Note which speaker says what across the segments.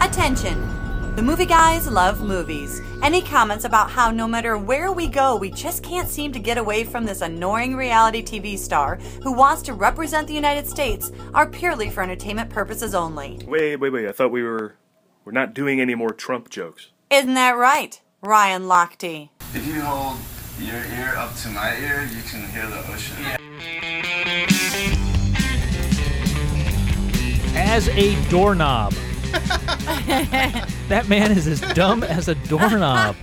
Speaker 1: Attention! The movie guys love movies. Any comments about how no matter where we go, we just can't seem to get away from this annoying reality TV star who wants to represent the United States are purely for entertainment purposes only.
Speaker 2: Wait, wait, wait. I thought we were we're not doing any more Trump jokes.
Speaker 1: Isn't that right, Ryan Lochte?
Speaker 3: If you hold your ear up to my ear, you can hear the ocean.
Speaker 4: as a doorknob. that man is as dumb as a doorknob.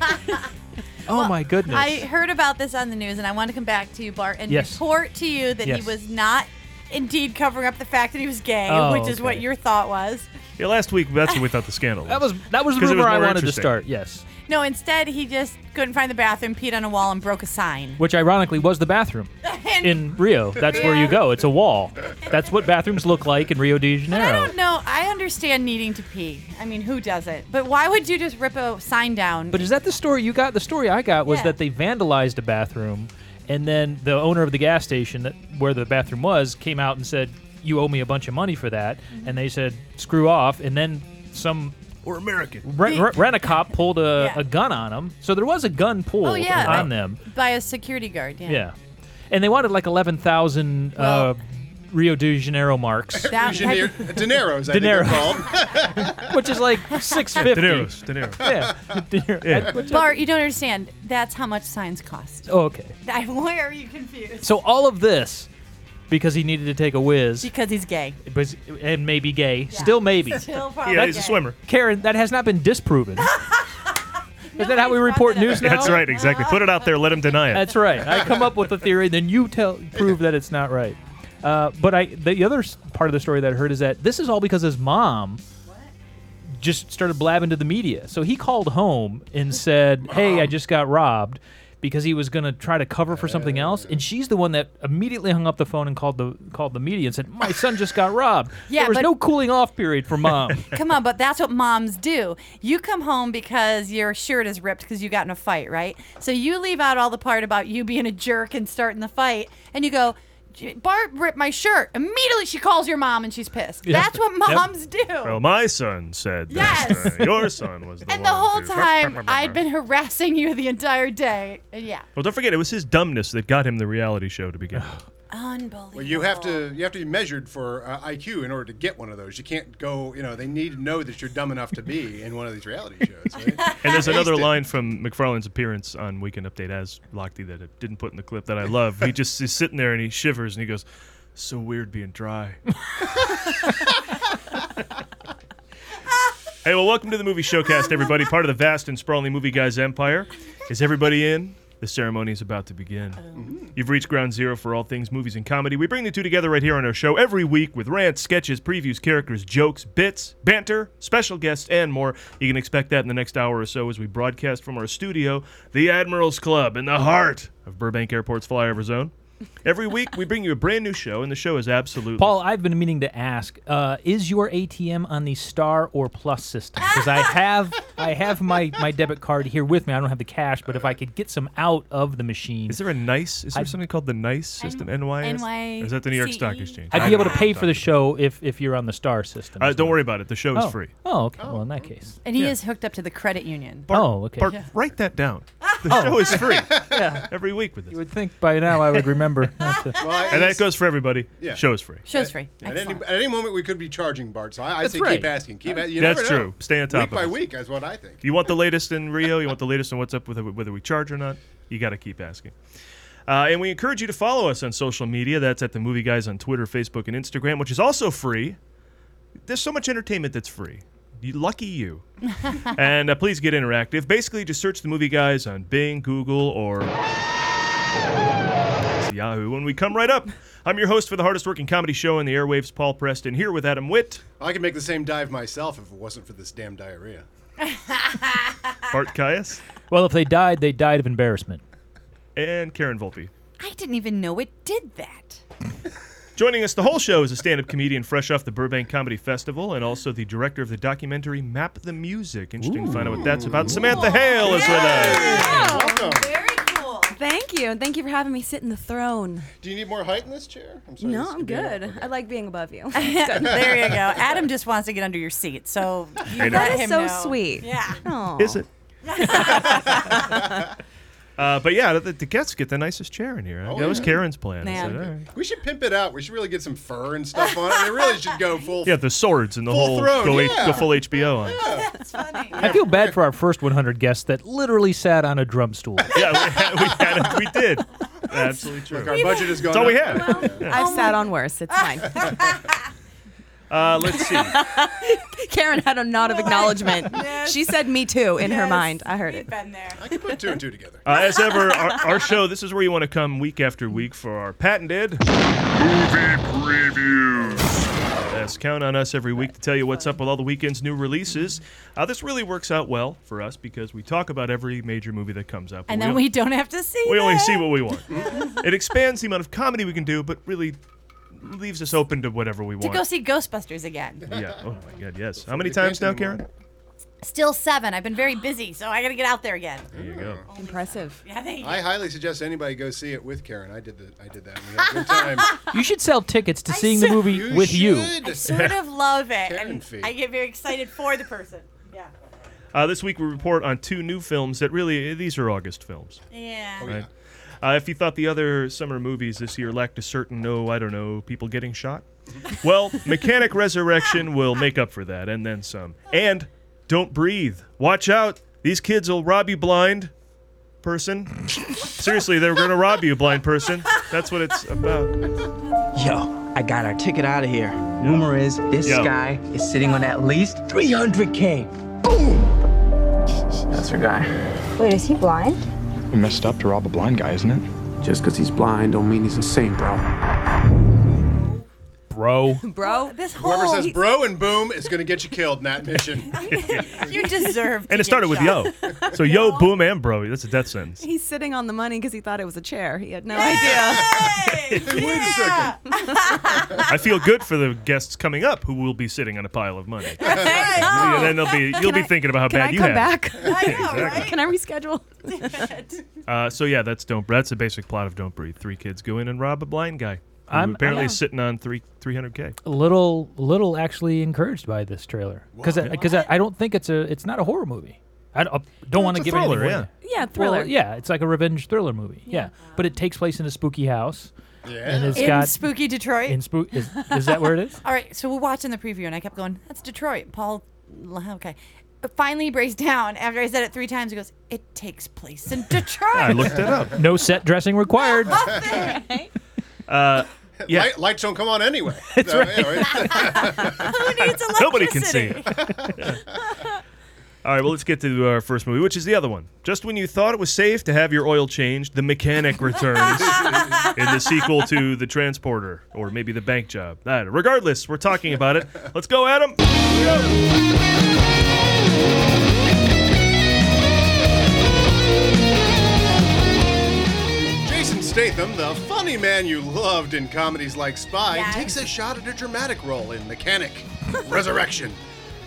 Speaker 4: Oh my goodness.
Speaker 5: I heard about this on the news, and I want to come back to you, Bart, and
Speaker 4: Yes.
Speaker 5: report to you that
Speaker 4: Yes.
Speaker 5: he was not indeed covering up the fact that he was gay,
Speaker 4: Oh,
Speaker 5: which is what
Speaker 4: okay.
Speaker 5: your thought was.
Speaker 6: Yeah, last week that's when we thought the scandal.
Speaker 4: that was that was the
Speaker 6: 'Cause it was
Speaker 4: rumor I
Speaker 6: more
Speaker 4: wanted to
Speaker 6: interesting.
Speaker 4: start. Yes,
Speaker 5: No, instead he just couldn't find the bathroom, peed on a wall, and broke a sign.
Speaker 4: which ironically was the bathroom
Speaker 5: And-
Speaker 4: in Rio. That's where you
Speaker 5: Rio.
Speaker 4: go. It's a wall. That's what bathrooms look like in Rio de
Speaker 5: But
Speaker 4: Janeiro.
Speaker 5: I don't know. I understand needing to pee. I mean, who doesn't? But why would you just rip a sign down?
Speaker 4: But is that the story you got? The story I got was
Speaker 5: Yeah.
Speaker 4: that they vandalized a bathroom, and then the owner of the gas station that where the bathroom was came out and said, "You owe me a bunch of money for that,"
Speaker 5: Mm-hmm.
Speaker 4: and they said, "Screw off." And then some
Speaker 6: We're American.
Speaker 4: rent, rent a cop pulled a,
Speaker 5: Yeah.
Speaker 4: a gun on them. So there was a gun pulled
Speaker 5: oh yeah,
Speaker 4: on
Speaker 5: by-
Speaker 4: them.
Speaker 5: by a security guard. Yeah.
Speaker 4: Yeah, and they wanted like eleven thousand uh,
Speaker 5: Well-
Speaker 4: Rio de Janeiro marks,
Speaker 5: That-
Speaker 7: Janeiro, Daenero's, I
Speaker 4: De
Speaker 7: think they're
Speaker 4: Niro.
Speaker 7: called.
Speaker 4: which is like six
Speaker 6: De
Speaker 4: fifty.
Speaker 6: Niro's. De Niro.
Speaker 4: Yeah. De Niro.
Speaker 6: Yeah.
Speaker 4: Which-
Speaker 5: Bart, you don't understand. That's how much signs cost.
Speaker 4: oh, okay.
Speaker 5: I- Why are you confused?
Speaker 4: So all of this because he needed to take a whiz.
Speaker 5: Because he's gay.
Speaker 4: was and maybe gay. Still maybe.
Speaker 6: Yeah, he's a swimmer.
Speaker 4: Karen, that has not been disproven. Is that how we
Speaker 5: brought
Speaker 4: report
Speaker 5: that
Speaker 4: news now?
Speaker 6: That's right, exactly. Put it out there, let him deny it.
Speaker 4: That's right. I come up with a theory, then you tell prove that it's not right. Uh, but I the other s- part of the story that I heard is that this is all because his mom just started blabbing to the media. So he called home and said, "Hey, I just got robbed." Because he was going to try to cover for something else, and she's the one that immediately hung up the phone and called the called the media and said, "My son just got robbed."
Speaker 5: Yeah,
Speaker 4: there was
Speaker 5: but-
Speaker 4: no cooling off period for mom.
Speaker 5: Come on, but that's what moms do. You come home because your shirt is ripped because you got in a fight, right? So you leave out all the part about you being a jerk and starting the fight, and you go, "J- Bart ripped my shirt. Immediately she calls your mom and she's pissed.
Speaker 4: Yeah.
Speaker 5: That's what
Speaker 4: Yep.
Speaker 5: moms do.
Speaker 6: Well, Oh, my son said that
Speaker 5: Yes.
Speaker 6: uh, your son was the
Speaker 5: and the
Speaker 6: one
Speaker 5: whole
Speaker 6: who-
Speaker 5: time I'd been harassing you the entire day. And yeah.
Speaker 6: Well, don't forget, it was his dumbness that got him the reality show to begin with.
Speaker 5: Unbelievable.
Speaker 7: Well, you have to you have to be measured for uh, IQ in order to get one of those. You can't go. You know, they need to know that you're dumb enough to be in one of these reality shows. Right?
Speaker 6: And there's another
Speaker 7: Wasted.
Speaker 6: line from McFarlane's appearance on Weekend Update as Lochte that I didn't put in the clip that I love. He just is sitting there and he shivers and he goes, "So weird being dry." hey, well, welcome to the movie showcast, everybody. Part of the vast and sprawling movie guys empire. Is everybody in? The ceremony is about to begin. You've reached ground zero for all things movies and comedy. We bring the two together right here on our show every week with rants, sketches, previews, characters, jokes, bits, banter, special guests, and more. You can expect that in the next hour or so as we broadcast from our studio, the Admiral's Club, in the heart of Burbank Airport's flyover zone. Every week, we bring you a brand new show, and the show is absolutely.
Speaker 4: Paul, I've been meaning to ask: uh, Is your ATM on the Star or Plus system? Because I have, I have my, my debit card here with me. I don't have the cash, but if I could get some out of the machine,
Speaker 6: Is there a nice? Is there something called the nice system? NYS?
Speaker 5: NY
Speaker 6: Or is that the New York Stock
Speaker 5: CE?
Speaker 6: Exchange?
Speaker 4: I'd be able to pay for the show if if you're on the Star system.
Speaker 6: Uh,
Speaker 4: is
Speaker 6: don't
Speaker 4: what-
Speaker 6: worry about it. The show is
Speaker 4: Oh.
Speaker 6: free.
Speaker 4: Oh, okay. Well, in that case,
Speaker 5: And he is hooked up to the credit union.
Speaker 4: oh, okay.
Speaker 6: Bart, write that down. The show is free
Speaker 4: Yeah.
Speaker 6: every week with
Speaker 4: You
Speaker 6: this,
Speaker 4: would think by now I would remember. not to-
Speaker 7: Well, I-
Speaker 6: and that goes for everybody.
Speaker 7: Yeah.
Speaker 6: Show is free.
Speaker 5: Show's free.
Speaker 7: At any,
Speaker 5: Excellent.
Speaker 7: at any moment, we could be charging Bart. So I, I
Speaker 4: That's
Speaker 7: say
Speaker 4: right.
Speaker 7: keep asking. Keep a- you
Speaker 6: That's
Speaker 7: never know.
Speaker 6: true. Stay on top
Speaker 7: Week
Speaker 6: of
Speaker 7: by
Speaker 6: it.
Speaker 7: week is what I think.
Speaker 6: You want the latest in Rio? You want the latest on what's up with it, whether we charge or not? You got to keep asking. Uh, and we encourage you to follow us on social media. That's at the Movie Guys on Twitter, Facebook, and Instagram, which is also free. There's so much entertainment that's free. You, lucky you. and uh, please get interactive. Basically, just search the Movie Guys on Bing, Google, or Yahoo, and we come right up. I'm your host for the hardest working comedy show in the airwaves, Paul Preston, here with Adam Witt,
Speaker 7: I could make the same dive myself if it wasn't for this damn diarrhea.
Speaker 6: Bart Caius,
Speaker 4: well, if they died, they died of embarrassment.
Speaker 6: and Karen Volpe.
Speaker 5: I didn't even know it did that.
Speaker 6: Joining us the whole show is a stand up comedian fresh off the Burbank Comedy Festival and also the director of the documentary Map the Music. Interesting to find out what that's about. Samantha Hale is with us.
Speaker 5: Oh,
Speaker 7: Welcome.
Speaker 5: very cool.
Speaker 8: Thank you, and thank you for having me sit in the throne.
Speaker 7: Do you need more height in this chair? I'm sorry.
Speaker 8: No,
Speaker 7: this
Speaker 8: I'm
Speaker 7: could be a-
Speaker 8: good. I like being above you.
Speaker 1: there you go. Adam just wants to get under your seat, so you
Speaker 6: I know.
Speaker 1: let
Speaker 8: That is
Speaker 1: him
Speaker 8: so
Speaker 1: know.
Speaker 8: sweet.
Speaker 1: Yeah.
Speaker 8: Aw.
Speaker 6: Is it? uh, but yeah, the, the guests get the nicest chair in here. that was
Speaker 7: Oh, yeah.
Speaker 6: Karen's plan. I
Speaker 1: Man.
Speaker 6: said, all right.
Speaker 7: We should pimp it out. We should really get some fur and stuff on it. They really should go full.
Speaker 6: Yeah, the swords and the
Speaker 7: Full
Speaker 6: whole
Speaker 7: throne,
Speaker 6: go H-
Speaker 7: yeah.
Speaker 6: go full HBO on.
Speaker 1: It's funny.
Speaker 4: I feel bad for our first 100 guests that literally sat on a drum stool.
Speaker 6: yeah, we, had, we, had, we did. Absolutely true.
Speaker 7: Look, our budget is going.
Speaker 6: That's all we
Speaker 7: up.
Speaker 6: had.
Speaker 8: I've sat on worse. It's fine.
Speaker 6: Uh, let's see.
Speaker 8: Karen had a nod of acknowledgement. She said me too in her mind. I heard
Speaker 1: We've
Speaker 8: it.
Speaker 1: been there.
Speaker 7: I can put two and two together.
Speaker 6: Uh, as ever, our, our show, this is where you want to come week after week for our patented movie previews. Yes, count on us every week to tell you what's up with all the weekend's new releases. Uh, this really works out well for us because we talk about every major movie that comes out. but
Speaker 5: And then
Speaker 6: don't-
Speaker 5: we don't have to see.
Speaker 6: we only
Speaker 5: them.
Speaker 6: see what we want. it expands the amount of comedy we can do, but really leaves us open to whatever we
Speaker 5: to
Speaker 6: want.
Speaker 5: go see Ghostbusters again.
Speaker 6: yeah. Oh my God. Yes. How many times now, Karen?
Speaker 5: Still seven. I've been very busy, so I got to get out there again.
Speaker 6: There you go.
Speaker 8: Impressive.
Speaker 5: Yeah, thank you.
Speaker 7: I highly suggest anybody go see it with Karen. I did the, I did that. and We had a good time.
Speaker 4: You should sell tickets to seeing the movie with you.
Speaker 7: should.
Speaker 5: Sort of love it,
Speaker 7: Karen
Speaker 5: and
Speaker 7: feet.
Speaker 5: I get very excited for the person. Yeah.
Speaker 6: Uh, this week we report on two new films that really these are August films.
Speaker 5: Yeah.
Speaker 6: Right. Uh, if you thought the other summer movies this year lacked a certain, no, I don't know, people getting shot, well, Mechanic Resurrection will make up for that and then some. And don't breathe. Watch out. These kids will rob you blind, person. Seriously, they're going to rob you, blind person. That's what it's about.
Speaker 9: Yo, I got our ticket out of here. Rumor is this
Speaker 6: Yo.
Speaker 9: guy is sitting on at least 300K. Boom! That's our guy.
Speaker 10: Wait, is he blind?
Speaker 11: Messed up to rob a blind guy, isn't it?
Speaker 9: Just because he's blind don't mean he's insane, bro.
Speaker 4: Bro.
Speaker 8: Bro,
Speaker 5: This whole
Speaker 7: Whoever says bro and boom is going to get you killed in that mission.
Speaker 5: you deserve. to
Speaker 6: And
Speaker 5: get
Speaker 6: it started with
Speaker 5: shot.
Speaker 6: yo. So yo, boom, and bro. That's a death sentence.
Speaker 8: he's sitting on the money because he thought it was a chair. He had no idea.
Speaker 5: Hey!
Speaker 7: Wait a second.
Speaker 6: I feel good for the guests coming up who will be sitting on a pile of money. And then they'll be, you'll be thinking about how
Speaker 8: Can
Speaker 6: bad
Speaker 8: Oh, I
Speaker 6: you
Speaker 8: come
Speaker 6: have. it.
Speaker 8: back?
Speaker 5: I
Speaker 8: Can I reschedule?
Speaker 5: know, right?
Speaker 6: Uh, so yeah, that's don't. That's the basic plot of Don't Breathe. Three kids go in and rob a blind guy. Who
Speaker 4: I'm-
Speaker 6: apparently
Speaker 4: yeah.
Speaker 6: is sitting on three three hundred k.
Speaker 4: Little, little actually encouraged by this trailer because because I, I don't think it's a it's not a horror movie. I don't, want to
Speaker 6: a
Speaker 4: give
Speaker 6: thriller,
Speaker 4: anything away.
Speaker 6: yeah.
Speaker 8: Yeah,
Speaker 4: Well,
Speaker 8: thriller.
Speaker 4: yeah, it's like a revenge thriller movie. Yeah, but it takes place in a spooky house, and
Speaker 7: Yeah.
Speaker 4: it's
Speaker 5: In
Speaker 4: got
Speaker 5: spooky Detroit.
Speaker 4: in spook. Is, is that where it is?
Speaker 5: All right, so we're watching the preview, and I kept going, that's Detroit. Paul, okay. Finally, he breaks down after I said it three times. He goes, it takes place in Detroit.
Speaker 6: I looked it up.
Speaker 4: No set dressing required.
Speaker 6: Yeah.
Speaker 7: Light, lights don't come on anyway. That's right.
Speaker 5: Who needs
Speaker 6: Nobody can see
Speaker 5: electricity?
Speaker 6: it. All right, well, let's get to our first movie, which is the other one. Just when you thought it was safe to have your oil changed, the mechanic returns in the sequel to The Transporter, or maybe The Bank Job. That, regardless, we're talking about it. Let's go, Adam.
Speaker 7: Jason Statham, the funny man you loved in comedies like Spy,
Speaker 5: Yes.
Speaker 7: takes a shot at a dramatic role in Mechanic Resurrection.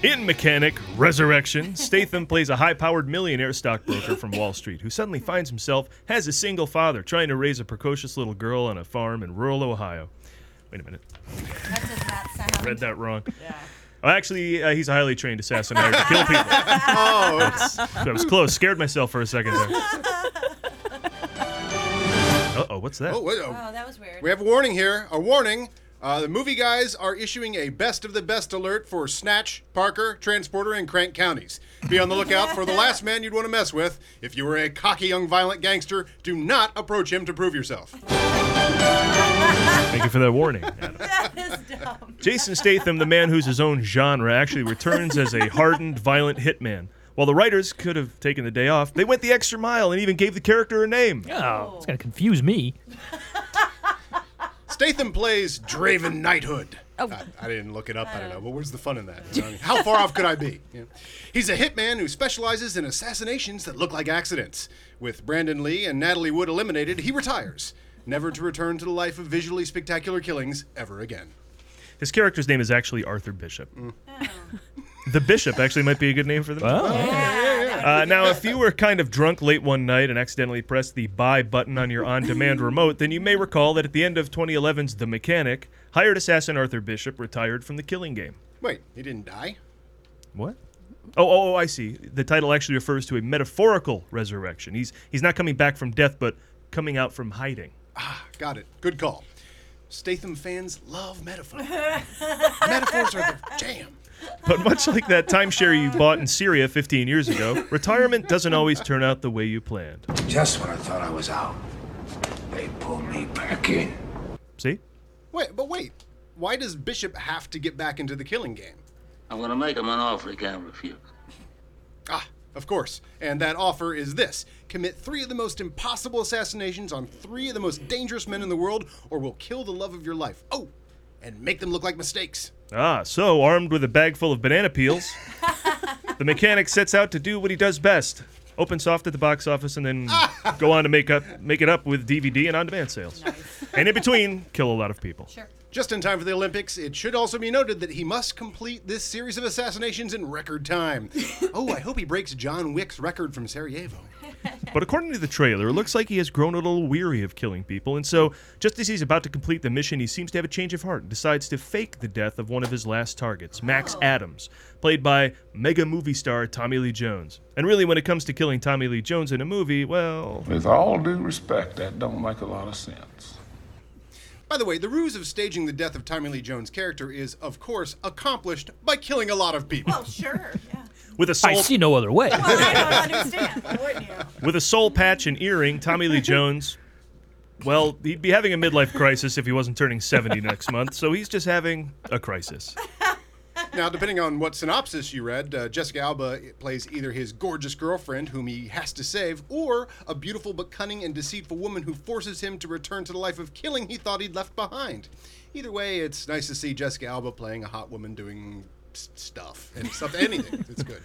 Speaker 6: In Mechanic Resurrection, Statham plays a high powered millionaire stockbroker from Wall Street who suddenly finds himself as a single father trying to raise a precocious little girl on a farm in rural Ohio. Wait a minute,
Speaker 5: That does not sound.
Speaker 6: read that wrong. Yeah. Oh, actually, uh, he's a highly trained assassin hired to kill people.
Speaker 7: Oh,
Speaker 6: So I was close, scared myself for a second there. Uh oh, what's that?
Speaker 7: oh, wait,
Speaker 5: Oh,
Speaker 7: oh.
Speaker 5: that was weird.
Speaker 7: we have a warning here. A warning. Uh, the movie guys are issuing a best of the best alert for Snatch, Parker, Transporter, and Crank counties. Be on the lookout for the last man you'd want to mess with. If you were a cocky young violent gangster, do not approach him to prove yourself.
Speaker 6: Thank you for that warning. Adam.
Speaker 5: That is dumb.
Speaker 6: Jason Statham, the man who's his own genre, actually returns as a hardened, violent hitman. While the writers could have taken the day off, they went the extra mile and even gave the character a name.
Speaker 4: Oh, it's gonna confuse me.
Speaker 7: Statham plays Draven Knighthood. I, I didn't look it up. I don't know. But where's the fun in that? You know what I mean? How far off could I be? You know? He's a hitman who specializes in assassinations that look like accidents. With Brandon Lee and Natalie Wood eliminated, he retires, never to return to the life of visually spectacular killings ever again.
Speaker 6: His character's name is
Speaker 5: Mm.
Speaker 6: actually Arthur Bishop. The Bishop actually might be a good name for them.
Speaker 4: Oh.
Speaker 5: Oh. Yeah, that
Speaker 6: Uh, now, if you were kind of drunk late one night and accidentally pressed the buy button on your on demand remote, then you may recall that at the end of 2011's The Mechanic, hired assassin Arthur Bishop retired from the killing game.
Speaker 7: Wait, he didn't die?
Speaker 6: What? Oh, oh, oh, I see. The title actually refers to a metaphorical resurrection. He's he's not coming back from death, but coming out from hiding.
Speaker 7: Ah, Got it. Good call. Statham fans love metaphors. Metaphors are the jam.
Speaker 6: But much like that timeshare you bought in Syria 15 years ago, retirement doesn't always turn out the way you planned.
Speaker 9: Just when I thought I was out, they pulled me back in.
Speaker 6: See?
Speaker 7: Wait, but wait. Why does Bishop have to get back into the killing game?
Speaker 10: I'm gonna make him an offer he can't refuse.
Speaker 7: Ah, of course. And that offer is this commit three of the most impossible assassinations on three of the most dangerous men in the world, or we'll kill the love of your life. Oh, and make them look like mistakes.
Speaker 6: Ah, so armed with a bag full of banana peels, the mechanic sets out to do what he does best. Open soft at the box office and then go on to make up make it up with DVD and on demand sales. And in between, kill a lot of people.
Speaker 7: Just in time for the Olympics, it should also be noted that he must complete this series of assassinations in record time. oh, I hope he breaks John Wick's record from Sarajevo.
Speaker 6: But according to the trailer, it looks like he has grown a little weary of killing people, and so just as he's about to complete the mission, he seems to have a change of heart and decides to fake the death of one of his last targets, Max Adams, played by mega movie star Tommy Lee Jones. And really, when it comes to killing Tommy Lee Jones in a movie, well,
Speaker 12: With all due respect, that don't make a lot of sense.
Speaker 7: By the way, the ruse of staging the death of Tommy Lee Jones' character is, of course, accomplished by killing a lot of people.
Speaker 5: Well, sure. Yeah.
Speaker 6: with a
Speaker 4: I
Speaker 6: soul
Speaker 4: see no other way.
Speaker 5: Well, I don't understand. Why wouldn't you?
Speaker 6: with a soul patch and earring, Tommy Lee Jones. Well, he'd be having a midlife crisis if he wasn't turning 70 next month, so he's just having a crisis.
Speaker 7: Now, depending on what synopsis you read, uh, Jessica Alba plays either his gorgeous girlfriend, whom he has to save, or a beautiful but cunning and deceitful woman who forces him to return to the life of killing he thought he'd left behind. Either way, it's nice to see Jessica Alba playing a hot woman doing s- stuff and stuff, anything. It's good.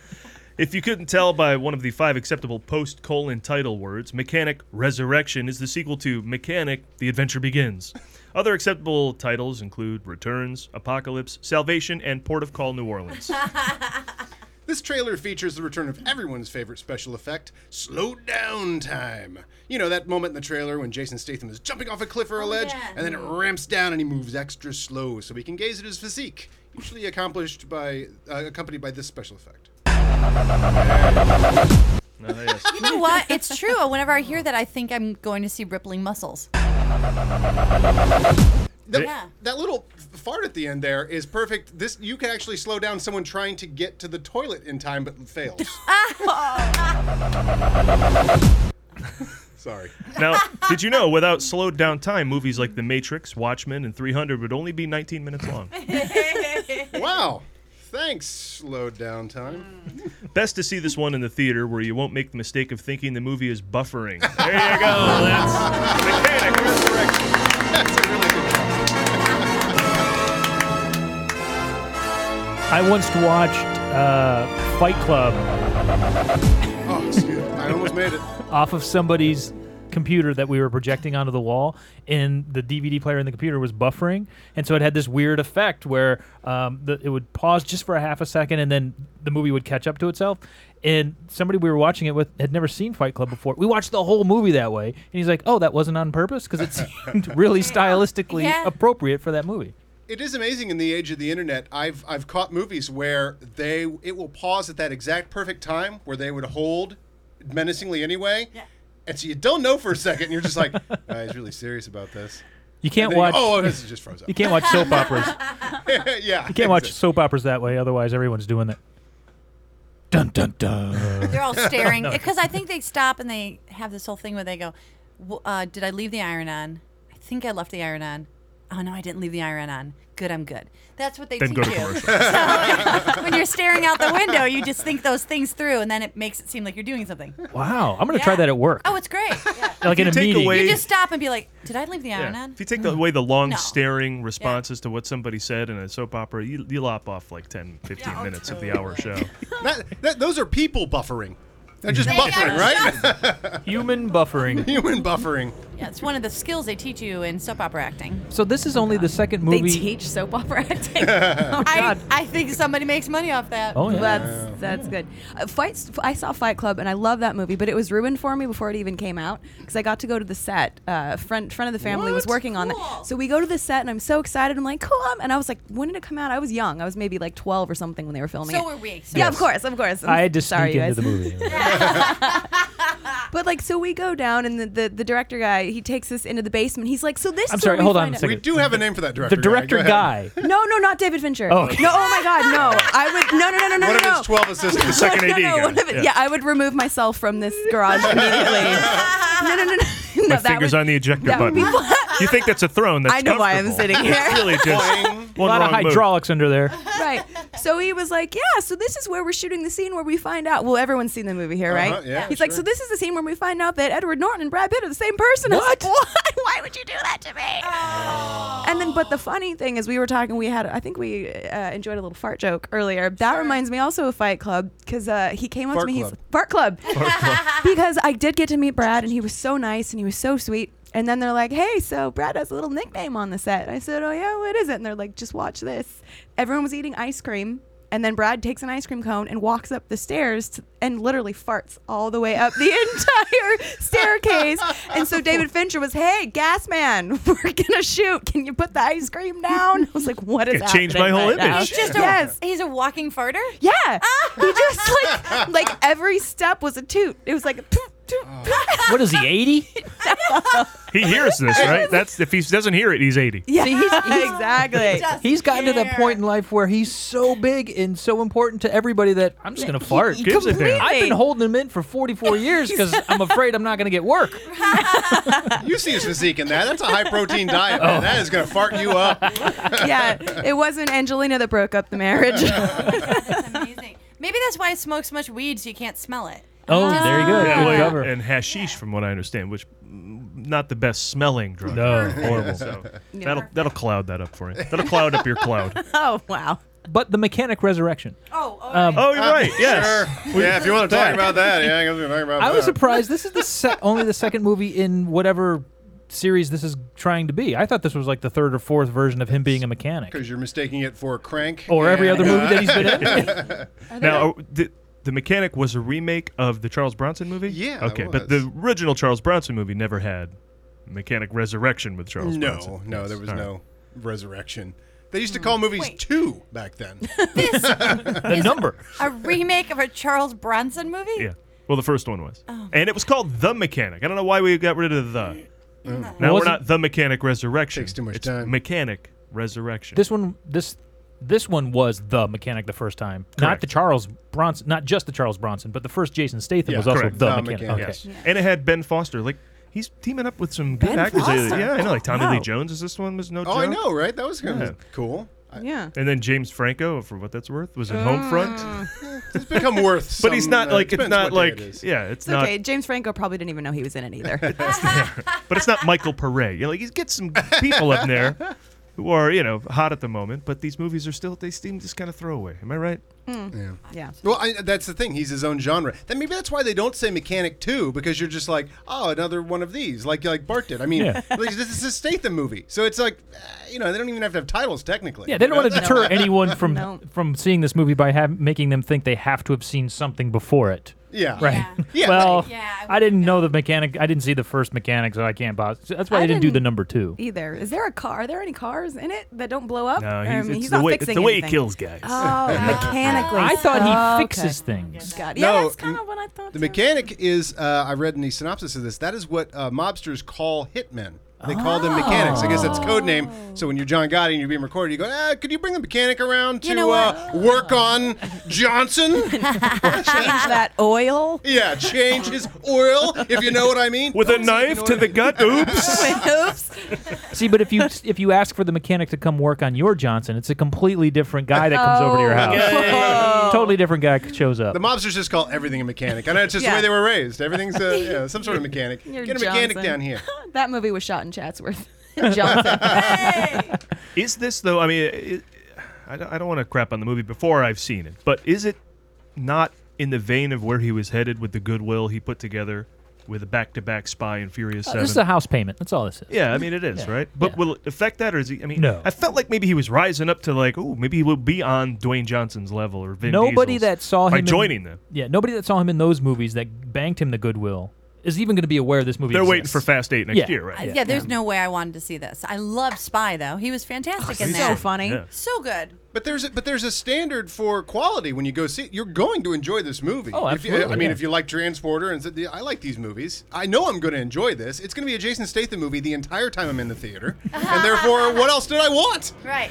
Speaker 6: If you couldn't tell by one of the five acceptable post colon title words, Mechanic Resurrection is the sequel to Mechanic The Adventure Begins. Other acceptable titles include Returns, Apocalypse, Salvation, and Port of Call New Orleans.
Speaker 7: This trailer features the return of everyone's favorite special effect, slow down time. You know, that moment in the trailer when Jason Statham is jumping off a cliff or a ledge,
Speaker 5: Oh, yeah.
Speaker 7: and then it ramps down and he moves extra slow so we can gaze at his physique, usually accomplished by, uh, accompanied by this special effect.
Speaker 6: Ah, yes.
Speaker 5: You know what? It's true. Whenever I hear that, I think I'm going to see rippling muscles.
Speaker 7: That,
Speaker 5: Yeah.
Speaker 7: that little f- fart at the end there is perfect. This You can actually slow down someone trying to get to the toilet in time but fails.
Speaker 5: Oh.
Speaker 7: Sorry.
Speaker 6: Now, did you know without slowed down time, movies like The Matrix, Watchmen, and 300 would only be 19 minutes long?
Speaker 7: Wow. Thanks, slow down time.
Speaker 6: Best to see this one in the theater where you won't make the mistake of thinking the movie is buffering. There you go. That's mechanic.
Speaker 7: Resurrection. That's a really good job.
Speaker 4: I once watched uh, Fight Club
Speaker 7: Oh, excuse me. I almost made it.
Speaker 4: off of somebody's computer that we were projecting onto the wall and the dvd player in the computer was buffering and so it had this weird effect where um, the, it would pause just for a half a second and then the movie would catch up to itself and somebody we were watching it with had never seen fight club before we watched the whole movie that way and he's like oh that wasn't on purpose because it seemed really stylistically
Speaker 5: Yeah.
Speaker 4: appropriate for that movie
Speaker 7: It is amazing in the age of the internet. I've I've caught movies where they it will pause at that exact perfect time where they would hold menacingly anyway.
Speaker 5: Yeah.
Speaker 7: And so you don't know for a second. And you're just like, "Ah, he's really serious about this.
Speaker 4: you can't
Speaker 7: And
Speaker 4: watch
Speaker 7: then you- Oh, this is just frozen.
Speaker 4: you can't watch soap operas
Speaker 7: yeah.
Speaker 4: You can't watch soap operas that way, otherwise everyone's doing that. Dun dun dun.
Speaker 5: They're all staring because I think they stop and they have this whole thing where they go, "W- uh, "Did I leave the iron on? I think I left the iron on. Oh no, I didn't leave the iron on. Good, I'm good." That's what they
Speaker 6: Then
Speaker 5: teach
Speaker 6: go to
Speaker 5: you.
Speaker 6: commercial.
Speaker 5: So, when you're staring out the window, you just think those things through, and then it makes it seem like you're doing something.
Speaker 4: wow, I'm gonna try that at work.
Speaker 5: Oh, it's great. Yeah.
Speaker 4: like in a
Speaker 6: take
Speaker 4: meeting.
Speaker 6: away-
Speaker 5: You just stop and be like, "Did I leave the iron
Speaker 6: Yeah.
Speaker 5: on?"
Speaker 6: If you take
Speaker 8: Mm.
Speaker 6: away the long
Speaker 5: No.
Speaker 6: staring responses to what somebody said in a soap opera, you, you lop off like 10, 15
Speaker 5: oh,
Speaker 6: minutes of the hour show.
Speaker 7: That, that, those are people buffering. They're just buffering,
Speaker 5: are
Speaker 7: right?
Speaker 4: Human buffering.
Speaker 7: Human buffering.
Speaker 5: Yeah, it's one of the skills they teach you in soap opera acting.
Speaker 4: So this is only the second movie.
Speaker 5: They teach soap opera acting. I, I think somebody makes money off that.
Speaker 4: Oh, yeah.
Speaker 8: That's that's good. Uh, Fights. I saw Fight Club and I love that movie, but it was ruined for me before it even came out because I got to go to the set. Uh, friend friend of the family was
Speaker 5: What?
Speaker 8: working on that, so we go to the set and I'm so excited. I'm like, cool. I'm- And I was like, when did it come out? I was young. I was maybe like 12 or something when they were filming
Speaker 5: So
Speaker 8: it.
Speaker 5: were we, so-
Speaker 8: yeah, of course, of course. I'm
Speaker 4: I had to
Speaker 8: sorry,
Speaker 4: sneak
Speaker 8: you
Speaker 4: into
Speaker 8: guys.
Speaker 4: the movie.
Speaker 8: But like, so we go down, and the, the, the director guy he takes us into the basement. He's like, so this.
Speaker 4: I'm
Speaker 8: is
Speaker 4: sorry,
Speaker 8: where we
Speaker 4: hold on
Speaker 8: find
Speaker 4: a
Speaker 8: out-
Speaker 4: second. The director guy.
Speaker 8: No, no, not David Fincher.
Speaker 4: Oh, okay.
Speaker 8: No, oh my God, no. I would no, no, no, no, no.
Speaker 7: One of
Speaker 8: no,
Speaker 7: his
Speaker 8: no.
Speaker 7: 12 assistants. The second
Speaker 8: no,
Speaker 7: AD
Speaker 8: no,
Speaker 7: guy.
Speaker 8: one of it-
Speaker 7: Yeah.
Speaker 8: yeah. I would remove myself from this garage immediately. no, no, no, no. no
Speaker 6: My
Speaker 8: that
Speaker 6: fingers
Speaker 8: would,
Speaker 6: on the ejector
Speaker 8: that would
Speaker 6: button.
Speaker 8: be fun.
Speaker 6: you think that's a throne? That's
Speaker 8: I know why I'm
Speaker 6: comfortable.
Speaker 8: sitting here.
Speaker 6: It's really just
Speaker 4: a
Speaker 6: one
Speaker 4: lot of
Speaker 6: wrong move.
Speaker 4: hydraulics under there.
Speaker 8: right. So he was like, "Yeah, so this is where we're shooting the scene where we find out." Well, everyone's seen the movie here, right?
Speaker 4: Uh-huh, yeah,
Speaker 8: He's like, "So this is the scene where we find out that Edward Norton and Brad Pitt are the same person." I was like, what? Why would you do that to me? And then, but the funny thing is, we were talking. We had, I think, we uh, enjoyed a little fart joke earlier. That reminds me also of Fight Club because uh, he came up
Speaker 13: Fart
Speaker 8: to me.
Speaker 13: Club.
Speaker 8: He's Fart Club, because I did get to meet Brad, and he was so nice and he was so sweet. And then they're like, "Hey, so Brad has a little nickname on the set." And I said, "Oh yeah, what is it?" And they're like, "Just watch this." Everyone was eating ice cream. And then Brad takes an ice cream cone and walks up the stairs to, and literally farts all the way up the entire staircase. And so David Fincher was, "Hey, gas man, we're gonna shoot. Can you put the ice cream down?" I was like, "What is
Speaker 6: Could change my
Speaker 8: happening
Speaker 6: whole
Speaker 8: right now?"
Speaker 6: image. He's just a-
Speaker 8: yes,
Speaker 5: he's a walking farter.
Speaker 8: Yeah, he just like like every step was a toot. It was like. a toot, toot,
Speaker 7: Oh.
Speaker 8: toot.
Speaker 4: What is he, 80?
Speaker 6: He hears this, right? That's if he doesn't hear it, he's 80.
Speaker 8: Yeah,
Speaker 5: exactly.
Speaker 4: He's gotten to that point in life where he's so big and so important to everybody that I'm just going to
Speaker 6: He-
Speaker 4: fart.
Speaker 6: he gives a damn.
Speaker 4: I've been holding him in for 44 years because I'm afraid I'm not going to get work.
Speaker 7: You see his physique in that. That's a high protein diet. Man.
Speaker 4: Oh.
Speaker 7: That is going to fart you up.
Speaker 8: yeah, it wasn't Angelina that broke up the marriage.
Speaker 5: Maybe that's why I smoke so much weed so you can't smell it.
Speaker 4: Oh, there you go.
Speaker 6: Yeah,
Speaker 4: Good
Speaker 6: well,
Speaker 4: cover.
Speaker 6: And hashish, from what I understand, which mm, not the best smelling drug.
Speaker 4: No.
Speaker 6: horrible. So that'll that'll cloud that up for you. That'll cloud up your cloud.
Speaker 8: oh, wow.
Speaker 4: But the mechanic resurrection.
Speaker 5: Oh,
Speaker 6: oh, you're right. Yes.
Speaker 7: Sure. Yeah, if you want to talk
Speaker 4: Right.
Speaker 7: about that, yeah, I guess we can talk about
Speaker 4: I was
Speaker 7: that.
Speaker 4: surprised. This is the se- only the second movie in whatever series this is trying to be. I thought this was like the third or fourth version of him being a mechanic.
Speaker 7: Because you're mistaking it for crank.
Speaker 4: Or every other movie that he's been in.
Speaker 7: in.
Speaker 6: Now, uh, the, the mechanic was a remake of the Charles Bronson movie.
Speaker 7: Yeah, it
Speaker 6: Okay, but the original Charles Bronson movie never had Mechanic Resurrection with Charles
Speaker 7: no,
Speaker 6: Bronson.
Speaker 7: no,
Speaker 6: Yes.
Speaker 7: there was
Speaker 6: All right.
Speaker 7: no resurrection. They used to call movies two back then.
Speaker 6: the number.
Speaker 5: A remake of a Charles Bronson movie?
Speaker 6: Yeah. Well, the first one was,
Speaker 7: Oh.
Speaker 6: and it was called The Mechanic. I don't know why we got rid of the.
Speaker 7: Oh. Mm.
Speaker 6: Now we're
Speaker 4: Wasn't-
Speaker 6: not The Mechanic Resurrection. Takes too much time. Mechanic Resurrection.
Speaker 4: This one, this this one was the mechanic the first time, not
Speaker 6: Correct.
Speaker 4: the Charles Bronson, not just the Charles Bronson, but the first Jason Statham was also
Speaker 6: correct.
Speaker 4: the, mechanic. Okay.
Speaker 6: Yes. And it had Ben Foster. Like he's teaming up with some good
Speaker 7: Ben
Speaker 6: actors.
Speaker 7: Foster?
Speaker 6: Yeah, I know. Like Tommy
Speaker 7: Wow.
Speaker 6: Lee Jones is this one was no.
Speaker 7: oh, I
Speaker 6: joke.
Speaker 7: know, right? That was kind of cool.
Speaker 8: Yeah.
Speaker 6: And then James Franco, for what that's worth, was in
Speaker 7: Ah.
Speaker 6: Homefront.
Speaker 7: It's become worth.
Speaker 6: But he's
Speaker 7: some,
Speaker 6: not
Speaker 7: uh,
Speaker 6: like- it's
Speaker 7: depends
Speaker 6: not
Speaker 7: what day
Speaker 6: like-
Speaker 7: it is.
Speaker 6: yeah, it's
Speaker 8: It's okay. James Franco probably didn't even know he was in it either.
Speaker 6: But it's not Michael Pare. You know, like he gets some people up there who are you know hot at the moment. But these movies are still they seem just kind of throwaway. Am I right?
Speaker 7: Yeah.
Speaker 8: Yeah.
Speaker 7: Well, I, that's the thing. He's his own genre. Then maybe that's why they don't say mechanic too, because you're just like, oh, another one of these, like like Bart did. I mean,
Speaker 4: Yeah.
Speaker 7: like, this is a Statham movie, so it's like, uh, you know, they don't even have to have titles technically.
Speaker 4: Yeah, they don't
Speaker 7: You know?
Speaker 4: want to deter anyone from from seeing this movie by hav making them think they have to have seen something before it.
Speaker 7: Yeah.
Speaker 4: Right.
Speaker 7: Yeah,
Speaker 4: well,
Speaker 7: like-
Speaker 4: I, didn't know the mechanic. I didn't see the first mechanic, so I can't. Pos- so that's why
Speaker 8: I
Speaker 4: I, didn't, do the
Speaker 8: didn't-
Speaker 4: number two.
Speaker 8: either. Is there a car? Are there any cars in it that don't blow up?
Speaker 4: No, he's-
Speaker 8: I mean,
Speaker 4: it's
Speaker 8: Um, he's
Speaker 4: the
Speaker 8: not
Speaker 4: way- it's
Speaker 8: fixing
Speaker 4: the way he
Speaker 8: anything.
Speaker 4: kills guys.
Speaker 8: Oh, mechanically.
Speaker 4: I thought he
Speaker 8: Oh,
Speaker 4: fixes
Speaker 8: okay.
Speaker 4: things.
Speaker 8: Got it. Yeah,
Speaker 7: No,
Speaker 8: that's kind of what I thought.
Speaker 7: The mechanic is, uh, I read in the synopsis of this, that is what uh, mobsters call hitmen. They call them mechanics. I guess that's code name.
Speaker 8: Oh.
Speaker 7: So when you're John Gotti and you're being recorded, you go, ah, could you bring the mechanic around to
Speaker 8: You know
Speaker 7: uh, work on Johnson?
Speaker 8: Change that oil.
Speaker 7: yeah, change his oil, if you know what I mean.
Speaker 6: With a knife to the gut. Oops.
Speaker 8: Oops.
Speaker 4: See, but if you if you ask for the mechanic to come work on your Johnson, it's a completely different guy that comes over to your house.
Speaker 7: Okay.
Speaker 4: totally different guy shows up.
Speaker 7: The mobsters just call everything a mechanic. I know it's just
Speaker 8: Yeah.
Speaker 7: the way they were raised. Everything's uh, yeah, some sort of mechanic.
Speaker 8: You're
Speaker 7: Get a mechanic
Speaker 8: Johnson.
Speaker 7: down here.
Speaker 8: that movie was shot in Chatsworth. Johnson.
Speaker 6: Is this though? I mean, it, I don't, I don't want to crap on the movie before I've seen it, but is it not in the vein of where he was headed with the goodwill he put together with a back-to-back Spy and Furious
Speaker 4: Uh,
Speaker 6: Seven.
Speaker 4: this is a house payment. That's all this is.
Speaker 6: Yeah, I mean it is
Speaker 4: Mm-hmm. Yeah.
Speaker 6: right, but will it affect that or is he? I mean,
Speaker 4: No.
Speaker 6: I felt like maybe he was rising up to like, oh, maybe he will be on Dwayne Johnson's level or Vin
Speaker 4: nobody
Speaker 6: Diesel's
Speaker 4: that saw him
Speaker 6: by
Speaker 4: in-
Speaker 6: joining them.
Speaker 4: Yeah, nobody that saw him in those movies that banked him the goodwill is even going to be aware this movie.
Speaker 6: They're waiting
Speaker 4: exists.
Speaker 6: for Fast Eight next
Speaker 4: Yeah.
Speaker 6: year, right?
Speaker 5: Uh, Yeah, there's no way I wanted to see this. I love Spy though. He was fantastic in
Speaker 7: he's
Speaker 5: that.
Speaker 7: so funny. Yeah.
Speaker 5: So good.
Speaker 7: But there's a, but there's a standard for quality when you go see. You're going to enjoy this movie.
Speaker 4: Oh,
Speaker 7: If you- I
Speaker 4: absolutely,
Speaker 7: mean,
Speaker 4: yeah.
Speaker 7: if you like Transporter and said, I like these movies, I know I'm going to enjoy this. It's going to be a Jason Statham movie the entire time I'm in the theater, and therefore, what else did I want?
Speaker 5: Right.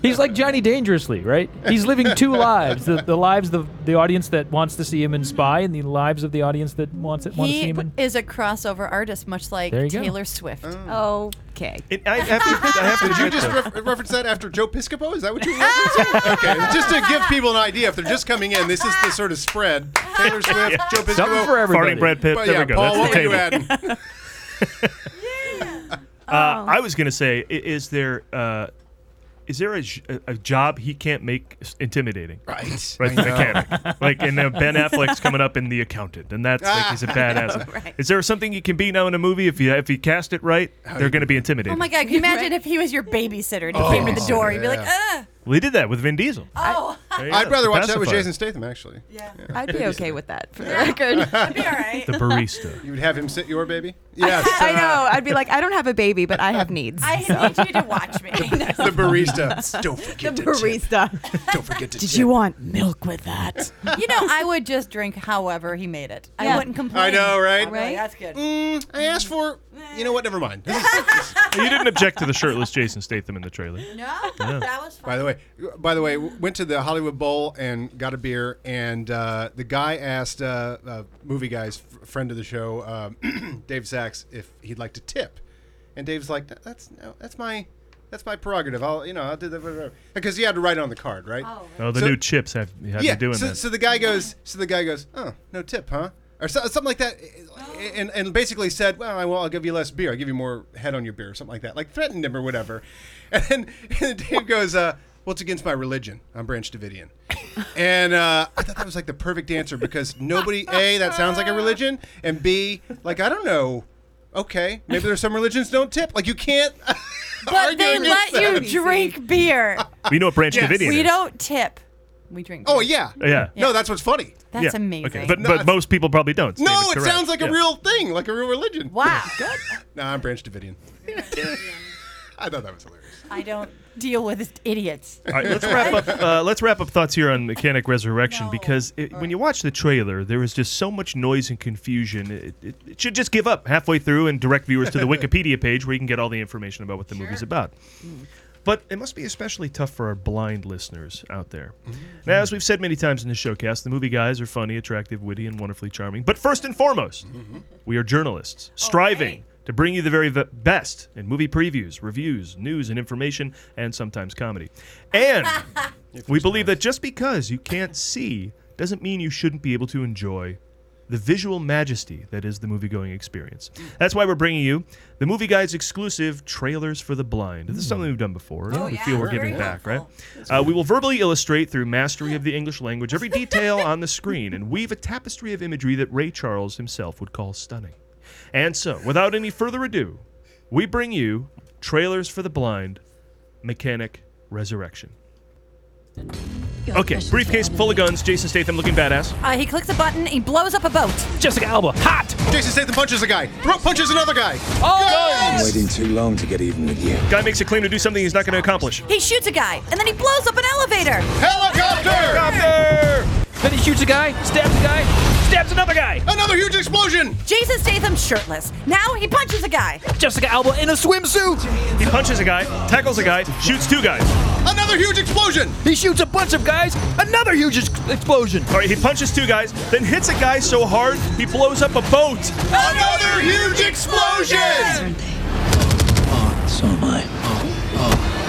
Speaker 4: He's like Johnny Dangerously, right? He's living two lives: the, the lives of the audience that wants to see him in Spy, and the lives of the audience that wants it wants to see
Speaker 5: He
Speaker 4: him in.
Speaker 5: is a crossover artist, much like
Speaker 4: There you go.
Speaker 5: Taylor Swift. Oh.
Speaker 8: Okay.
Speaker 6: I have to admit- I have to
Speaker 7: Did you
Speaker 6: admit,
Speaker 7: just
Speaker 6: though-
Speaker 7: ref- reference that after Joe Piscopo? Is that what you referenced? okay, just to give people an idea, if they're just coming in, this is the sort of spread. Taylor Swift, Joe Piscopo,
Speaker 6: Something for everybody. Farting Brad Pitt,
Speaker 7: But
Speaker 6: there
Speaker 7: yeah,
Speaker 6: we go,
Speaker 7: Paul,
Speaker 6: that's
Speaker 7: what
Speaker 6: the
Speaker 7: were you
Speaker 6: table.
Speaker 7: adding?
Speaker 6: Uh, I was gonna say, i- is there uh, is there a, j- a- a job he can't make s- intimidating?
Speaker 7: Right,
Speaker 6: right. The
Speaker 7: I know.
Speaker 6: mechanic, like, and uh, Ben Affleck's coming up in The Accountant, and that's like he's a
Speaker 7: Ah, I
Speaker 6: badass.
Speaker 7: know, right.
Speaker 6: Is there something you can be now in a movie if you if you cast it right? They're gonna be intimidated.
Speaker 5: Oh my god! Can you imagine if he was your babysitter and
Speaker 6: Oh.
Speaker 5: he came to the door? You'd be like, ugh.
Speaker 6: Well, he did that with Vin Diesel.
Speaker 5: Oh.
Speaker 6: There you
Speaker 7: I'd
Speaker 6: go.
Speaker 7: rather
Speaker 6: The
Speaker 7: watch that with
Speaker 6: pacifier.
Speaker 7: Jason Statham, actually. Yeah.
Speaker 8: I'd be okay with that for the record.
Speaker 5: I'd be all right.
Speaker 6: The barista.
Speaker 7: You would have him sit your baby? Yes.
Speaker 8: I know. I'd be like, I don't have a baby, but I have needs.
Speaker 5: I need you to watch me.
Speaker 7: The barista. Don't forget
Speaker 8: The
Speaker 7: to tip.
Speaker 8: barista.
Speaker 7: Don't forget to
Speaker 8: Did
Speaker 7: tip.
Speaker 8: you want milk with that?
Speaker 5: you know, I would just drink however he made it. I
Speaker 7: Yeah.
Speaker 5: wouldn't complain.
Speaker 7: I know, right?
Speaker 5: I'd be like, Oh, That's good.
Speaker 7: Mm, I asked for. You know what? Never mind. This is-
Speaker 6: you didn't object to the shirtless Jason Statham in the trailer.
Speaker 5: No,
Speaker 6: Yeah.
Speaker 5: that was
Speaker 7: By the way, by the way, w- went to the Hollywood Bowl and got a beer, and uh, the guy asked uh, uh, movie guys, f- friend of the show, um, Dave Sachs, if he'd like to tip, and Dave's like, "That- "That's no, that's my." That's my prerogative. I'll, you know, I'll do that because you had to write it on the card, right?
Speaker 6: Oh, the
Speaker 7: So-
Speaker 6: new chips have, have
Speaker 7: yeah,
Speaker 6: you doing
Speaker 7: so,
Speaker 6: that.
Speaker 7: so the guy goes, so the guy goes, oh, no tip, huh? Or so, something like that, and, and basically said, well, I will, I'll give you less beer, I'll give you more head on your beer, or something like that, like threatened him or whatever. And then and Dave goes, uh, well, it's against my religion. I'm Branch Davidian, and uh, I thought that was like the perfect answer because nobody, a, that sounds like a religion, and b, like I don't know. Okay, maybe there's some religions don't tip. Like you can't.
Speaker 5: But they let you drink beer.
Speaker 6: we know what Branch
Speaker 7: Yes.
Speaker 6: Davidian
Speaker 5: We
Speaker 6: is.
Speaker 5: don't tip. We drink.
Speaker 7: Oh yeah.
Speaker 6: Yeah.
Speaker 7: No, that's what's funny.
Speaker 5: That's
Speaker 6: Yeah.
Speaker 5: amazing.
Speaker 6: Okay. But, but most people probably don't. Steve
Speaker 7: No,
Speaker 6: is
Speaker 7: it
Speaker 6: correct.
Speaker 7: sounds like
Speaker 6: Yeah.
Speaker 7: a real thing, like a real religion.
Speaker 5: Wow. Good.
Speaker 7: Nah, I'm Branch Davidian. I thought that was hilarious.
Speaker 5: I don't deal with idiots.
Speaker 6: All right, let's wrap up. Uh, let's wrap up thoughts here on Mechanic Resurrection because it, when you watch the trailer, there is just so much noise and confusion. It, it, it should just give up halfway through and direct viewers to the Wikipedia page where you can get all the information about what the movie's about. But it must be especially tough for our blind listeners out there. Now, as we've said many times in the showcast, the movie guys are funny, attractive, witty, and wonderfully charming. But first and foremost, we are journalists striving to bring you the very ve- best in movie previews, reviews, news, and information, and sometimes comedy. And we believe that just because you can't see doesn't mean you shouldn't be able to enjoy the visual majesty that is the movie going experience. That's why we're bringing you the Movie Guys exclusive trailers for the blind. This is something we've done before. and
Speaker 5: Oh,
Speaker 6: we
Speaker 5: yeah,
Speaker 6: feel we're
Speaker 5: very
Speaker 6: giving back, right? Uh, we will verbally illustrate through mastery of the English language every detail on the screen and weave a tapestry of imagery that Ray Charles himself would call stunning. And so, without any further ado, we bring you trailers for the blind, Mechanic Resurrection. Okay, briefcase full of guns. Jason Statham looking badass.
Speaker 5: Uh, he clicks a button. He blows up a boat.
Speaker 4: Jessica Alba, hot.
Speaker 7: Jason Statham punches a guy. Throat punches another guy.
Speaker 6: Oh,
Speaker 9: Waiting too long to get even with you.
Speaker 6: Guy makes a claim to do something he's not going to accomplish.
Speaker 5: He shoots a guy, and then he blows up an elevator.
Speaker 7: Helicopter!
Speaker 4: Then he shoots a guy, stabs a guy, stabs another guy.
Speaker 7: Another huge explosion!
Speaker 5: Jason Statham's shirtless. Now he punches a guy.
Speaker 4: Jessica Alba in a swimsuit.
Speaker 6: He punches a guy, tackles a guy, shoots two guys.
Speaker 7: Another huge explosion!
Speaker 4: He shoots a bunch of guys. Another huge ex- explosion.
Speaker 6: All right, he punches two guys, then hits a guy so hard he blows up a boat.
Speaker 7: Another huge explosion!
Speaker 9: So am I.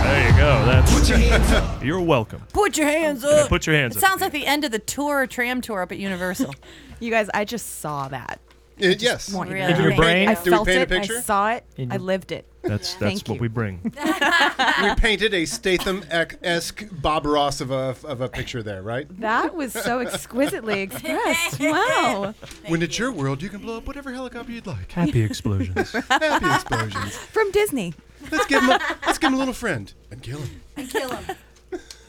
Speaker 6: There you go. That's you're welcome.
Speaker 5: Put your hands up.
Speaker 6: put your hands
Speaker 5: it
Speaker 6: up.
Speaker 5: Sounds like the end of the tour, tram tour up at Universal.
Speaker 8: You guys, I just saw that.
Speaker 7: It- yes.
Speaker 8: wanted
Speaker 7: Really?
Speaker 8: it.
Speaker 7: In your brain?
Speaker 8: I
Speaker 7: Do we
Speaker 8: felt
Speaker 7: paint a
Speaker 8: it. I
Speaker 7: picture?
Speaker 8: saw it.
Speaker 7: In
Speaker 8: I
Speaker 7: your-
Speaker 8: lived it.
Speaker 6: That's that's
Speaker 8: Thank
Speaker 6: what we bring.
Speaker 7: we painted a Statham esque Bob Ross of a, of a picture there, right?
Speaker 8: That was so exquisitely expressed. Wow.
Speaker 7: when it's your world, you can blow up whatever helicopter you'd like.
Speaker 6: Happy explosions.
Speaker 7: Happy explosions.
Speaker 8: From Disney.
Speaker 7: Let's give him a, let's give him a little friend and kill him.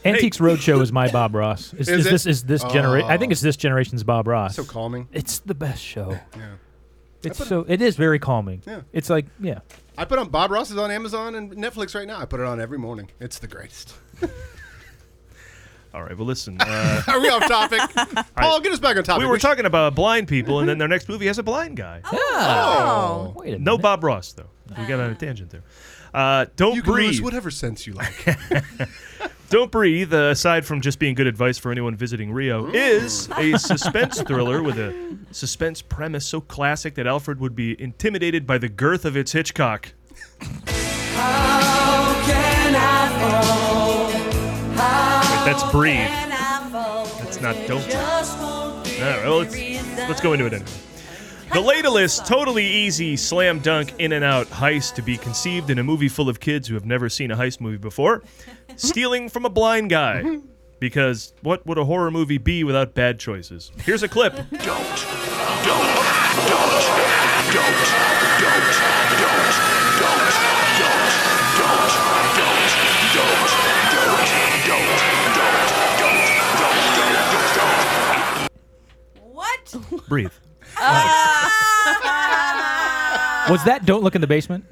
Speaker 4: Antiques Roadshow is my Bob Ross. Is,
Speaker 7: Is
Speaker 4: is
Speaker 7: it?
Speaker 4: this is this generation? I think
Speaker 7: Oh.
Speaker 4: it's this generation's Bob Ross.
Speaker 7: So calming.
Speaker 4: It's the best show.
Speaker 7: Yeah.
Speaker 4: It's so it is very calming.
Speaker 7: Yeah.
Speaker 4: It's like yeah.
Speaker 7: I put on Bob Ross is on Amazon and Netflix right now. I put it on every morning. It's the greatest.
Speaker 6: All right, well, listen. Uh,
Speaker 7: Are we off topic? Paul, get us back on topic.
Speaker 6: we were talking about blind people, and then their next movie has a blind guy.
Speaker 7: Oh.
Speaker 4: Wait a
Speaker 6: No Bob Ross, though. We got on a tangent there. Uh, don't
Speaker 7: You can
Speaker 6: breathe.
Speaker 7: lose whatever sense you like.
Speaker 6: Don't Breathe, uh, aside from just being good advice for anyone visiting Rio, is a suspense thriller with a suspense premise so classic that Alfred would be intimidated by the girth of its Hitchcock. Wait, that's Breathe. That's not Don't Breathe. All right, well, let's, let's go into it anyway. The latest, totally easy, slam dunk, in and out heist to be conceived in a movie full of kids who have never seen a heist movie before. Stealing from a blind guy. Because what would a horror movie be without bad choices? Here's a clip.
Speaker 5: What?
Speaker 4: Breathe.
Speaker 5: Oh,
Speaker 4: Was that Don't Look in the Basement?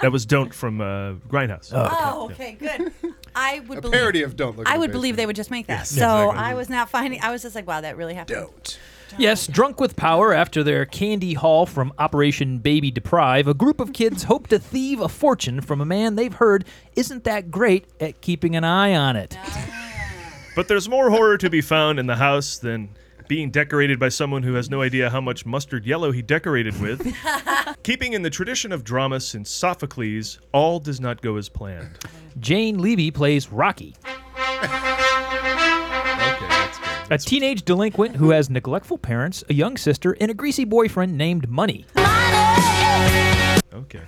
Speaker 6: That was Don't from uh, Grindhouse.
Speaker 5: Oh, okay, good. I would believe,
Speaker 7: parody of Don't Look in
Speaker 5: I
Speaker 7: the
Speaker 5: would believe
Speaker 7: Basement.
Speaker 5: they would just make that.
Speaker 6: Yes.
Speaker 5: so
Speaker 6: Yeah, exactly.
Speaker 5: I was not finding. I was just like, wow, that really happened. Don't.
Speaker 4: Yes, drunk with power after their candy haul from Operation Baby Deprive, a group of kids hope to thieve a fortune from a man they've heard isn't that great at keeping an eye on it.
Speaker 6: But there's more horror to be found in the house than being decorated by someone who has no idea how much mustard yellow he decorated with. Keeping in the tradition of drama since Sophocles, all does not go as planned.
Speaker 4: Jane Levy plays Rocky, a teenage delinquent who has neglectful parents, a young sister, and a greasy boyfriend named Money,
Speaker 6: Okay.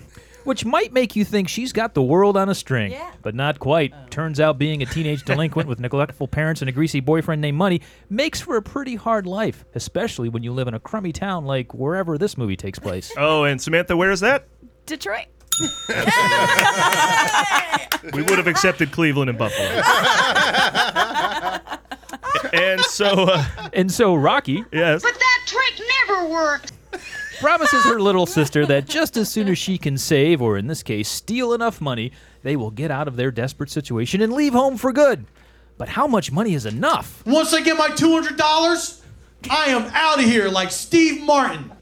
Speaker 4: which might make you think she's got the world on a string, but not quite. Turns out being a teenage delinquent with neglectful parents and a greasy boyfriend named Money makes for a pretty hard life, especially when you live in a crummy town like wherever this movie takes place.
Speaker 6: Oh, and Samantha, where is that?
Speaker 8: Detroit.
Speaker 6: We would have accepted Cleveland and Buffalo. and so, uh,
Speaker 4: And so Rocky
Speaker 6: yes.
Speaker 13: that trick never worked.
Speaker 4: promises her little sister that just as soon as she can save, or in this case, steal enough money, they will get out of their desperate situation and leave home for good. But how much money is enough?
Speaker 14: Once I get my $200, I am out of here like Steve Martin.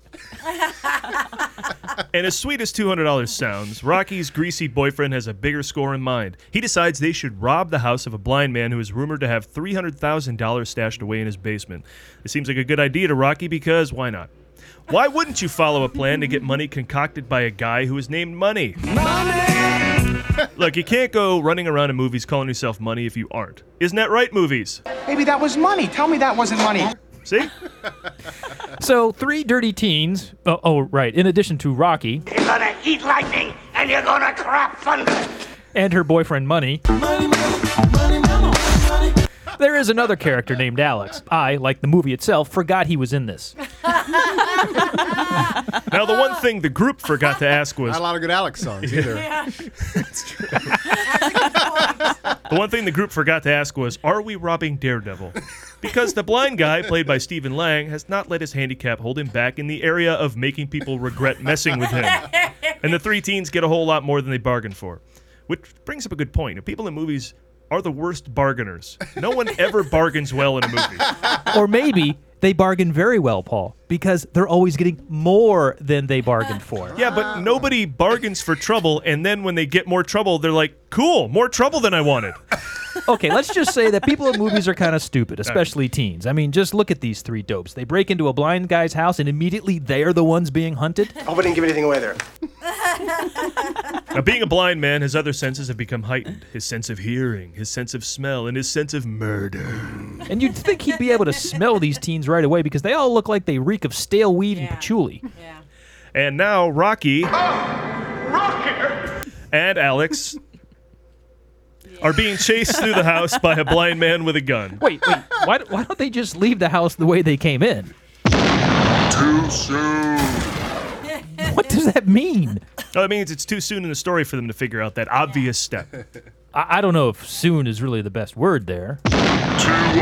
Speaker 6: And as sweet as $200 sounds, Rocky's greasy boyfriend has a bigger score in mind. He decides they should rob the house of a blind man who is rumored to have $300,000 stashed away in his basement. It seems like a good idea to Rocky because why not? Why wouldn't you follow a plan to get money concocted by a guy who is named Money? Look, you can't go running around in movies calling yourself Money if you aren't. Isn't that right, movies?
Speaker 9: Maybe that was money. Tell me that wasn't money.
Speaker 6: See?
Speaker 4: So, three dirty teens. Oh, oh, right. In addition to Rocky
Speaker 13: You're gonna eat lightning and you're gonna crap thunder.
Speaker 4: and her boyfriend Money, there is another character named Alex. I, like the movie itself, forgot he was in this.
Speaker 6: Now, the one thing the group forgot to ask was
Speaker 7: Not a lot of good Alex songs either.
Speaker 6: The one thing the group forgot to ask was, are we robbing Daredevil? Because the blind guy, played by Stephen Lang, has not let his handicap hold him back in the area of making people regret messing with him. And the three teens get a whole lot more than they bargained for. Which brings up a good point. People in movies are the worst bargainers. No one ever bargains well in a movie.
Speaker 4: or maybe they bargain very well, Paul, because they're always getting more than they bargained for.
Speaker 6: Yeah, but nobody bargains for trouble, and then when they get more trouble, they're like, cool, more trouble than I wanted.
Speaker 4: okay, let's just say that people in movies are kind of stupid, especially teens. I mean, just look at these three dopes. They break into a blind guy's house and immediately they are the ones being hunted.
Speaker 9: Hope I didn't give anything away there.
Speaker 6: Now, being a blind man, his other senses have become heightened his sense of hearing, his sense of smell, and his sense of murder.
Speaker 4: And you'd think he'd be able to smell these teens right away because they all look like they reek of stale weed and patchouli.
Speaker 6: And now, Rocky
Speaker 13: Rocker!
Speaker 6: and Alex are being chased through the house by a blind man with a gun.
Speaker 4: Wait, wait. Why, why don't they just leave the house the way they came in?
Speaker 6: Too soon.
Speaker 4: What does that mean?
Speaker 6: Oh, it means it's too soon in the story for them to figure out that obvious step.
Speaker 4: I, I don't know if soon is really the best word there.
Speaker 6: Too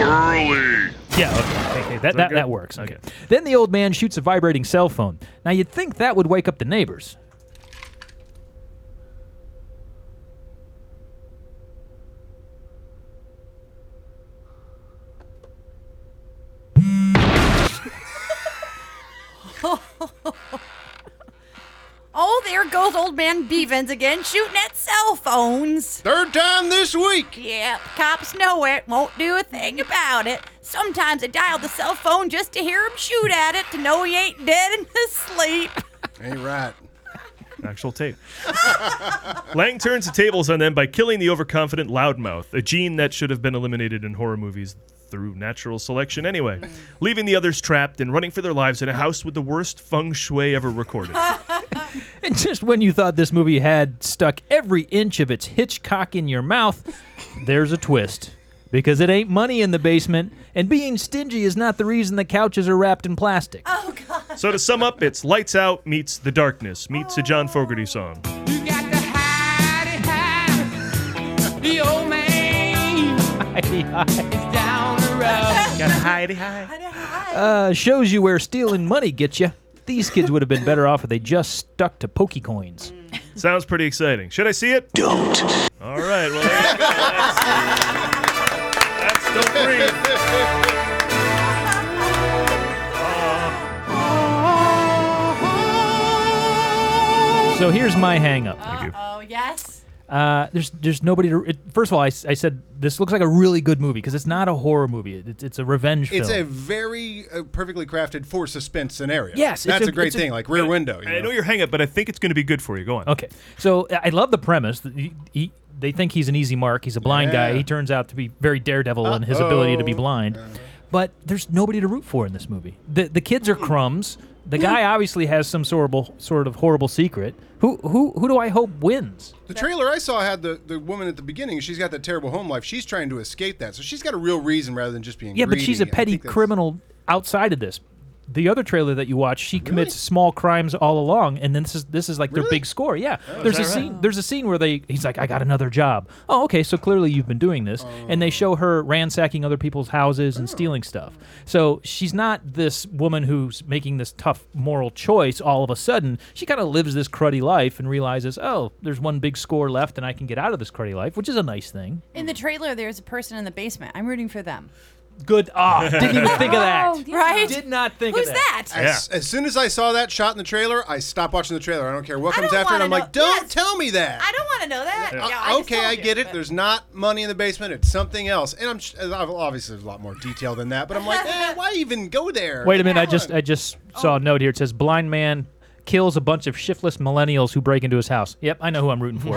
Speaker 6: early.
Speaker 4: Yeah, okay. okay, okay.
Speaker 6: that
Speaker 4: That, that,
Speaker 6: good?
Speaker 4: that works. Okay. Then the old man shoots a vibrating cell phone. Now, you'd think that would wake up the neighbors.
Speaker 5: Oh, there goes old man Beavens again, shooting at cell phones.
Speaker 7: Third time this week.
Speaker 5: Yep, cops know it, won't do a thing about it. Sometimes I dial the cell phone just to hear him shoot at it, to know he ain't dead and asleep.
Speaker 7: Ain't right.
Speaker 6: Actual tape. Lang turns the tables on them by killing the overconfident loudmouth, a gene that should have been eliminated in horror movies through natural selection anyway, leaving the others trapped and running for their lives in a house with the worst feng shui ever recorded.
Speaker 4: And just when you thought this movie had stuck every inch of its Hitchcock in your mouth, there's a twist. Because it ain't money in the basement, and being stingy is not the reason the couches are wrapped in plastic.
Speaker 6: so to sum up, it's Lights Out meets The Darkness meets a John Fogerty song.
Speaker 13: The old man is down the road.
Speaker 4: Gotta
Speaker 6: hidey hide.
Speaker 4: Uh, shows you where stealing money gets you. These kids would have been better off if they just stuck to pokey coins.
Speaker 6: Sounds pretty exciting. Should I see it? Don't. All right. Well, there you go. That's, that's Don't Breathe.
Speaker 4: So here's my hang up.
Speaker 5: Oh, yes.
Speaker 4: Uh, there's there's nobody to. It, first of all, I, s- I said this looks like a really good movie because it's not a horror movie. It, it's, it's a revenge
Speaker 7: It's a
Speaker 4: film.
Speaker 7: very uh, perfectly crafted for suspense scenario.
Speaker 4: Yes, it's
Speaker 7: that's
Speaker 4: a-
Speaker 7: a, great
Speaker 4: it's a-
Speaker 7: thing, like Rear Window. You
Speaker 6: I know your hang up, but I think it's going to be good for you. Go on.
Speaker 4: okay, so I I love the premise. that He, he, they think he's an easy mark. He's a blind guy.
Speaker 6: Yeah.
Speaker 4: He turns out to be very daredevil in his ability to be blind. But there's nobody to root for in this movie. The the kids are crumbs. The guy obviously has some horrible sort of horrible secret. Who who who do I hope wins?
Speaker 7: The trailer I saw had the, the woman at the beginning. She's got that terrible home life. She's trying to escape that, so she's got a real reason rather than just being.
Speaker 4: Yeah, but she's a
Speaker 7: greedy. I
Speaker 4: petty
Speaker 7: think that's-
Speaker 4: criminal outside of this. The other trailer that you watch, she commits small crimes all along, and then this is this is like their big score. Yeah,
Speaker 15: Oh,
Speaker 4: there's a
Speaker 15: is that right?
Speaker 4: scene. There's a scene where they he's like, "I got another job." Oh, okay, so clearly you've been doing this, and they show her ransacking other people's houses
Speaker 7: Oh.
Speaker 4: and stealing stuff. So she's not this woman who's making this tough moral choice all of a sudden. She kind of lives this cruddy life and realizes, "Oh, there's one big score left, and I can get out of this cruddy life," which is a nice thing.
Speaker 5: In the trailer, there's a person in the basement. I'm rooting for them.
Speaker 4: Good. Ah, didn't even think of that.
Speaker 5: Right?
Speaker 4: Did not think
Speaker 5: Oh, Who's
Speaker 4: of
Speaker 5: that.
Speaker 7: As, as soon as I saw that shot in the trailer, I stopped watching the trailer. I don't care what
Speaker 5: I
Speaker 7: comes
Speaker 5: don't
Speaker 7: after it.
Speaker 5: wanna
Speaker 7: I'm
Speaker 5: know-
Speaker 7: like, don't tell me that.
Speaker 5: I don't want to know that.
Speaker 7: Uh,
Speaker 5: No, I just
Speaker 7: okay,
Speaker 5: told
Speaker 7: I
Speaker 5: you,
Speaker 7: get it.
Speaker 5: but-
Speaker 7: There's not money in the basement. It's something else. And I'm sh- uh, obviously there's a lot more detail than that. But I'm like, eh, why even go there?
Speaker 4: Wait a minute, I just I just saw a note here. It says blind man kills a bunch of shiftless millennials who break into his house. Yep, I know who I'm rooting for.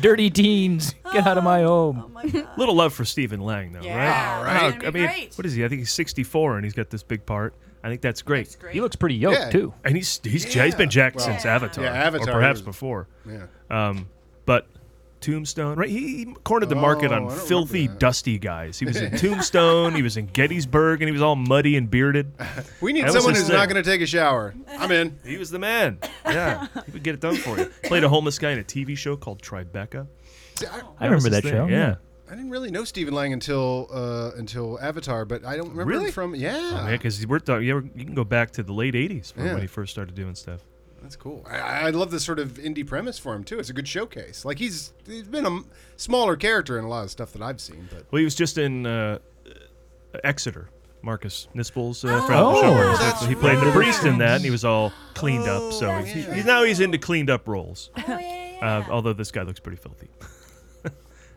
Speaker 4: Dirty teens, get out of my
Speaker 5: Oh,
Speaker 4: home.
Speaker 6: Little love for Stephen Lang, though,
Speaker 4: Yeah,
Speaker 6: right?
Speaker 4: All right.
Speaker 6: Look,
Speaker 4: that'd
Speaker 6: I
Speaker 4: be
Speaker 6: mean,
Speaker 4: great.
Speaker 6: what is he? I think he's 64 and he's got this big part. I think that's great.
Speaker 4: He looks pretty yoked
Speaker 6: Yeah.
Speaker 4: too.
Speaker 6: And he's he's he's been jacked
Speaker 4: Well,
Speaker 6: since
Speaker 4: yeah.
Speaker 6: Avatar,
Speaker 4: Yeah, Avatar
Speaker 6: or perhaps
Speaker 4: was-
Speaker 6: before.
Speaker 4: yeah.
Speaker 6: Um, but Tombstone, right? He, he cornered the market
Speaker 4: Oh, I
Speaker 6: on
Speaker 4: don't remember
Speaker 6: filthy, dusty guys. He was in Tombstone, he was in Gettysburg, and he was all muddy and bearded.
Speaker 7: We need
Speaker 6: That was
Speaker 7: someone
Speaker 6: his
Speaker 7: who's not
Speaker 6: thing.
Speaker 7: going to take a shower. I'm in.
Speaker 6: He was the man. Yeah, he would get it done for you. Played a homeless guy in a TV show called Tribeca.
Speaker 4: I remember
Speaker 6: was his
Speaker 4: that show, yeah.
Speaker 7: I didn't really know Stephen Lang until uh, until Avatar, but I don't remember
Speaker 6: Really?
Speaker 7: him from.
Speaker 4: Oh,
Speaker 7: Yeah,
Speaker 6: because we're talking. You, ever- you can go back to the late '80s from
Speaker 7: Yeah.
Speaker 6: when he first started doing stuff.
Speaker 7: that's cool. I, I love this sort of indie premise for him too. It's a good showcase. Like he's he's been a m- smaller character in a lot of stuff that I've seen, but
Speaker 6: Well, he was just in uh, uh, Exeter. Marcus Nispel's uh,
Speaker 7: Oh,
Speaker 6: friend of the show.
Speaker 7: Oh,
Speaker 6: was with-
Speaker 7: that's
Speaker 6: he played the
Speaker 7: right. Oh,
Speaker 6: priest in that, and he was all cleaned up. So he's, he's now he's into cleaned up roles. Uh, although this guy looks pretty filthy.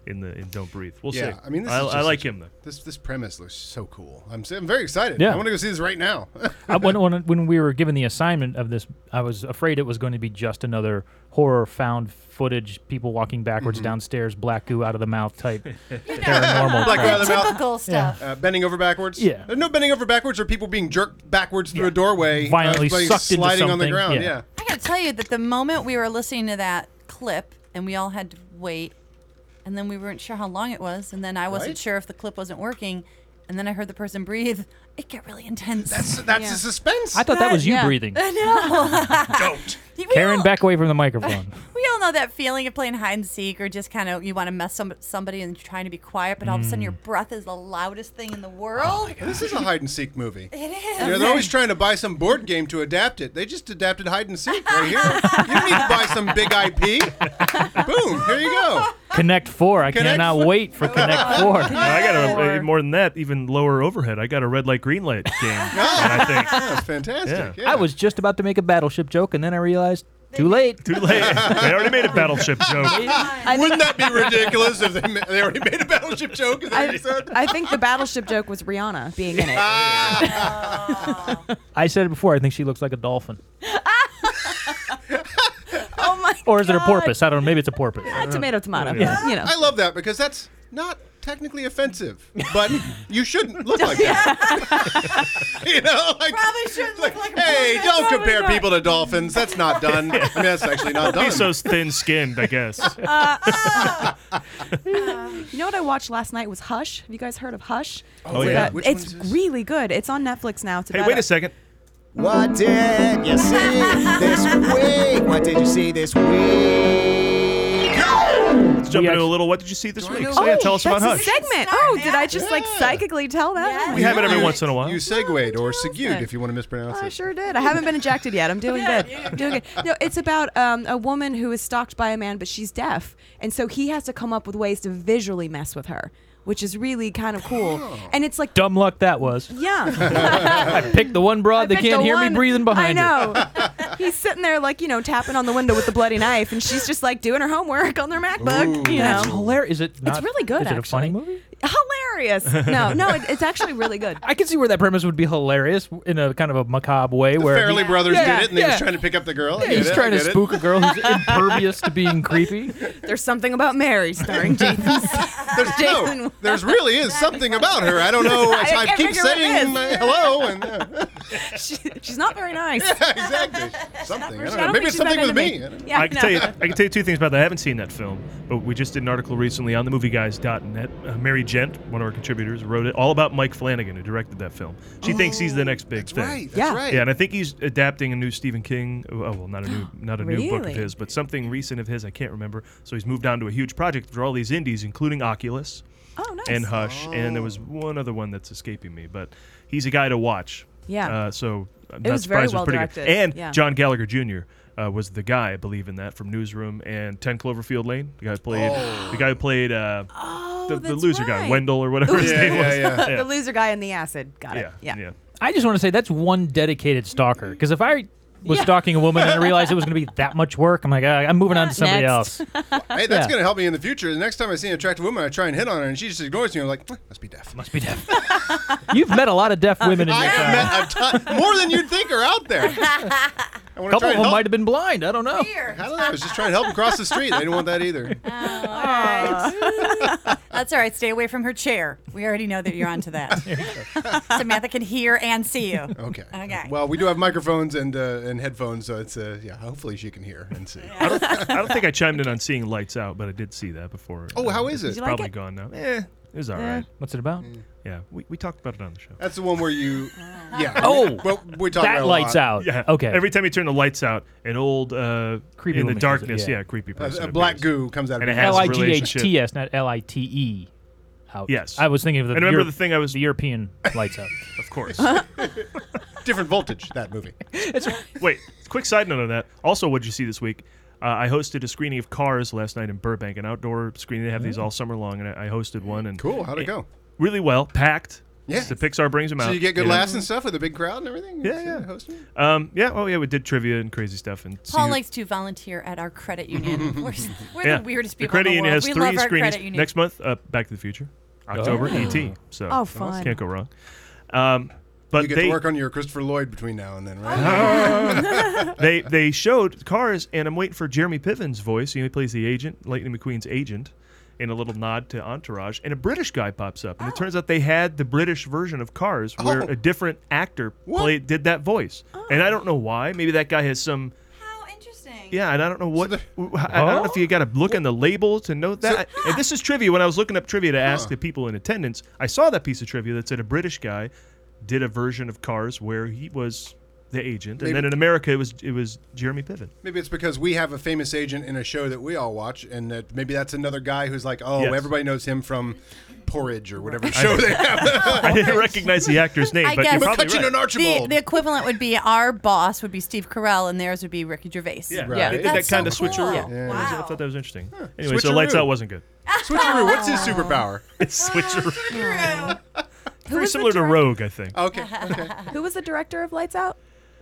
Speaker 6: in the in Don't Breathe. We'll
Speaker 7: yeah,
Speaker 6: see.
Speaker 7: I mean, this
Speaker 6: I,
Speaker 7: is
Speaker 6: I
Speaker 7: just-
Speaker 6: like him though.
Speaker 7: This this premise looks so cool. I'm s- I'm very excited.
Speaker 4: Yeah.
Speaker 7: I want to go see this right now.
Speaker 4: I, when, when, when we were given the assignment of this, I was afraid it was going to be just another horror found footage, people walking backwards
Speaker 7: Mhm.
Speaker 4: downstairs, black goo out of the mouth type paranormal.
Speaker 7: Black
Speaker 4: crap.
Speaker 7: Rabbit Mouth.
Speaker 5: Typical stuff.
Speaker 7: Uh, bending over backwards.
Speaker 4: Yeah.
Speaker 7: There's no bending over backwards or people being jerked backwards through a doorway. uh,
Speaker 4: Violently
Speaker 7: like
Speaker 4: sucked into
Speaker 7: sliding on the
Speaker 4: something.
Speaker 7: ground.
Speaker 4: Yeah.
Speaker 7: Yeah.
Speaker 5: I gotta tell you that the moment we were listening to that clip and we all had to wait, and then we weren't sure how long it was, and then I wasn't
Speaker 7: Right?
Speaker 5: sure if the clip wasn't working, and then I heard the person breathe. It got really intense. That's
Speaker 7: that's the suspense.
Speaker 4: I thought that was you breathing.
Speaker 5: I know.
Speaker 7: Don't.
Speaker 5: We
Speaker 4: Karen,
Speaker 5: all,
Speaker 4: back away from the microphone.
Speaker 5: we all know that feeling of playing hide and seek, or just kind of you want to mess some, somebody and trying to be quiet, but all of a sudden your breath is the loudest thing in the world.
Speaker 7: This is a hide and seek movie.
Speaker 5: It is.
Speaker 7: You know, they're always trying to buy some board game to adapt it. They just adapted hide and seek right here. You don't need to buy some big IP. Boom, here you go.
Speaker 4: Connect Four. I
Speaker 7: Connect
Speaker 4: cannot wait for Connect Four.
Speaker 6: I got a, uh, more than that, even lower overhead. I got a red light, green light game. I think.
Speaker 7: That's fantastic.
Speaker 4: I was just about to make a battleship joke, and then I realized too late.
Speaker 6: Too late. They already made a battleship joke.
Speaker 7: Wouldn't that be ridiculous if they, ma- they already made a battleship joke in the
Speaker 8: I,
Speaker 7: episode?
Speaker 8: I think the battleship joke was Rihanna being in it.
Speaker 4: I said it before. I think she looks like a dolphin.
Speaker 8: Oh
Speaker 4: Or is it a porpoise? I don't know. Maybe it's a porpoise. I don't know.
Speaker 8: tomato, tomato.
Speaker 4: Yeah.
Speaker 8: You know.
Speaker 7: I love that because that's not technically offensive, but you shouldn't look like that. you know, like,
Speaker 5: Probably shouldn't look like a
Speaker 7: hey,
Speaker 5: porpoise.
Speaker 7: don't
Speaker 5: Probably
Speaker 7: compare
Speaker 5: not.
Speaker 7: people to dolphins. That's not done. I mean, that's actually not
Speaker 6: Don't
Speaker 7: done.
Speaker 6: be so thin-skinned, I guess.
Speaker 8: You know what I watched last night was Hush. Have you guys heard of Hush?
Speaker 6: Oh,
Speaker 8: It's
Speaker 6: yeah.
Speaker 8: about-
Speaker 6: Which
Speaker 8: it's
Speaker 6: one's
Speaker 8: really good. It's on Netflix now. It's
Speaker 6: Hey,
Speaker 8: about
Speaker 6: wait a second.
Speaker 15: What did you see this week? What did you see this week?
Speaker 6: Let's jump into a little. What did you see this week?
Speaker 8: Oh,
Speaker 6: So, yeah, tell us
Speaker 8: that's
Speaker 6: about
Speaker 8: a
Speaker 6: Hush.
Speaker 8: segment. Oh, did I just like psychically tell that?
Speaker 6: We have it every once in a while.
Speaker 7: You segued or segued
Speaker 8: it?
Speaker 7: if you want to mispronounce
Speaker 8: I
Speaker 7: it.
Speaker 8: Oh, sure did. I haven't been ejected yet. I'm doing good. I'm doing good. No, it's about um, a woman who is stalked by a man, but she's deaf, and so he has to come up with ways to visually mess with her, which is really kind of cool. And it's like,
Speaker 4: Dumb luck that was.
Speaker 8: yeah.
Speaker 4: I picked the one broad that
Speaker 8: picked
Speaker 4: Oh, can't
Speaker 8: the
Speaker 4: hear
Speaker 8: one-
Speaker 4: me breathing behind her.
Speaker 8: I know. He's sitting there like you know tapping on the window with the bloody knife, and she's just like doing her homework on their MacBook. you
Speaker 4: That's
Speaker 8: know,
Speaker 4: hilarious. Is it? Not,
Speaker 8: really good,
Speaker 4: Is it a funny movie?
Speaker 8: hilarious. No, no, it, it's actually really good.
Speaker 4: I can see where that premise would be hilarious in a kind of a macabre way.
Speaker 7: The
Speaker 4: where
Speaker 7: Farrelly brothers
Speaker 4: Yeah,
Speaker 7: did it, and they
Speaker 4: yeah.
Speaker 7: was trying to pick up the girl. I
Speaker 4: Yeah,
Speaker 7: get
Speaker 4: he's
Speaker 7: it, I
Speaker 4: trying to
Speaker 7: get it.
Speaker 4: spook a girl who's impervious to being creepy.
Speaker 8: There's something about Mary starring Jason.
Speaker 7: There's, no,
Speaker 8: Jason-
Speaker 7: there's really is something about her. I don't know. I,
Speaker 8: I
Speaker 7: I
Speaker 8: can't
Speaker 7: keep
Speaker 8: figure what it
Speaker 7: saying
Speaker 8: is.
Speaker 7: uh, hello, and uh,
Speaker 8: She, she's not very nice.
Speaker 7: exactly. Something. I
Speaker 8: I
Speaker 7: don't
Speaker 8: don't
Speaker 7: know. Maybe
Speaker 8: think
Speaker 7: it's
Speaker 8: she's
Speaker 7: something
Speaker 8: that
Speaker 7: with
Speaker 8: into
Speaker 7: me.
Speaker 8: me.
Speaker 7: I don't know.
Speaker 8: Yeah,
Speaker 6: I can
Speaker 8: no.
Speaker 6: tell you. I can tell you two things about that. I haven't seen that film, but we just did an article recently on the Movie Guys dot net. Uh, Mary Gent, one of our contributors, wrote it all about Mike Flanagan, who directed that film. She thinks he's the next big thing.
Speaker 7: Right. That's
Speaker 8: Yeah.
Speaker 7: right.
Speaker 6: Yeah, and I think he's adapting a new Stephen King. Oh, well, not a new, not a new book of
Speaker 8: Really?
Speaker 6: his, but something recent of his. I can't remember. So he's moved on to a huge project for all these indies, including Oculus
Speaker 8: Oh, nice.
Speaker 6: and Hush, and there was
Speaker 8: oh.
Speaker 6: one other one that's escaping me. But he's a guy to watch.
Speaker 8: Yeah.
Speaker 6: Uh, so I'm
Speaker 8: It
Speaker 6: not
Speaker 8: was
Speaker 6: surprised
Speaker 8: very
Speaker 6: it was
Speaker 8: well
Speaker 6: pretty good.
Speaker 8: directed,
Speaker 6: And
Speaker 8: yeah.
Speaker 6: John Gallagher Jr. Uh, was the guy I believe in that from Newsroom and Ten Cloverfield Lane. The guy who played the guy who played uh, the, the
Speaker 8: Oh. that's
Speaker 6: loser guy
Speaker 8: right.
Speaker 6: Wendell or whatever his
Speaker 7: Yeah,
Speaker 6: name
Speaker 7: yeah,
Speaker 6: was.
Speaker 7: yeah.
Speaker 8: the loser guy and the acid. Got it.
Speaker 6: yeah,
Speaker 8: Yeah.
Speaker 6: yeah.
Speaker 4: I just want to say that's one dedicated stalker. Because if I was stalking a woman and I realized it was going to be that much work, I'm like, ah, I'm moving on to somebody
Speaker 8: Next.
Speaker 4: else.
Speaker 7: Hey,
Speaker 4: Yeah.
Speaker 7: that's gonna help me in the future. The next time I see an attractive woman, I try and hit on her, and she just ignores me. I'm like, "Eh, must be deaf.
Speaker 4: Must be deaf. You've met a lot of deaf women in
Speaker 7: I
Speaker 4: your
Speaker 7: have
Speaker 4: time.
Speaker 7: met a ton, more than you'd think are out there. I
Speaker 4: A
Speaker 7: want
Speaker 4: couple
Speaker 7: to try
Speaker 4: of
Speaker 7: and
Speaker 4: them
Speaker 7: help.
Speaker 4: might have been blind. I don't know.
Speaker 7: I don't know. I was just trying to help them cross the street. They didn't want that either.
Speaker 5: That's all right. Stay away from her chair. We already know that you're onto that. Samantha can hear and see you.
Speaker 7: Okay.
Speaker 5: Okay.
Speaker 7: Well, we do have microphones and uh, and headphones, so it's uh, yeah. Hopefully, she can hear and see.
Speaker 6: I don't, I don't think I chimed in on seeing Lights Out, but I did see that before. Uh,
Speaker 7: Oh, how
Speaker 6: It's
Speaker 7: is it? Did you
Speaker 8: like
Speaker 6: probably
Speaker 8: it?
Speaker 6: gone now. Eh, it was all
Speaker 8: Eh.
Speaker 6: right.
Speaker 4: What's it about?
Speaker 7: Mm.
Speaker 6: Yeah, we, we talked about it on the show.
Speaker 7: That's the one where you, yeah.
Speaker 4: Oh,
Speaker 7: well, we talk about
Speaker 4: That
Speaker 7: it a
Speaker 4: lights
Speaker 7: lot.
Speaker 4: out.
Speaker 6: Yeah.
Speaker 4: Okay.
Speaker 6: Every time you turn the lights out, an old uh,
Speaker 4: Creepy
Speaker 6: in the
Speaker 4: woman comes-
Speaker 6: darkness.
Speaker 4: yeah.
Speaker 6: Yeah, creepy
Speaker 7: A-
Speaker 6: person.
Speaker 7: A, black
Speaker 6: appears.
Speaker 7: goo comes out
Speaker 6: And
Speaker 7: of
Speaker 6: it
Speaker 7: your
Speaker 6: has
Speaker 4: L
Speaker 6: a
Speaker 4: I G H
Speaker 6: relationship.
Speaker 4: T S, not L I T E. Out.
Speaker 6: Yes.
Speaker 4: I was thinking of the,
Speaker 6: And remember
Speaker 4: Euro-
Speaker 6: the thing I was-
Speaker 4: the European lights out.
Speaker 6: Of course.
Speaker 7: different voltage. That movie.
Speaker 6: Wait, quick side note on that. Also, what'd you see this week? Uh, I hosted a screening of Cars last night in Burbank, an outdoor screening. They have these all summer long, and I, I hosted one. And
Speaker 7: Cool. How'd it go?
Speaker 6: Really well, packed.
Speaker 7: Yeah.
Speaker 6: So Pixar brings them out.
Speaker 7: So you get good
Speaker 6: know?
Speaker 7: laughs and stuff with a big crowd and everything.
Speaker 6: Yeah,
Speaker 7: yeah.
Speaker 6: Um, yeah. Oh, yeah. We did trivia and crazy stuff. And
Speaker 5: Paul
Speaker 6: see-
Speaker 5: likes to volunteer at our credit union. we're we're
Speaker 6: Yeah.
Speaker 5: the weirdest
Speaker 6: The
Speaker 5: people
Speaker 6: credit
Speaker 5: in the world.
Speaker 6: union has
Speaker 5: we
Speaker 6: three
Speaker 5: love our
Speaker 6: screenings
Speaker 5: credit union.
Speaker 6: next month. Uh, Back to the Future, October,
Speaker 5: Oh.
Speaker 6: ET. So
Speaker 5: Oh, fun.
Speaker 6: can't go wrong. Um, but
Speaker 7: you get
Speaker 6: they Uh-huh.
Speaker 7: to work on your Christopher Lloyd between now and then, right?
Speaker 6: Ah. they they showed cars, and I'm waiting for Jeremy Piven's voice. He plays the agent, Lightning McQueen's agent, and a little nod to Entourage. And a British guy pops up, and it turns out they had the British version of Cars, where
Speaker 16: Oh.
Speaker 6: a different actor played did that voice. And I don't know why. Maybe that guy has some. Yeah, and I don't know what. I, I don't know if you got to look in the label to know that. and this is trivia. When I was looking up trivia to ask the people in attendance, I saw that piece of trivia that said a British guy did a version of Cars where he was the agent,
Speaker 7: Maybe-
Speaker 6: and then in America it was it was Jeremy Piven.
Speaker 7: Maybe it's because we have a famous agent in a show that we all watch, and that maybe that's another guy who's like, oh,
Speaker 6: Yes.
Speaker 7: everybody knows him from Porridge or whatever
Speaker 6: I-
Speaker 7: show they have.
Speaker 6: I didn't recognize the actor's name,
Speaker 5: I
Speaker 6: but
Speaker 5: guess
Speaker 6: you're probably right.
Speaker 7: an
Speaker 5: the, the equivalent would be our boss would be Steve Carell and theirs would be Ricky Gervais.
Speaker 6: Yeah, they did that kind of switcheroo. Yeah. I thought that was interesting. Anyway, so lights
Speaker 7: Switcheroo.
Speaker 6: out wasn't good.
Speaker 7: Switcheroo, what's his superpower?
Speaker 6: It's switcheroo. Very
Speaker 8: was the
Speaker 6: similar to Rogue, I think.
Speaker 7: Okay.
Speaker 8: Who was the director of Lights Out?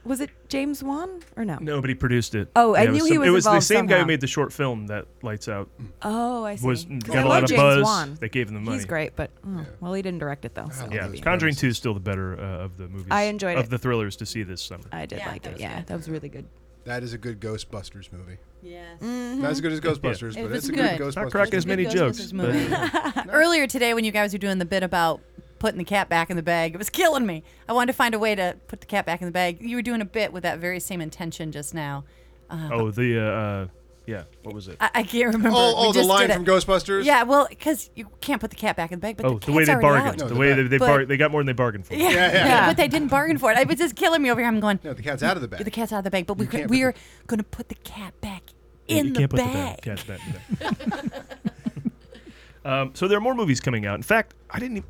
Speaker 8: Was it James Wan or no?
Speaker 6: Nobody produced it.
Speaker 8: Oh, I
Speaker 6: it
Speaker 8: knew he
Speaker 6: some-
Speaker 8: was
Speaker 6: It was the
Speaker 8: involved
Speaker 6: same guy
Speaker 8: somehow.
Speaker 6: who made the short film that Lights Out.
Speaker 8: Oh, I see.
Speaker 6: Was
Speaker 8: Because
Speaker 6: got
Speaker 8: I
Speaker 6: a
Speaker 8: love
Speaker 6: lot of
Speaker 8: James
Speaker 6: buzz.
Speaker 8: Wan.
Speaker 6: They gave him the money.
Speaker 8: He's great, but mm, well, he didn't direct it though. so-
Speaker 6: Yeah, Conjuring Two is still the better uh, of the movies.
Speaker 8: I enjoyed
Speaker 6: of
Speaker 8: it.
Speaker 6: the thrillers to see this summer.
Speaker 5: Uh,
Speaker 8: I did like it. Yeah, that was really good.
Speaker 7: That is a good Ghostbusters movie.
Speaker 5: Yes.
Speaker 7: Not as good as
Speaker 6: Yeah.
Speaker 7: Ghostbusters,
Speaker 5: It
Speaker 7: but
Speaker 5: was
Speaker 7: it's a good,
Speaker 5: Mm-hmm. good.
Speaker 7: Ghostbusters.
Speaker 6: Not cracking as many jokes. but-
Speaker 5: Earlier today, when you guys were doing the bit about putting the cat back in the bag, it was killing me. I wanted to find a way to put the cat back in the bag. You were doing a bit with that very same intention just now. Uh,
Speaker 6: oh, the uh, uh, yeah. What was it?
Speaker 5: I, I can't remember.
Speaker 7: Oh,
Speaker 5: We
Speaker 7: oh, the
Speaker 5: just
Speaker 7: line
Speaker 5: did it.
Speaker 7: from Ghostbusters?
Speaker 5: Yeah, well, because you can't put the cat back in the bag. But
Speaker 6: oh,
Speaker 5: the,
Speaker 6: way
Speaker 5: cat's
Speaker 6: they
Speaker 5: already out.
Speaker 6: bargained. the way they, they,
Speaker 5: But-
Speaker 6: bar- they got more than they bargained for.
Speaker 5: Yeah, but they didn't bargain for it. It was just killing me over here. I'm going.
Speaker 7: No, the cat's out of the bag.
Speaker 5: The cat's out of the bag, but we
Speaker 7: can't put
Speaker 5: we are going to put the cat back
Speaker 6: Yeah,
Speaker 5: in
Speaker 6: you
Speaker 5: the
Speaker 6: can't put
Speaker 5: bag.
Speaker 6: The bag. Cat's back in the bag. um, so there are more movies coming out. In fact, I didn't. Even,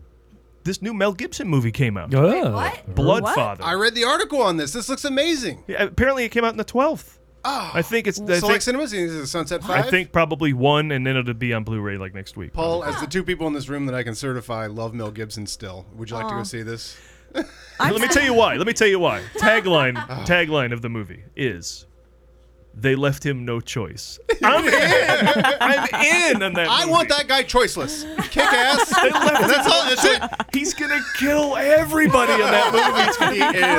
Speaker 6: this new Mel Gibson movie came out. Oh,
Speaker 7: what?
Speaker 6: Bloodfather.
Speaker 7: I read the article on this. This looks amazing.
Speaker 6: Yeah, apparently, it came out on the twelfth.
Speaker 7: Oh,
Speaker 6: I think it's. I
Speaker 7: Select
Speaker 6: think-
Speaker 7: Cinemas. Is it Sunset
Speaker 6: I
Speaker 7: Five?
Speaker 6: think probably one, and then it'll be on Blu-ray like next week.
Speaker 7: Paul, as the two people in this room that I can certify love Mel Gibson still. Would you like to
Speaker 6: Aw.
Speaker 7: go see this?
Speaker 6: Let me tell you why. Let me tell you why. Tagline tagline of the movie is they left him no choice. I'm in. I'm in on that.
Speaker 7: I want that guy choiceless. Kick ass.
Speaker 6: They left him
Speaker 7: that's all.
Speaker 6: no
Speaker 7: That's it.
Speaker 6: choice. He's gonna kill everybody in that movie. It's gonna
Speaker 7: He
Speaker 6: be
Speaker 7: is.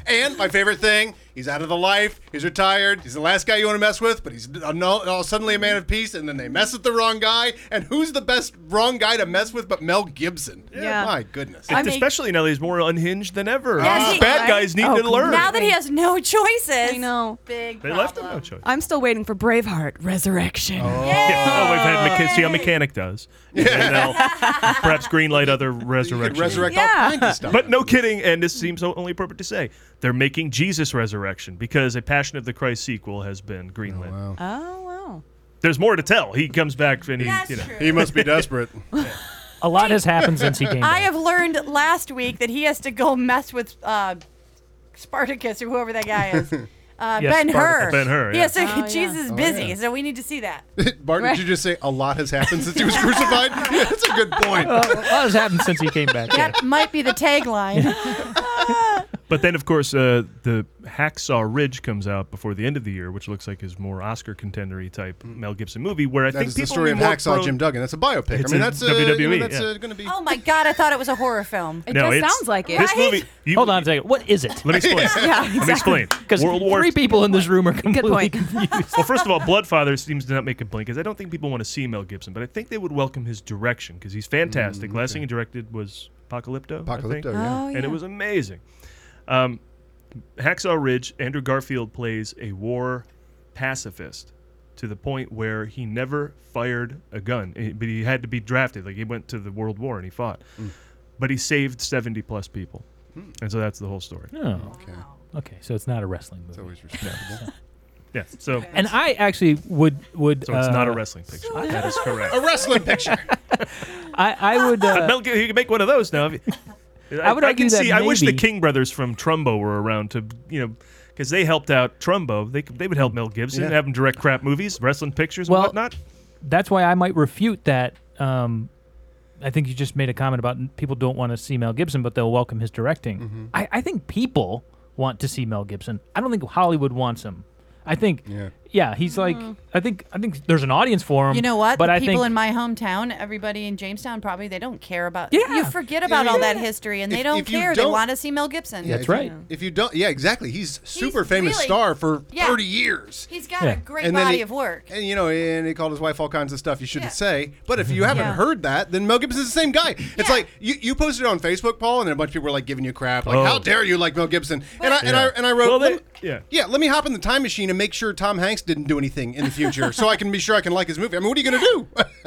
Speaker 6: great.
Speaker 7: And my favorite thing, he's out of the life. He's retired. He's the last guy you want to mess with, but he's a no, all suddenly a man of peace. And then they mess with the wrong guy. And who's the best wrong guy to mess with but Mel Gibson?
Speaker 6: Yeah.
Speaker 7: My goodness.
Speaker 6: It's especially now that he's more unhinged than ever.
Speaker 7: Yes,
Speaker 6: These
Speaker 7: he-
Speaker 6: Uh, bad guys need to learn.
Speaker 5: Now that he has no choices.
Speaker 8: I know.
Speaker 5: Big.
Speaker 6: they left him no choice.
Speaker 8: I'm still waiting for Braveheart Resurrection.
Speaker 6: Yeah. Oh, we've had mecha- see how mechanic does. And now perhaps greenlight other resurrection.
Speaker 7: resurrect all Yeah. kinds of stuff.
Speaker 6: But no kidding, and this seems only appropriate to say they're making Jesus resurrection because a Passion of the Christ sequel has been greenlit.
Speaker 8: Oh wow.
Speaker 6: There's more to tell. He comes back and he, you know.
Speaker 7: He must be desperate.
Speaker 4: A lot has happened since he came.
Speaker 5: I
Speaker 4: back.
Speaker 5: have learned last week that he has to go mess with uh, Spartacus or whoever that guy is. Uh,
Speaker 7: Yes,
Speaker 5: ben Hur.
Speaker 7: Spartacus. Ben-Hur,
Speaker 5: Yes,
Speaker 7: yeah. Oh, yeah.
Speaker 5: Jesus is
Speaker 7: Oh,
Speaker 5: busy,
Speaker 7: yeah.
Speaker 5: so we need to see that.
Speaker 7: Bart, did you just say a lot has happened since he was crucified? Yeah, that's a good point.
Speaker 6: Oh,
Speaker 4: Uh, a lot has happened since he came back. yeah.
Speaker 5: That might be the tagline.
Speaker 6: But then, of course, uh, the Hacksaw Ridge comes out before the end of the year, which looks like his more Oscar contendery type Mel Gibson movie. Where I
Speaker 7: Mm. That
Speaker 6: think
Speaker 7: is the
Speaker 6: people
Speaker 7: story
Speaker 6: will
Speaker 7: of
Speaker 6: be more
Speaker 7: Hacksaw
Speaker 6: prone-
Speaker 7: Jim Duggan. That's a biopic. I
Speaker 6: It's
Speaker 7: mean,
Speaker 6: a
Speaker 7: that's, uh, you know,
Speaker 6: WWE.
Speaker 7: that's,
Speaker 6: yeah.
Speaker 7: uh, gonna be.
Speaker 5: Oh my God, I thought it was a horror film.
Speaker 6: It No, does it's- sounds like it. this movie-
Speaker 4: Hold on a second. What is it?
Speaker 6: Let me explain.
Speaker 4: yeah,
Speaker 6: Let me explain.
Speaker 4: Because
Speaker 6: World War
Speaker 4: three people in this room are completely
Speaker 6: well, first of all, Bloodfather seems to not make a blink because I don't think people want to see Mel Gibson, but I think they would welcome his direction because he's fantastic. Last thing he directed was Apocalypto. I think.
Speaker 7: Apocalypto, yeah. Oh,
Speaker 6: And
Speaker 7: yeah.
Speaker 6: it was amazing. Um, Hacksaw Ridge, Andrew Garfield plays a war pacifist to the point where he never fired a gun, eh, but he had to be drafted. Like he went to the World War and he fought. But he saved 70 plus people. And so that's the whole story.
Speaker 7: Hmm.
Speaker 4: Oh. Okay. Okay, so it's not a wrestling movie. It's
Speaker 7: always respectable.
Speaker 6: Yeah. So
Speaker 4: And I actually would would.
Speaker 6: So it's not a
Speaker 4: uh,
Speaker 6: wrestling picture. that is correct.
Speaker 7: A wrestling picture.
Speaker 4: I I would.
Speaker 6: But
Speaker 4: Uh,
Speaker 6: Mel, Gib- he could make one of those now. If-
Speaker 4: I would argue
Speaker 6: can
Speaker 4: that
Speaker 6: see. I wish the
Speaker 4: maybe-
Speaker 6: King brothers from Trumbo were around to you know. Because they helped out Trumbo, they, could- they would help Mel Gibson
Speaker 4: Yeah.
Speaker 6: have him direct crap movies, wrestling pictures, and
Speaker 4: Well,
Speaker 6: whatnot.
Speaker 4: that's why I might refute that um, I think you just made a comment about n- people don't want to see Mel Gibson, but they'll welcome his directing. I, I think people want to see Mel Gibson. I don't think Hollywood wants him. I think, yeah, he's like, I think, I think there's an audience for him.
Speaker 5: Mm-hmm. You know what?
Speaker 4: But
Speaker 5: the
Speaker 4: I
Speaker 5: people
Speaker 4: think
Speaker 5: in my hometown, everybody in Jamestown, probably they don't care about.
Speaker 4: Yeah.
Speaker 5: You forget about all that history, and they
Speaker 7: If-
Speaker 5: don't
Speaker 7: if you
Speaker 5: care. they
Speaker 7: don't-
Speaker 5: want to see Mel Gibson.
Speaker 7: Yeah, if you- If you don't, yeah, exactly. He's super famous
Speaker 5: really-
Speaker 7: star for
Speaker 5: Yeah.
Speaker 7: 30 years.
Speaker 5: He's got
Speaker 7: Yeah.
Speaker 5: a great
Speaker 7: And then
Speaker 5: body
Speaker 7: he-
Speaker 5: of work.
Speaker 7: And you know, and he called his wife all kinds of stuff you shouldn't say. But if you haven't
Speaker 5: Yeah.
Speaker 7: heard that, then Mel Gibson's the same guy. It's like you, you posted it on Facebook, Paul, and then a bunch of people were like giving you crap, like
Speaker 6: Oh.
Speaker 7: how dare you like Mel Gibson? And I and I
Speaker 6: Yeah.
Speaker 7: and I wrote,
Speaker 6: Well, they-
Speaker 7: "Lem-
Speaker 6: yeah.
Speaker 7: yeah, let me hop in the time machine and make sure Tom Hanks didn't do anything in the future, so I can be sure I can like his movie. I mean, what are you gonna do?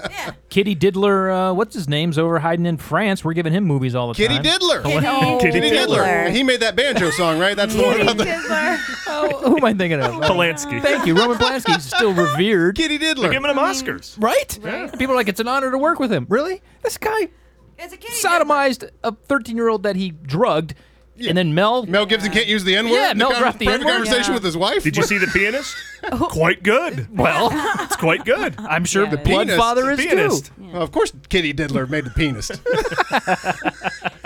Speaker 4: Kitty Diddler, uh, what's his name's over hiding in France. We're giving him movies all the
Speaker 7: Kitty
Speaker 4: time.
Speaker 7: Diddler.
Speaker 4: Hello.
Speaker 7: He made that banjo song, right? That's the one. about the-
Speaker 4: Who am I thinking of?
Speaker 6: Polanski.
Speaker 4: Thank you. Roman Polanski is still revered.
Speaker 7: Kitty Diddler.
Speaker 6: They're giving him Oscars.
Speaker 4: Right? People are like, it's an honor to work with him. Really? This guy sodomized a 13 year old that he drugged, and then Mel.
Speaker 7: Mel Gibson can't use the N word.
Speaker 4: Yeah, Mel dropped the
Speaker 7: private
Speaker 4: N-word?
Speaker 7: conversation
Speaker 4: Yeah.
Speaker 7: with his wife.
Speaker 6: Did you see the pianist? quite good.
Speaker 4: Well,
Speaker 6: it's quite good.
Speaker 4: I'm sure
Speaker 7: the pianist. Well, of course, Kitty Diddler made the pianist.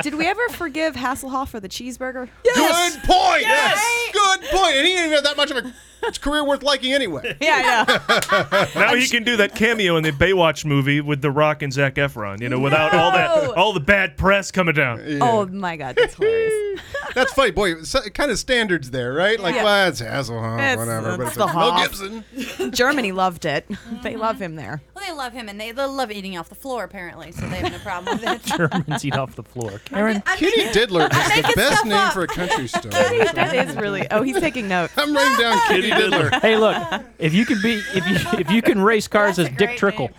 Speaker 8: Did we ever forgive Hasselhoff for the cheeseburger?
Speaker 7: Good point. Good point. And he didn't even have that much of a career worth liking anyway.
Speaker 8: Yeah, yeah.
Speaker 6: now he can do that cameo in the Baywatch movie with The Rock and Zach Efron, you know, without all
Speaker 8: No!
Speaker 6: that all the bad press coming down.
Speaker 8: Oh my God, that's hilarious.
Speaker 7: That's funny, boy. So, kind of standards there, right? Like,
Speaker 8: Yeah.
Speaker 7: well, it's Hasselhoff,
Speaker 8: It's-
Speaker 7: whatever. but
Speaker 8: it's
Speaker 7: it's
Speaker 8: the
Speaker 7: like, Mel
Speaker 8: Hoff.
Speaker 7: Gibson.
Speaker 8: Germany loved it. They love him there.
Speaker 5: Well, they love him, and they, they love eating off the floor apparently, so they have no problem with it.
Speaker 4: Germans eat off the floor. Karen.
Speaker 7: Kitty Diddler is the
Speaker 5: making
Speaker 7: best
Speaker 5: stuff
Speaker 7: name
Speaker 5: up.
Speaker 7: for a country star.
Speaker 8: that is really. Oh, he's taking notes.
Speaker 7: I'm writing down Kitty Diddler.
Speaker 4: Hey, look! If you can be, if you if you can race cars as Dick Trickle,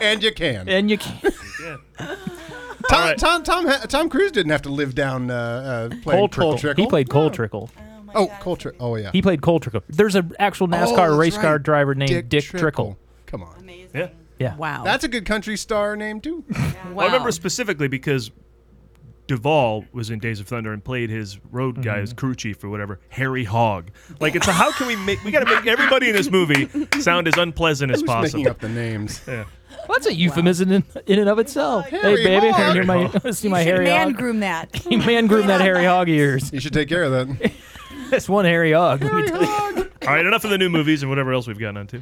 Speaker 7: and you can.
Speaker 4: and you can,
Speaker 7: Tom, Tom, Tom, Ha- Tom Cruise didn't have to live down uh, uh, playing
Speaker 4: Cole
Speaker 7: Cole Trickle.
Speaker 4: Trickle. He played Cole Trickle.
Speaker 7: Oh, Cole Trickle. Oh, yeah.
Speaker 4: He played Cole Trickle. There's an actual NASCAR
Speaker 7: Oh, that's
Speaker 4: race car
Speaker 7: right.
Speaker 4: driver named
Speaker 7: Dick
Speaker 4: Dick, Trickle.
Speaker 7: Come on. Amazing.
Speaker 6: Yeah.
Speaker 4: Yeah.
Speaker 8: Wow.
Speaker 7: That's a good country star name, too.
Speaker 6: Well, I
Speaker 7: Um,
Speaker 6: remember specifically because Duvall was in Days of Thunder and played his road
Speaker 7: Mm-hmm.
Speaker 6: guy, his crew chief or whatever, Harry Hogg. Like, it's a how can we make, we got to make everybody in this movie sound as unpleasant as
Speaker 7: Who's
Speaker 6: possible.
Speaker 7: making up the names?
Speaker 6: Yeah.
Speaker 4: Well, that's a euphemism in, in and of itself.
Speaker 7: Harry
Speaker 4: hey, baby,
Speaker 7: Hog.
Speaker 4: you're my, wanna see my Harry
Speaker 5: man
Speaker 4: Hog.
Speaker 5: groom that.
Speaker 4: man groom that Harry Hog ears.
Speaker 7: You should take care of that.
Speaker 4: That's one Harry Hog. let me tell you.
Speaker 6: All right, enough of the new movies and whatever else we've gotten onto.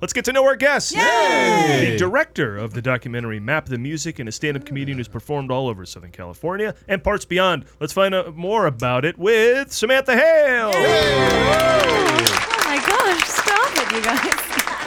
Speaker 6: Let's get to know our guest. The director of the documentary Map the Music and a stand up comedian who's performed all over Southern California and parts beyond. Let's find out more about it with Samantha Hale.
Speaker 8: Oh my gosh! Stop it, you guys.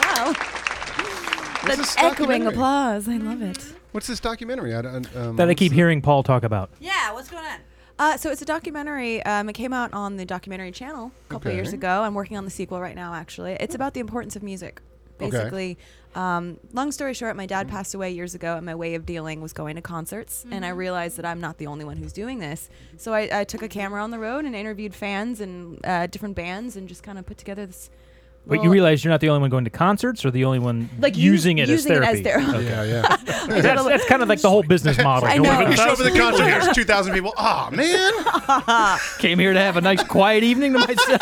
Speaker 8: Wow.
Speaker 7: What's this
Speaker 8: That's echoing
Speaker 7: documentary?
Speaker 8: applause. I love it.
Speaker 7: What's this documentary? I don't, um,
Speaker 4: That I keep hearing Paul talk about.
Speaker 5: Yeah, what's going on?
Speaker 8: Uh, so it's a documentary. Um, it came out on the documentary channel a couple
Speaker 7: Okay.
Speaker 8: years ago. I'm working on the sequel right now. Actually, it's about the importance of music.
Speaker 7: Okay.
Speaker 8: Basically, um, long story short, my dad passed away years ago, and my way of dealing was going to concerts. And I realized that I'm not the only one who's doing this. So I, I took a camera on the road and interviewed fans and uh, different bands, and just kind of put together this.
Speaker 4: But you
Speaker 8: little-
Speaker 4: realize you're not the only one going to concerts or the only one
Speaker 8: Like, use-
Speaker 4: using it
Speaker 8: using it as
Speaker 4: as therapy.
Speaker 8: therapy.
Speaker 7: Yeah, yeah.
Speaker 4: Okay. that's, that's kind of like the whole business model.
Speaker 8: I
Speaker 4: Don't
Speaker 8: know.
Speaker 4: worry
Speaker 7: You show
Speaker 4: about
Speaker 7: up at the concert, there's 2,000 people. Aw, man.
Speaker 4: it. Came here to have a nice quiet evening to myself.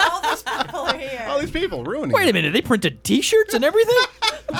Speaker 5: All these people are here.
Speaker 7: All these people ruining
Speaker 4: Wait
Speaker 7: it.
Speaker 4: a minute, they printed T-shirts and everything.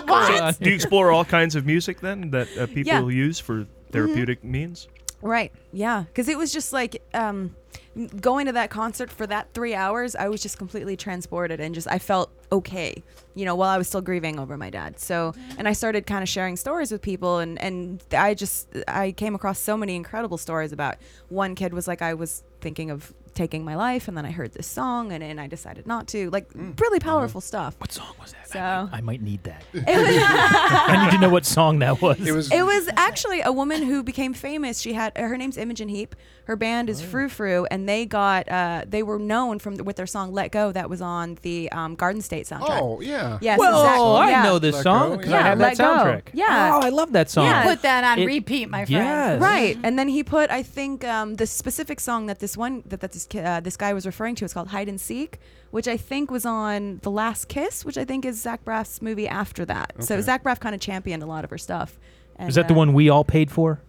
Speaker 4: what?
Speaker 6: Do you explore all kinds of music then that uh, people
Speaker 8: Yeah. Mm-hmm.
Speaker 6: use for therapeutic means?
Speaker 8: Right. Yeah. Because it was just like um, m- going to that concert for that three hours. I was just completely transported and just I felt okay, you know, while I was still grieving over my dad. So, and I started kind of sharing stories with people, and and I just I came across so many incredible stories about one kid was like I was thinking of taking my life, and then I heard this song, and and I decided not to. Like really powerful stuff. What
Speaker 4: song was that?
Speaker 8: So
Speaker 4: I might need that. I need to know what song that was.
Speaker 7: It was
Speaker 8: It was actually a woman who became famous. She had her name's Imogen Heap. Her band
Speaker 4: Oh.
Speaker 8: is Frou Frou, and they got uh, they were known from with their song "Let Go" that was on the um, Garden State soundtrack.
Speaker 7: Oh, yeah.
Speaker 8: Yes,
Speaker 4: Well,
Speaker 8: exactly.
Speaker 4: I
Speaker 8: yeah.
Speaker 4: know this
Speaker 7: Let
Speaker 4: song
Speaker 7: go,
Speaker 4: because
Speaker 7: yeah.
Speaker 4: I have
Speaker 8: Let
Speaker 4: that
Speaker 8: go.
Speaker 4: soundtrack.
Speaker 8: Yeah.
Speaker 4: Oh, I love that song.
Speaker 8: Yeah.
Speaker 5: Put that on
Speaker 4: It-
Speaker 5: repeat, my friend.
Speaker 4: Yes.
Speaker 8: Right, and then he put I think um, the specific song that this one that, that this ki- uh, this guy was referring to is called "Hide and Seek," which I think was on "The Last Kiss," which I think is Zach Braff's movie after that. So
Speaker 7: Okay.
Speaker 8: Zach Braff kind of championed a lot of her stuff. And,
Speaker 4: Is that the
Speaker 8: uh,
Speaker 4: one we all paid for?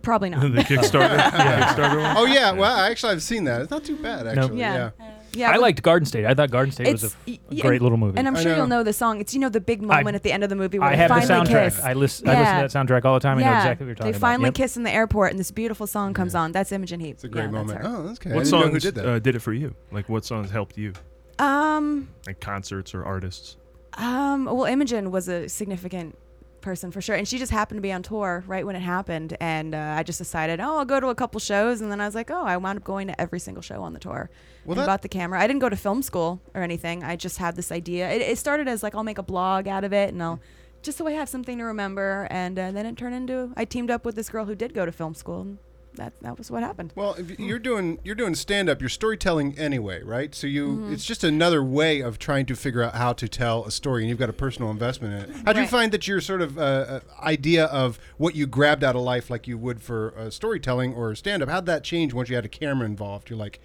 Speaker 8: Probably not.
Speaker 6: the Kickstarter, the Kickstarter one.
Speaker 7: Oh, yeah. Well, I actually, I've seen that. It's not too bad, actually.
Speaker 8: Yeah.
Speaker 7: Yeah.
Speaker 8: Yeah,
Speaker 4: I
Speaker 8: but-
Speaker 4: liked Garden State. I thought Garden State was a,
Speaker 8: y-
Speaker 4: a
Speaker 8: yeah,
Speaker 4: great
Speaker 8: and-
Speaker 4: little movie.
Speaker 8: And I'm sure you'll know the song. It's you know the big
Speaker 4: I-
Speaker 8: moment at the end of the movie where
Speaker 4: I
Speaker 8: they
Speaker 4: have the
Speaker 8: finally
Speaker 4: soundtrack.
Speaker 8: kiss.
Speaker 4: I listen. I listen to that soundtrack all the time. I know exactly what you're talking
Speaker 8: They
Speaker 4: about.
Speaker 8: finally
Speaker 4: Yep.
Speaker 8: kiss in the airport, and this beautiful song comes on. That's Imogen Heap. Mm-hmm. It's a
Speaker 7: great moment. Oh, that's okay. I
Speaker 6: What
Speaker 7: didn't know who
Speaker 6: songs
Speaker 7: did that.
Speaker 6: Uh, did it for you? Like, what songs helped you?
Speaker 8: Um,
Speaker 6: Like concerts or artists?
Speaker 8: um. Well, Imogen was a significant person for sure, and she just happened to be on tour right when it happened, and uh, I just decided, oh, I'll go to a couple shows, and then I was like, oh, I wound up going to every single show on the tour.
Speaker 7: Well,
Speaker 8: and
Speaker 7: that-
Speaker 8: bought the camera. I didn't go to film school or anything. I just had this idea. It, it started as like I'll make a blog out of it, and I'll. Just so I have something to remember, and uh, then it turned into I teamed up with this girl who did go to film school, and that that was what happened.
Speaker 7: Well, if you're doing you're doing stand up, you're storytelling anyway, right? So you
Speaker 5: Mm-hmm.
Speaker 8: Mhm.
Speaker 7: it's just another way of trying to figure out how to tell a story, and you've got a personal investment in it. How do you
Speaker 8: Right.
Speaker 7: find that your sort of uh, uh, idea of what you grabbed out of life, like you would for uh, storytelling or stand up, how'd that change once you had a camera involved? You're like,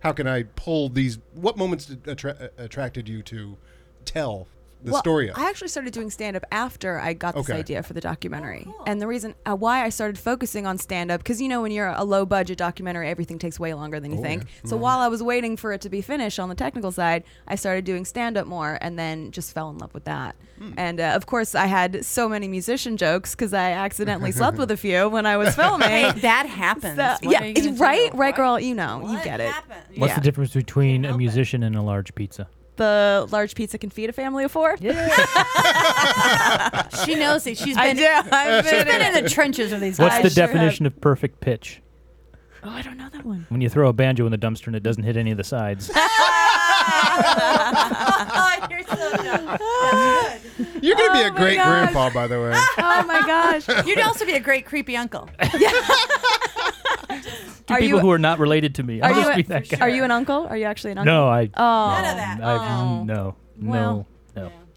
Speaker 7: how can I pull these? What moments did attra- uh, attracted you to tell the
Speaker 8: Well,
Speaker 7: story? Of?
Speaker 8: I actually started doing stand up after I got this
Speaker 7: Okay.
Speaker 8: idea for the documentary.
Speaker 5: Oh,
Speaker 8: And the reason uh, why I started focusing on stand up, because you know, when you're a low budget documentary, everything takes way longer than you
Speaker 16: Oh,
Speaker 8: think.
Speaker 16: yeah.
Speaker 8: So
Speaker 16: Mhm.
Speaker 7: Mm-hmm.
Speaker 8: while I was waiting for it to be finished on the technical side, I started doing stand up more and then just fell in love with that.
Speaker 5: Hmm.
Speaker 8: And uh, of course, I had so many musician jokes because I accidentally slept with a few when I was filming.
Speaker 5: Wait, that happens.
Speaker 8: So-
Speaker 5: What are
Speaker 8: yeah,
Speaker 5: you gonna do?
Speaker 8: right, right, girl. You know, you get it.
Speaker 16: What's
Speaker 8: Yeah.
Speaker 16: the difference between a musician and a large pizza?
Speaker 8: The large pizza can feed a family of four.
Speaker 5: She knows it. She's been,
Speaker 8: I do. I've
Speaker 5: she's
Speaker 8: been
Speaker 5: been
Speaker 8: in
Speaker 5: in
Speaker 8: it.
Speaker 5: the trenches with these
Speaker 16: What's
Speaker 5: guys.
Speaker 16: the definition of perfect pitch?
Speaker 8: Oh, I don't know that one.
Speaker 16: When you throw a banjo in the dumpster and it doesn't hit any of the sides.
Speaker 5: oh, you're so dumb.
Speaker 7: You're going to be
Speaker 5: Oh
Speaker 7: a
Speaker 5: my
Speaker 7: great
Speaker 5: gosh.
Speaker 7: grandpa, by the way.
Speaker 8: Oh my gosh.
Speaker 5: You'd also be a great creepy uncle.
Speaker 16: to
Speaker 8: Are
Speaker 16: people
Speaker 8: you-
Speaker 16: who are not related to me.
Speaker 8: Are
Speaker 16: I'll
Speaker 8: you,
Speaker 16: just be
Speaker 8: a-
Speaker 16: that guy.
Speaker 8: are you an uncle? Are you actually an uncle?
Speaker 16: No, Um, I.
Speaker 8: Oh,
Speaker 16: no,
Speaker 4: Um,
Speaker 16: I've- No, no,
Speaker 8: Well,
Speaker 16: no.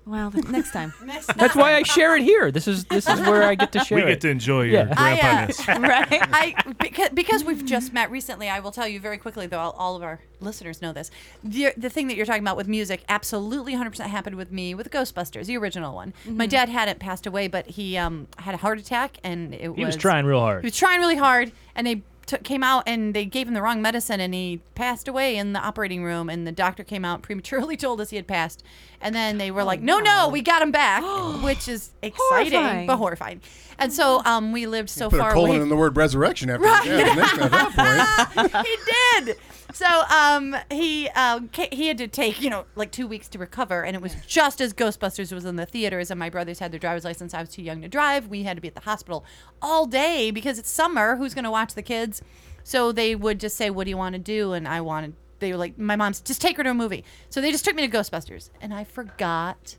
Speaker 8: Well, then next time.
Speaker 16: That's why I share it here. This is this is where I get to share.
Speaker 6: We
Speaker 16: it.
Speaker 6: get to enjoy your
Speaker 8: Ah,
Speaker 16: Yeah.
Speaker 5: I, uh,
Speaker 6: grandpa-ness.
Speaker 5: right? I because, because we've just met recently. I will tell you very quickly, though all, all of our listeners know this. The, the thing that you're talking about with music absolutely 100% happened with me with Ghostbusters, the original one. My
Speaker 16: Mhm.
Speaker 5: dad hadn't passed away, but he um, had a heart attack, and it
Speaker 16: He was trying real hard.
Speaker 5: He was trying really hard, and they took, came out and they gave him the wrong medicine, and he passed away in the operating room. And the doctor came out and prematurely told us he had passed, and then they were like, "No, Oh, no, we got him back," which is exciting
Speaker 8: Horrifying.
Speaker 5: but horrifying. And so um, we lived so
Speaker 7: Put a
Speaker 5: far
Speaker 7: colon
Speaker 5: away.
Speaker 7: in the word resurrection after
Speaker 5: Right.
Speaker 7: yeah, and then- at that point.
Speaker 5: he did. So um, he um, ca- he had to take you know like two weeks to recover, and it was just as Ghostbusters was in the theaters, and my brothers had their driver's license. I was too young to drive. We had to be at the hospital all day because it's summer. Who's going to watch the kids? So they would just say, "What do you want to do?" And I wanted. They were like, "My mom's just take her to a movie." So they just took me to Ghostbusters, and I forgot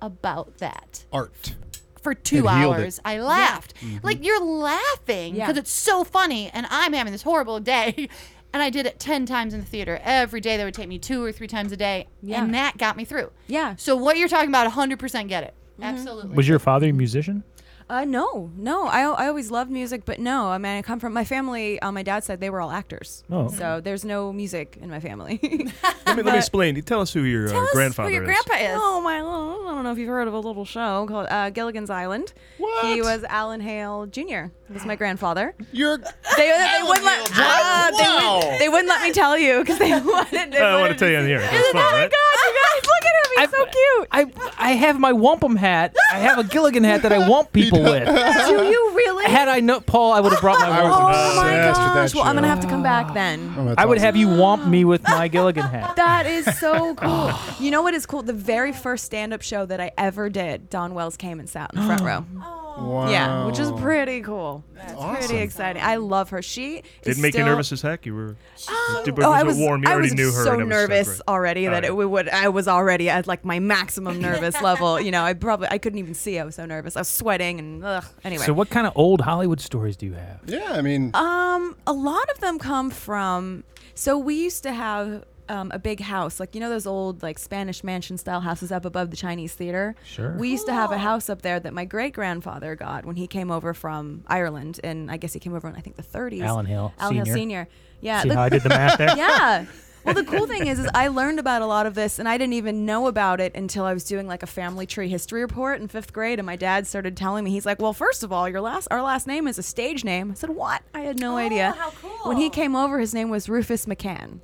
Speaker 5: about that
Speaker 7: art
Speaker 5: for two
Speaker 7: It healed it.
Speaker 5: hours. I laughed. Like you're laughing
Speaker 8: Yeah.
Speaker 5: because it's so funny, and I'm having this horrible day. And I did it ten times in the theater every day. That would take me two or three times a day,
Speaker 8: Yeah.
Speaker 5: and that got me through.
Speaker 8: Yeah. Mm-hmm.
Speaker 5: So what you're talking about, 100% get it. Absolutely.
Speaker 16: Was your father a musician?
Speaker 8: Uh, no, no. I, I always loved music, but no. I mean, I come from my family on my dad's side. They were all actors.
Speaker 6: Oh.
Speaker 8: So there's no music in my family.
Speaker 6: let, me, let me explain. You Tell us who your uh, grandfather
Speaker 8: Uh, who your
Speaker 6: is.
Speaker 8: grandpa is. Oh my! lord! I don't know if you've heard of a little show called uh, Gilligan's Island. What? He was Alan Hale Jr. Was my grandfather.
Speaker 7: You're they,
Speaker 8: they wouldn't let uh, they,
Speaker 6: Wow.
Speaker 8: wouldn't, they wouldn't let me tell you because they wanted. They
Speaker 6: Uh, I
Speaker 8: wanted
Speaker 6: want to tell you on the air. It was
Speaker 8: Isn't
Speaker 6: fun,
Speaker 8: that
Speaker 6: right?
Speaker 8: my god? You guys, look at him. He's
Speaker 16: so cute. I have my wampum hat. I have a Gilligan hat that I womp people with.
Speaker 8: Do you really?
Speaker 16: Had I known Paul, I would have brought my
Speaker 8: I was
Speaker 16: wampum.
Speaker 8: Oh my gosh! Well, I'm gonna have to come back then.
Speaker 7: Oh,
Speaker 16: I would have you womp me with my Gilligan hat.
Speaker 8: That is so cool. you know what is cool? The very first stand-up show that I ever did, Don Wells came and sat in the front row. Yeah, which is pretty cool. That's
Speaker 6: Oh. awesome.
Speaker 8: pretty exciting. I love her. She
Speaker 6: Did
Speaker 8: is
Speaker 6: it make
Speaker 8: still,
Speaker 6: you nervous as heck? You were.
Speaker 8: Um,
Speaker 6: did-
Speaker 8: oh, I
Speaker 6: it
Speaker 8: was
Speaker 6: warm. You
Speaker 8: I
Speaker 6: already
Speaker 8: was
Speaker 6: knew her.
Speaker 8: so
Speaker 6: and it was
Speaker 8: nervous
Speaker 6: separate.
Speaker 8: already
Speaker 6: All
Speaker 8: that
Speaker 6: right.
Speaker 8: it would. I was already at like my maximum nervous level. You know, I probably I couldn't even see. I was so nervous. I was sweating and ugh. Anyway,
Speaker 16: So, what kind of old Hollywood stories do you have?
Speaker 7: Yeah, I mean,
Speaker 8: Um, a lot of them come from. So we used to have um, a big house, like you know those old like Spanish mansion style houses up above the Chinese theater.
Speaker 16: Sure.
Speaker 8: We used to have a house up there that my great grandfather got when he came over from Ireland, and I guess he came over in I think the 30s.
Speaker 16: Alan Hill
Speaker 8: Alan Hill
Speaker 16: Senior.
Speaker 8: Senior. Yeah.
Speaker 16: See how I did the math there?
Speaker 8: Yeah. Well, the cool thing is, is I learned about a lot of this, and I didn't even know about it until I was doing like a family tree history report in fifth grade, and my dad started telling me. He's like, "Well, first of all, your last our last name is a stage name." I said, "What?" I had no idea. How cool. When he came over, his name was Rufus McCann.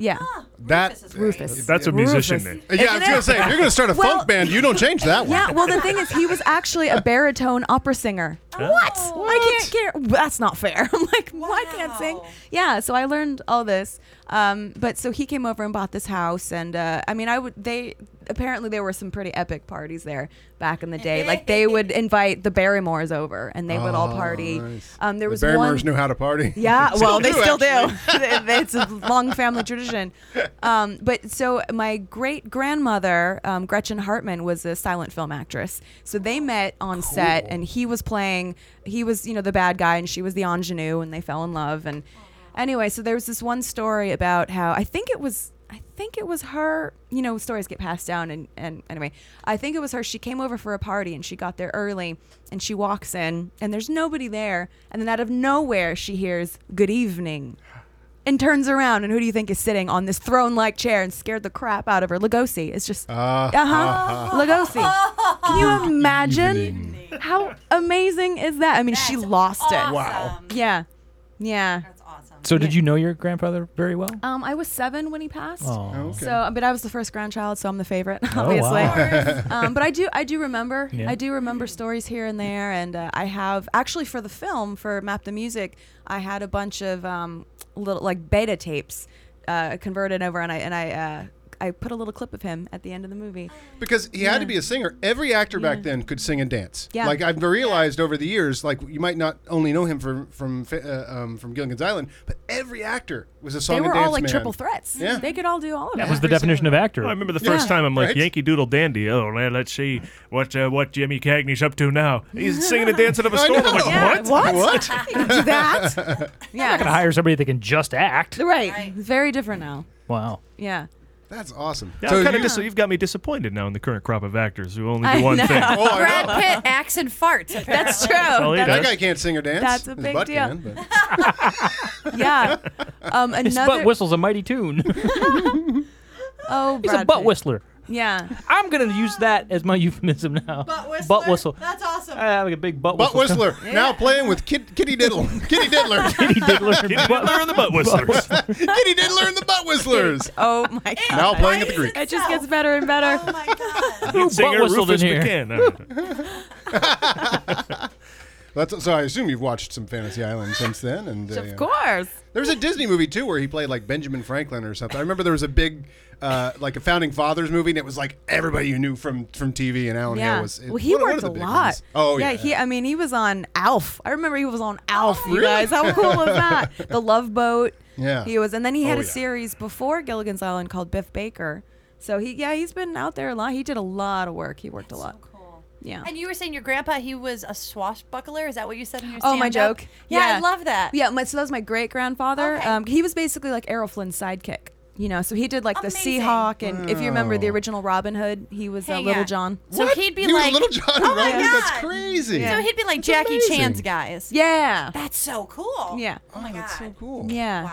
Speaker 8: Yeah.
Speaker 7: That
Speaker 8: Rufus.
Speaker 6: That's a musician name.
Speaker 7: Yeah, I was gonna say if you're gonna start a
Speaker 8: Well-
Speaker 7: funk band, you don't change that one.
Speaker 8: Yeah, well, the thing is, he was actually a baritone opera singer.
Speaker 7: Oh.
Speaker 8: What? I can't care. That's not fair. I'm like, well, I can't sing. Yeah, so I learned all this. Um, but so he came over and bought this house, and uh, I mean, I would they apparently there were some pretty epic parties there back in the day. like they would invite the Barrymores over, and they would all
Speaker 7: Oh,
Speaker 8: party.
Speaker 7: nice.
Speaker 8: Um, there
Speaker 7: the
Speaker 8: was
Speaker 7: Barrymores
Speaker 8: one.
Speaker 7: knew how to party.
Speaker 8: Yeah, well, they
Speaker 7: do,
Speaker 8: still
Speaker 7: actually.
Speaker 8: do. it's a long family tradition. Um, but so my great grandmother, um, Gretchen Hartman, was a silent film actress. So they met on set, and he was playing, he was, you know, the bad guy, and she was the ingenue, and they fell in love. And anyway, so there was this one story about how I think it was. I think it was her, you know, stories get passed down. And, and anyway, I think it was her. She came over for a party and she got there early and she walks in and there's nobody there. And then out of nowhere, she hears, Good evening. And turns around and who do you think is sitting on this throne like chair and scared the crap out of her? Lugosi. It's just, uh huh. Lugosi. Can you imagine? How amazing is that? I mean, she lost it.
Speaker 4: Wow.
Speaker 8: Yeah. Yeah.
Speaker 4: So did you know your grandfather very well?
Speaker 8: Um, I was seven when he passed.
Speaker 4: Oh. Oh, okay.
Speaker 8: So, but Uh, I was the first grandchild, so I'm the favorite,
Speaker 4: wow.
Speaker 8: obviously.
Speaker 4: Of course.
Speaker 8: um, but I do, I do remember,
Speaker 4: Yeah.
Speaker 8: I do remember stories here and there, and uh, I have actually for the film for Map the Music, I had a bunch of um, little like beta tapes uh, converted over, and I and I. Uh, I put a little clip of him at the end of the movie.
Speaker 7: Because he had to be a singer. Every actor back then could sing and dance.
Speaker 8: Yeah.
Speaker 7: Like I've realized over the years, like you might not only know him from from fa- uh, um, from Gilligan's Island, but every actor was a song
Speaker 8: They
Speaker 7: and
Speaker 8: were
Speaker 7: dance
Speaker 8: all like
Speaker 7: man.
Speaker 8: triple threats.
Speaker 7: Yeah.
Speaker 8: They could all do all of it.
Speaker 7: That
Speaker 6: That was the definition of actor. I remember the first
Speaker 8: Yeah.
Speaker 6: time I'm like
Speaker 8: Right?
Speaker 6: Yankee Doodle Dandy. Oh, le- let's see what uh, what Jimmy Cagney's up to now. He's singing and dancing up a
Speaker 7: I
Speaker 6: storm. I'm like,
Speaker 7: know. Yeah,
Speaker 6: what?
Speaker 7: what? What?
Speaker 8: You can do that.
Speaker 16: I'm not gonna
Speaker 8: yeah.
Speaker 16: hire somebody that can just act.
Speaker 8: Right. Very different now.
Speaker 16: Wow.
Speaker 8: Yeah.
Speaker 7: That's awesome.
Speaker 6: Yeah,
Speaker 7: So
Speaker 6: I'm kinda
Speaker 7: you-
Speaker 6: dis- you've got me disappointed now in the current crop of actors who only
Speaker 8: I
Speaker 6: do one
Speaker 8: know.
Speaker 6: thing.
Speaker 8: Oh, I
Speaker 5: Brad Pitt acts and farts.
Speaker 8: That's
Speaker 5: apparently.
Speaker 8: true.
Speaker 6: all he
Speaker 7: that
Speaker 6: does.
Speaker 7: guy can't sing or dance.
Speaker 8: That's a
Speaker 7: His
Speaker 8: big
Speaker 7: butt
Speaker 8: deal.
Speaker 7: can, but-
Speaker 8: yeah. Um,
Speaker 16: His
Speaker 8: another.
Speaker 16: butt whistle's a mighty tune.
Speaker 8: oh,
Speaker 16: He's
Speaker 8: Brad
Speaker 16: a butt
Speaker 8: Pitt.
Speaker 16: whistler.
Speaker 8: Yeah.
Speaker 16: I'm gonna use that as my euphemism now. Butt
Speaker 5: whistler?
Speaker 16: Butt whistle.
Speaker 5: That's awesome.
Speaker 16: I have like a big butt,
Speaker 7: Butt
Speaker 16: whistle.
Speaker 7: Whistler now playing with Kid, Kitty Diddle, Kitty Diddler, Kitty
Speaker 16: Diddler,
Speaker 6: Kitty Diddler and the Butt Whistlers.
Speaker 7: Kitty Diddler and the Butt Whistlers.
Speaker 8: Oh my god.
Speaker 7: Now playing at the Greek.
Speaker 8: It just gets better and better. Oh my
Speaker 6: Lead singer
Speaker 16: whistled
Speaker 6: Rufus
Speaker 16: in here?
Speaker 6: McKinn. I don't know.
Speaker 7: That's, so I assume you've watched some Fantasy Island since then, and uh, yeah.
Speaker 8: Of course.
Speaker 7: There was a Disney movie too where he played like Benjamin Franklin or something. I remember there was a big, uh, like a founding fathers movie, and it was like everybody you knew from from TV, and Alan
Speaker 8: yeah.
Speaker 7: Hill was.
Speaker 8: well, he
Speaker 7: one- one
Speaker 8: worked
Speaker 7: of
Speaker 8: a
Speaker 7: the big
Speaker 8: lot.
Speaker 7: ones. Oh yeah, Oh,
Speaker 8: He. I mean, he was on Alf. I remember he was on Alf. you
Speaker 7: really?
Speaker 8: guys, how cool was that? The Love Boat.
Speaker 7: Yeah.
Speaker 8: He was, and then he had
Speaker 7: Oh,
Speaker 8: a
Speaker 7: yeah.
Speaker 8: series before Gilligan's Island called Biff Baker. So he, yeah, he's been out there a lot. He did a lot of work. He worked a lot. Yeah.
Speaker 5: And you were saying your grandpa, he was a swashbuckler. Is that what you said in your
Speaker 8: Oh, my
Speaker 5: stand-up?
Speaker 8: joke.
Speaker 5: Yeah, I love that.
Speaker 8: Yeah, my, so that was my great grandfather. Um, he was basically like Errol Flynn's sidekick. You know, so he did like the Seahawk, and if you remember the
Speaker 7: Wow.
Speaker 8: original Robin Hood, he was uh,
Speaker 5: Hang
Speaker 8: Little
Speaker 5: on.
Speaker 8: John.
Speaker 5: So he'd be
Speaker 7: He was
Speaker 5: like,
Speaker 7: Little John
Speaker 5: Oh my
Speaker 7: Robin? That's
Speaker 5: God.
Speaker 7: crazy.
Speaker 5: So he'd be like
Speaker 7: That's
Speaker 5: Jackie
Speaker 7: amazing.
Speaker 5: Chan's guys.
Speaker 8: Yeah.
Speaker 5: That's so cool.
Speaker 8: Yeah.
Speaker 5: Oh, my god.
Speaker 7: so cool.
Speaker 8: Yeah.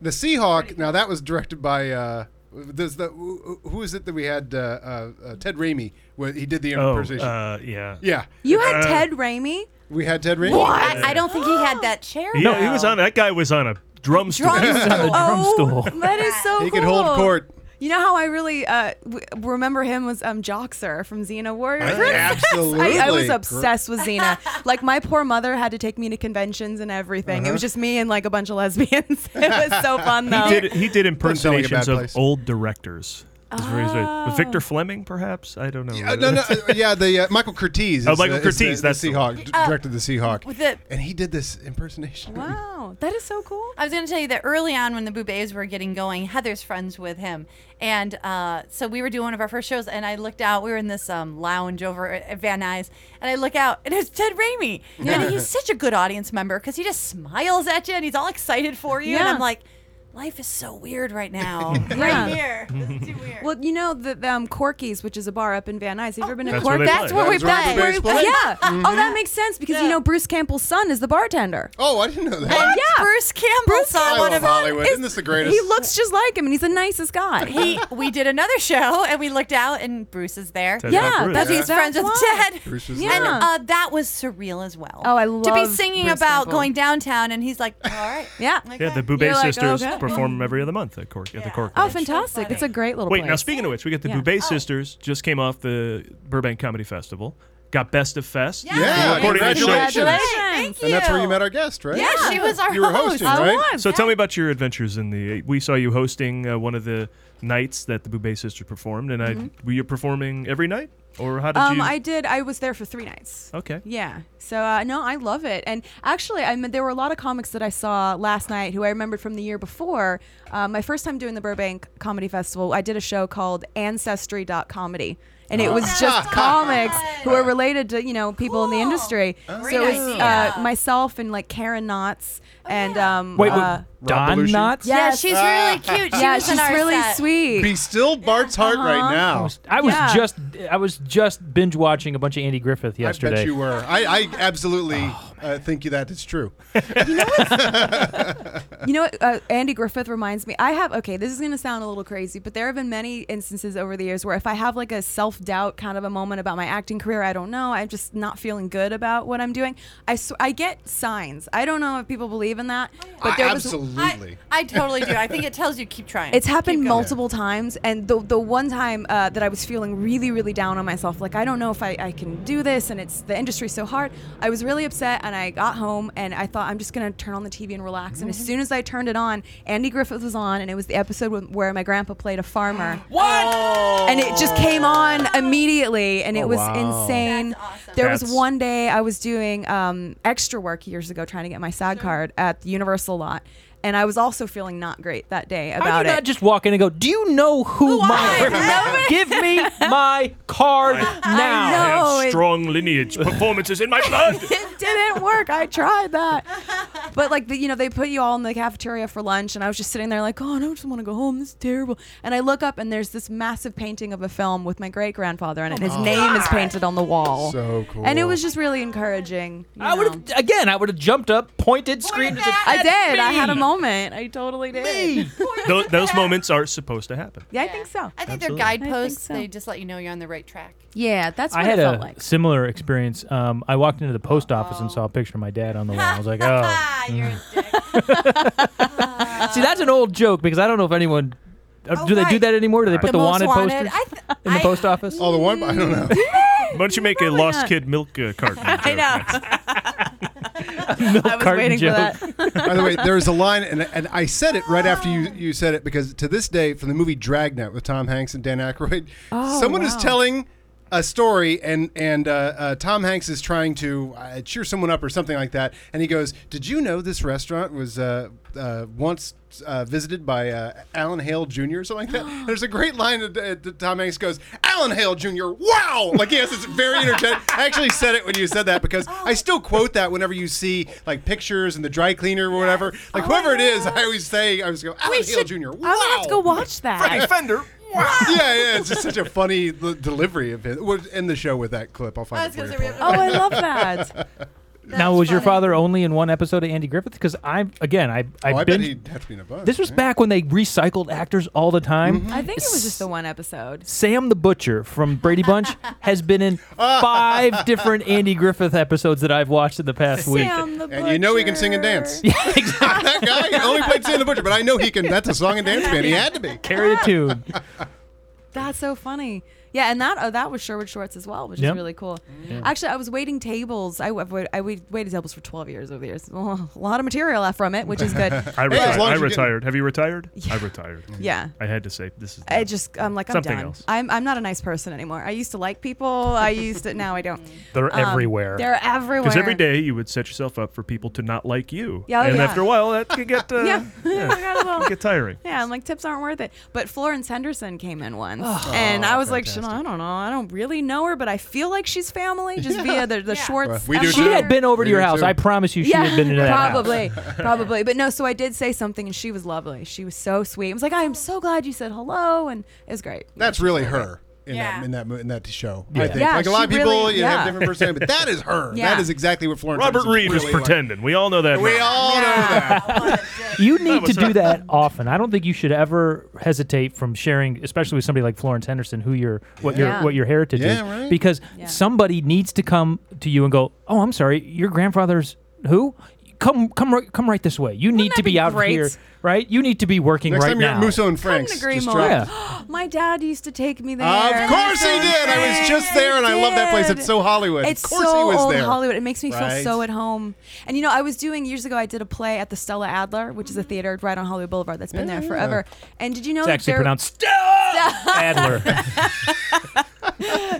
Speaker 7: The Seahawk. Now that was directed by. Uh, there's the who who is it that we had? Uh, uh, uh, Ted Raimi. Where he did the
Speaker 6: Oh,
Speaker 7: impersonation.
Speaker 6: uh, yeah.
Speaker 7: yeah.
Speaker 8: You had
Speaker 6: Uh,
Speaker 8: Ted Raimi.
Speaker 7: We had Ted Raimi.
Speaker 5: I, I don't think he had that chair.
Speaker 6: No, he was on. That guy was on a drum stool.
Speaker 8: Drum stool. Oh.
Speaker 6: drum stool.
Speaker 8: That is so
Speaker 7: He
Speaker 8: cool.
Speaker 7: could hold court.
Speaker 8: You know how I really uh, w- remember him was um, Joxer from Xena Warrior
Speaker 7: Uh,
Speaker 8: Princess.
Speaker 7: absolutely.
Speaker 8: I, I was obsessed with Xena. Like my poor mother had to take me to conventions and everything.
Speaker 7: Uh-huh.
Speaker 8: It was just me and like a bunch of lesbians. it was so fun though.
Speaker 6: He did, he did
Speaker 7: sound like a
Speaker 6: impersonations
Speaker 7: bad
Speaker 6: of
Speaker 7: place.
Speaker 6: old directors. Is where he's at. Victor Fleming, perhaps? I don't know.
Speaker 7: Uh, no, no, uh, yeah, the uh, Michael Curtiz.
Speaker 6: Oh,
Speaker 7: is,
Speaker 6: Michael
Speaker 7: uh, is the-
Speaker 6: Curtiz,
Speaker 7: the
Speaker 6: that's the
Speaker 7: Seahawk.
Speaker 6: one.
Speaker 7: d- directed the Seahawk,
Speaker 5: Uh, With the-
Speaker 7: and he did this impersonation.
Speaker 5: Oh,
Speaker 8: Wow, that is so cool.
Speaker 5: I was going to tell you that early on when the Boubets were getting going, Heather's friends with him. And uh, so we were doing one of our first shows, and I looked out. We were in this um, lounge over at at Van Nuys, and I look out, and it's Ted Raimi. And he's such a good audience member because he just smiles at you and he's all excited for you. And
Speaker 8: Yeah.
Speaker 5: I'm like, life is so weird right now.
Speaker 8: Yeah.
Speaker 5: Right here. This is too weird.
Speaker 8: Well, you know the, the um, Corky's, which is a bar up in Van Nuys. Have you ever been to
Speaker 6: That's where they play.
Speaker 8: Corky's?
Speaker 6: That's where we
Speaker 8: That's
Speaker 6: play.
Speaker 8: where we
Speaker 6: That's where
Speaker 8: play.
Speaker 6: we
Speaker 8: Yeah. Oh, that makes sense because you know Bruce Campbell's son is the bartender.
Speaker 7: Oh, I didn't know
Speaker 5: And
Speaker 7: that.
Speaker 8: Yeah.
Speaker 5: Bruce Campbell
Speaker 8: Bruce
Speaker 5: saw
Speaker 7: I
Speaker 5: one
Speaker 7: love
Speaker 5: of
Speaker 7: Hollywood.
Speaker 8: is-
Speaker 7: Isn't this the greatest?
Speaker 8: He looks just like him, and he's the nicest guy.
Speaker 5: he we did another show and we looked out and Bruce is there.
Speaker 6: Ted's not
Speaker 8: yeah,
Speaker 6: Bruce.
Speaker 8: that's
Speaker 5: He's friends with
Speaker 8: why.
Speaker 5: Ted.
Speaker 7: Bruce was
Speaker 8: Yeah.
Speaker 5: And
Speaker 7: there.
Speaker 5: uh, that was surreal as well.
Speaker 8: Oh, I
Speaker 5: to be
Speaker 8: love
Speaker 5: singing
Speaker 8: Bruce
Speaker 5: about
Speaker 8: Campbell.
Speaker 5: going downtown, and he's like, "All right,
Speaker 8: Yeah.
Speaker 5: okay."
Speaker 6: Yeah, the Bouvet
Speaker 8: You're like,
Speaker 6: sisters
Speaker 8: okay.
Speaker 6: perform every other month at Cork at the Cork.
Speaker 8: Oh,
Speaker 6: Lounge.
Speaker 8: fantastic! It's a great little.
Speaker 6: Wait,
Speaker 8: place.
Speaker 6: now speaking of which, we got the
Speaker 8: Yeah. Oh.
Speaker 6: Bouvet sisters just came off the Burbank Comedy Festival. Got Best of Fest.
Speaker 7: Yeah,
Speaker 6: We're recording the show.
Speaker 5: Thank you.
Speaker 7: And that's where you met our guest, right?
Speaker 5: Yeah, she was our
Speaker 7: You were
Speaker 5: host.
Speaker 7: hosting,
Speaker 5: I
Speaker 7: right?
Speaker 5: was,
Speaker 6: So tell me about your adventures in the. We saw you hosting uh, one of the nights that the Bouvet sisters performed, and I
Speaker 8: Mhm.
Speaker 6: were you performing every night, or how did
Speaker 8: um,
Speaker 6: you?
Speaker 8: I did. I was there for three nights.
Speaker 6: Okay.
Speaker 8: Yeah. So uh, no, I love it. And actually, I mean, there were a lot of comics that I saw last night who I remembered from the year before. Uh, my first time doing the Burbank Comedy Festival, I did a show called Ancestry.comedy. And it was
Speaker 5: Oh.
Speaker 8: just comics who are related to you know people in the industry. so it
Speaker 5: Great
Speaker 8: was
Speaker 5: idea. Oh,
Speaker 8: uh, myself and like Karen Knotts and um,
Speaker 4: Wait, wait,
Speaker 8: uh,
Speaker 4: Don Knotts?
Speaker 8: Yes.
Speaker 5: Yeah, she's really
Speaker 7: Ah.
Speaker 5: cute. She
Speaker 8: yeah,
Speaker 5: was in
Speaker 8: she's
Speaker 5: our
Speaker 8: really
Speaker 5: set.
Speaker 8: sweet.
Speaker 7: Be still Bart's heart
Speaker 5: uh-huh.
Speaker 7: right
Speaker 4: I
Speaker 7: now.
Speaker 4: was, I was
Speaker 8: Yeah.
Speaker 4: just I was just binge watching a bunch of Andy Griffith
Speaker 7: I
Speaker 4: yesterday.
Speaker 7: bet you were. I, I absolutely
Speaker 6: Oh,
Speaker 7: uh, think you that is true.
Speaker 8: You know what? Uh, Andy Griffith reminds me. I have, okay, this is going to sound a little crazy, but there have been many instances over the years where if I have like a self doubt kind of a moment about my acting career, I don't know, I'm just not feeling good about what I'm doing. I, sw- I get signs. I don't know if people believe in that, but there was.
Speaker 7: absolutely.
Speaker 5: I totally do. I think it tells you keep trying.
Speaker 8: It's happened multiple times, and the the one time uh, that I was feeling really, really down on myself, like I don't know if I, I can do this, and it's the industry's so hard. I was really upset, and I got home, and I thought I'm just gonna turn on the TV and relax. And as
Speaker 4: Mm-hmm.
Speaker 5: Mhm.
Speaker 8: soon as I turned it on, Andy Griffith was on, and it was the episode wh- where my grandpa played a farmer.
Speaker 5: What?
Speaker 7: Oh.
Speaker 8: And it just came on immediately, and it
Speaker 5: Oh,
Speaker 8: was
Speaker 5: wow.
Speaker 8: insane. There was
Speaker 5: That's-
Speaker 8: one day I was doing um, extra work years ago trying to get my SAG card at the Universal lot, and I was also feeling not great that day
Speaker 4: How do
Speaker 8: about
Speaker 4: you
Speaker 8: it.
Speaker 4: not just walk in and go, "Do you know who, my give me my card now"?
Speaker 8: know,
Speaker 6: I have
Speaker 8: Oh, it-
Speaker 6: strong lineage performances in my blood.
Speaker 8: it didn't work. I tried that. But like the, you know, they put you all in the cafeteria for lunch and I was just sitting there like, "Oh, no, I just want to go home. This is terrible." And I look up and there's this massive painting of a film with my great-grandfather in it. His
Speaker 4: Oh my
Speaker 8: name is
Speaker 4: God.
Speaker 8: painted on the wall.
Speaker 4: So
Speaker 8: And it
Speaker 4: cool.
Speaker 8: was just really encouraging.
Speaker 4: I would have again. I would have jumped up, pointed, screamed. "That's
Speaker 8: I did. I had a
Speaker 4: me."
Speaker 8: moment. I totally did.
Speaker 6: Tho- those moments are supposed to happen.
Speaker 8: Yeah, I think so.
Speaker 5: I think
Speaker 6: Absolutely.
Speaker 5: they're
Speaker 6: I think
Speaker 5: guideposts.
Speaker 8: so.
Speaker 5: They just let you know you're on the right track.
Speaker 8: Yeah, that's
Speaker 4: I had a similar experience. Um, I walked into the post office and saw a picture of my dad on the wall. I was like, "Oh, see, that's an old joke because I don't know if anyone uh, do they do that anymore. Do they put the, wanted, posters in the post office?
Speaker 7: Oh, the one I don't know.
Speaker 6: Why don't you make a
Speaker 4: Probably
Speaker 6: lost
Speaker 4: not.
Speaker 6: kid milk uh, carton?
Speaker 8: I know. I was
Speaker 6: carton
Speaker 8: waiting for
Speaker 6: joke.
Speaker 8: that.
Speaker 7: By the way, there is a line, and, and I said it right after you, you said it because to this day, from the movie Dragnet with Tom Hanks and Dan Aykroyd,
Speaker 12: Oh,
Speaker 7: someone is
Speaker 12: wow.
Speaker 7: telling a story, and and uh, uh, Tom Hanks is trying to uh, cheer someone up or something like that, and he goes, "Did you know this restaurant was uh, uh, once?" Uh, visited by uh, Alan Hale Jr. or something like that. There's a great line that, uh, that Tom Hanks goes, "Alan Hale Jr. Wow!" Like yes, it's very energetic. I actually said it when you said that because I still quote that whenever you see like pictures and the dry cleaner or whatever. Like whoever it
Speaker 5: Oh.
Speaker 7: is, I always say I always go Alan Hale Jr. Wow.
Speaker 8: I have to go watch that.
Speaker 7: Freddie Fender. yeah, yeah, it's just such a funny l- delivery of it. We'll end the show with that clip. I'll find
Speaker 5: I
Speaker 7: it.
Speaker 5: was
Speaker 7: for
Speaker 5: gonna
Speaker 7: you.
Speaker 5: say we
Speaker 8: Oh, I love that.
Speaker 4: now, was your father only in one episode of Andy Griffith? Because I again, I I,
Speaker 7: Oh, I bet
Speaker 4: binge-
Speaker 7: he'd have to be in a bus.
Speaker 4: This was back when they recycled actors all the time.
Speaker 7: Mm-hmm.
Speaker 8: I think it was just the one episode.
Speaker 4: Sam the Butcher from Brady Bunch has been in five different Andy Griffith episodes that I've watched in the past week.
Speaker 8: Sam the
Speaker 7: and you know he can sing and dance.
Speaker 4: Yeah, exactly.
Speaker 7: that guy only played Sam the Butcher, but I know he can. That's a song and dance man. He had to be.
Speaker 4: Carry a tune.
Speaker 8: That's so funny. Yeah, and that oh, that was Sherwood Shorts as well, which
Speaker 4: Yep.
Speaker 8: is really cool.
Speaker 4: Yeah.
Speaker 8: Actually, I was waiting tables. I, wa- wa- I wa- waited tables for 12 years over the years. Well, a lot of material left from it, which is good.
Speaker 6: I
Speaker 8: But-
Speaker 6: retired. I retired. Have you retired?
Speaker 8: Yeah.
Speaker 6: I retired.
Speaker 8: Yeah.
Speaker 6: I had to say this is.
Speaker 8: I just I'm like I'm
Speaker 6: Something
Speaker 8: done.
Speaker 6: else.
Speaker 8: I'm I'm not a nice person anymore. I used to like people. I used to now I don't.
Speaker 6: They're
Speaker 8: Um,
Speaker 6: everywhere.
Speaker 8: They're everywhere.
Speaker 6: Because every day you would set yourself up for people to not like you.
Speaker 8: Yeah, oh,
Speaker 6: and
Speaker 8: yeah.
Speaker 6: after a while, that could get uh,
Speaker 8: Yeah.
Speaker 6: yeah,
Speaker 8: I got a little-
Speaker 6: get tiring.
Speaker 8: Yeah, I'm like tips aren't worth it. But Florence Henderson came in once,
Speaker 6: Oh,
Speaker 8: and I was like, "Shit, I don't know, I don't really know her, but I feel like she's family just
Speaker 5: Yeah.
Speaker 8: via the, the Schwartz."
Speaker 4: she
Speaker 8: empire.
Speaker 4: had been over to your house. I promise you, she had been to that house.
Speaker 8: probably, probably. But no, so I did say something, and she was lovely. She was so sweet. I was like, "I am so glad you said hello," and it was great.
Speaker 7: That's really her in that in that mo- in that show. I
Speaker 6: Yeah.
Speaker 7: think.
Speaker 6: Yeah,
Speaker 7: like a lot of
Speaker 6: she
Speaker 7: people,
Speaker 6: really-
Speaker 7: you
Speaker 6: yeah.
Speaker 7: have different personality, but that is her.
Speaker 6: Yeah.
Speaker 7: That is exactly what Florence.
Speaker 6: Robert
Speaker 7: Henderson's
Speaker 6: Reed was
Speaker 7: really like.
Speaker 6: pretending. We all know that.
Speaker 7: We
Speaker 6: now.
Speaker 7: all
Speaker 4: You need to
Speaker 6: was her.
Speaker 4: do that often. I don't think you should ever hesitate from sharing, especially with somebody like Florence Henderson, who your what
Speaker 6: Yeah.
Speaker 4: your what your heritage
Speaker 6: Yeah,
Speaker 4: is,
Speaker 6: right.
Speaker 4: because somebody needs to come to you and go, "Oh, I'm sorry, your grandfather's who? come come right, come right this way. You need to
Speaker 7: that
Speaker 4: be
Speaker 7: be
Speaker 4: out
Speaker 7: great?
Speaker 4: here, right? You need to be working
Speaker 7: Next
Speaker 4: right
Speaker 7: time you're
Speaker 4: now.
Speaker 7: at Musso and Frank's,
Speaker 8: Couldn't agree
Speaker 7: just
Speaker 8: more.
Speaker 7: drop.
Speaker 8: My dad used to take me there.
Speaker 7: Of course he did. I was just there, and I love that place. It's so Hollywood.
Speaker 8: It's
Speaker 7: of course
Speaker 8: so
Speaker 7: he was
Speaker 8: old
Speaker 7: there.
Speaker 8: Hollywood. It makes me feel
Speaker 7: Right?
Speaker 8: so at home. And you know, I was doing years ago. I did a play at the Stella Adler, which is a theater right on Hollywood Boulevard that's been there
Speaker 4: Yeah.
Speaker 8: forever. And did you know
Speaker 4: It's
Speaker 8: that
Speaker 4: actually
Speaker 8: there-
Speaker 4: pronounced Adler.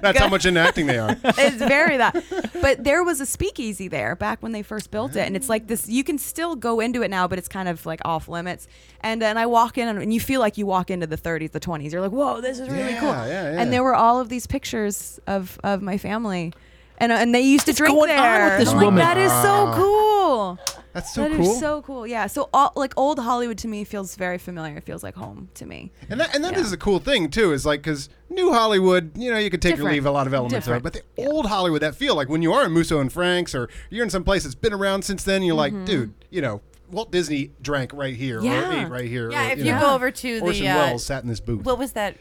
Speaker 7: That's how much into acting they are.
Speaker 8: it's very that. But there was a speakeasy there back when they first built it, and it's like this. You can still go into it now, but it's kind of like off limits. And then I walk in, and, and you feel like you walk into the 30s, the 20s. You're like, whoa, this is really
Speaker 13: Yeah,
Speaker 8: cool.
Speaker 13: yeah, yeah.
Speaker 8: And there were all of these pictures of of my family, and uh, and they used to drink
Speaker 13: going on
Speaker 8: there.
Speaker 13: with this
Speaker 8: I'm like,
Speaker 13: woman?
Speaker 8: that is so
Speaker 13: Wow.
Speaker 8: cool.
Speaker 7: That's so
Speaker 8: That is
Speaker 7: cool.
Speaker 8: so cool. Yeah. So all like old Hollywood to me feels very familiar. It feels like home to me.
Speaker 7: And that, and that is a cool thing too. Is like because new Hollywood, you know, you could take or
Speaker 8: Different.
Speaker 7: leave a lot of elements of it,
Speaker 8: Different.
Speaker 7: but the old Hollywood, that feel like when you are in Musso and Frank's or you're in some place that's been around since then, you're
Speaker 5: Mhm.
Speaker 8: Mm-hmm.
Speaker 7: like, dude, you know, Walt Disney drank right here or
Speaker 5: Yeah.
Speaker 7: ate right here.
Speaker 5: Yeah,
Speaker 7: or,
Speaker 5: if
Speaker 7: you,
Speaker 5: you
Speaker 7: know,
Speaker 5: go over to the,
Speaker 7: Orson
Speaker 5: uh,
Speaker 7: Welles sat in this booth.
Speaker 5: What was that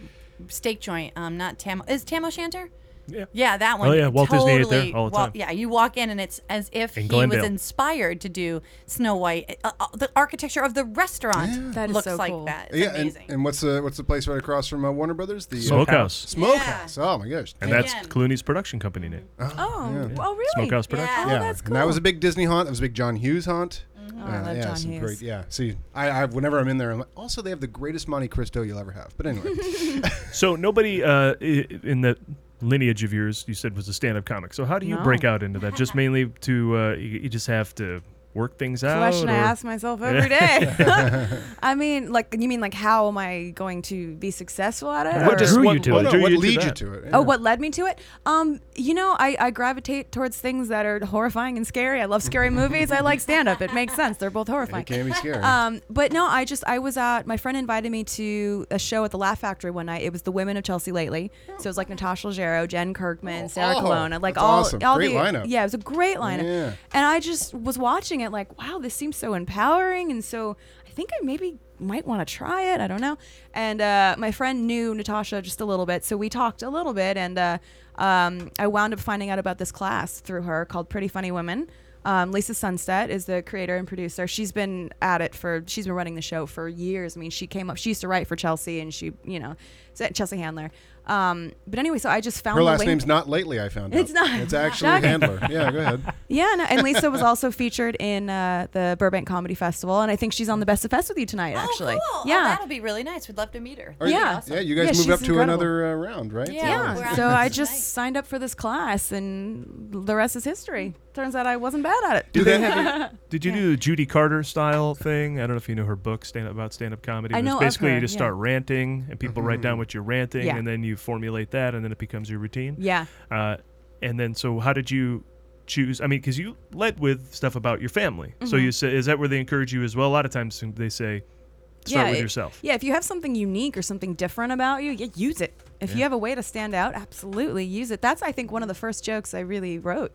Speaker 5: steak joint? Um, not Tam. Is Tam O'Shanter? Yeah. Yeah, that one.
Speaker 6: Oh, yeah, Walt Disney
Speaker 5: totally,
Speaker 6: ate there all the
Speaker 5: Walt-
Speaker 6: time.
Speaker 5: yeah, you walk in and it's as if
Speaker 6: In
Speaker 5: he
Speaker 6: Glendale.
Speaker 5: was inspired to do Snow White. Uh, uh, the architecture of the restaurant
Speaker 8: That is
Speaker 5: looks
Speaker 8: so
Speaker 5: like
Speaker 8: cool.
Speaker 5: that.
Speaker 7: yeah, and, and what's the what's the place right across from uh, Warner Brothers? The uh,
Speaker 6: Smokehouse.
Speaker 7: Smokehouse. Oh my gosh.
Speaker 6: And that's Clooney's production company name.
Speaker 8: Oh,
Speaker 7: yeah.
Speaker 8: oh, really?
Speaker 6: Smokehouse Productions.
Speaker 8: Yeah. Oh, that's
Speaker 7: And that was
Speaker 8: cool.
Speaker 7: a big Disney haunt. That was a big John Hughes haunt. Uh,
Speaker 8: Oh, I love
Speaker 7: yeah,
Speaker 8: John
Speaker 7: some
Speaker 8: Hughes.
Speaker 7: Great, yeah. See, I, I whenever I'm in there, I'm like, also they have the greatest Monte Cristo you'll ever have. But anyway,
Speaker 6: So nobody uh, i- in the lineage of yours, you said, was a stand-up comic. So how do you
Speaker 8: No.
Speaker 6: break out into that? Just mainly to uh, you, you just have to work things out.
Speaker 8: question I
Speaker 6: or-
Speaker 8: ask myself every day. I mean, like you mean like how am I going to be successful at it?
Speaker 6: What
Speaker 8: or-
Speaker 6: just- Drew you what- to what- it. Drew
Speaker 7: what
Speaker 6: you to
Speaker 7: leads you
Speaker 6: that.
Speaker 7: to it?
Speaker 8: Oh, what led me to it? Um, you know, I, I gravitate towards things that are horrifying and scary. I love scary movies. I like stand up. It makes sense. They're both horrifying.
Speaker 7: It can be scary.
Speaker 8: Um, but no, I just I was at my friend invited me to a show at the Laugh Factory one night. It was the Women of Chelsea lately. So it was like Natasha Leggero, Jen Kirkman, Sarah
Speaker 7: Oh,
Speaker 8: Colonna, like
Speaker 7: that's
Speaker 8: all
Speaker 7: awesome.
Speaker 8: all
Speaker 7: Great
Speaker 8: the
Speaker 7: lineup.
Speaker 8: yeah, it was a great lineup.
Speaker 7: Yeah.
Speaker 8: And I just was watching it like, wow, this seems so empowering. And so I think I maybe might want to try it. I don't know. And uh, my friend knew Natasha just a little bit. So we talked a little bit. And uh, um, I wound up finding out about this class through her called Pretty Funny Women. Um, Lisa Sunstead is the creator and producer. She's been at it for, she's been running the show for years. I mean, she came up, she used to write for Chelsea and she, you know, Chelsea Handler. Um, but anyway, so I just found
Speaker 7: Her
Speaker 8: the
Speaker 7: last
Speaker 8: link-
Speaker 7: name's not lately. I found out.
Speaker 8: It's not.
Speaker 7: It's actually
Speaker 8: Shocking.
Speaker 7: Handler. Yeah, go ahead.
Speaker 8: Yeah, no, and Lisa was also featured in uh, the Burbank Comedy Festival, and I think she's on the Best of Fest with you tonight, actually.
Speaker 5: Cool. Oh,
Speaker 8: Yeah.
Speaker 5: that'll be really nice. We'd love to meet her.
Speaker 7: Or-
Speaker 8: Yeah.
Speaker 7: yeah. You guys
Speaker 8: Yeah,
Speaker 7: move
Speaker 8: she's
Speaker 7: up to
Speaker 8: incredible.
Speaker 7: another uh, round, right?
Speaker 5: Yeah, we're on
Speaker 8: So
Speaker 5: this
Speaker 8: I just signed up for this class, and the rest is history. Turns out I wasn't bad at it.
Speaker 6: Do they have a- did you do the Judy Carter style thing? I don't know if you know her book stand up about stand up comedy.
Speaker 8: I
Speaker 6: but
Speaker 8: know
Speaker 6: it's
Speaker 8: of
Speaker 6: basically
Speaker 8: her,
Speaker 6: you just
Speaker 8: yeah. Mm-hmm.
Speaker 6: start ranting and people write down what you're ranting
Speaker 8: Yeah.
Speaker 6: and then you formulate that and then it becomes your routine.
Speaker 8: Yeah.
Speaker 6: Uh, and then so how did you choose? I mean, because you led with stuff about your family. So
Speaker 8: Mhm.
Speaker 6: you say is that where they encourage you as well? A lot of times they say start with
Speaker 8: it-
Speaker 6: yourself.
Speaker 8: Yeah, if you have something unique or something different about you, yeah, use it. If you
Speaker 6: Yeah.
Speaker 8: have a way to stand out, absolutely use it. That's I think one of the first jokes I really wrote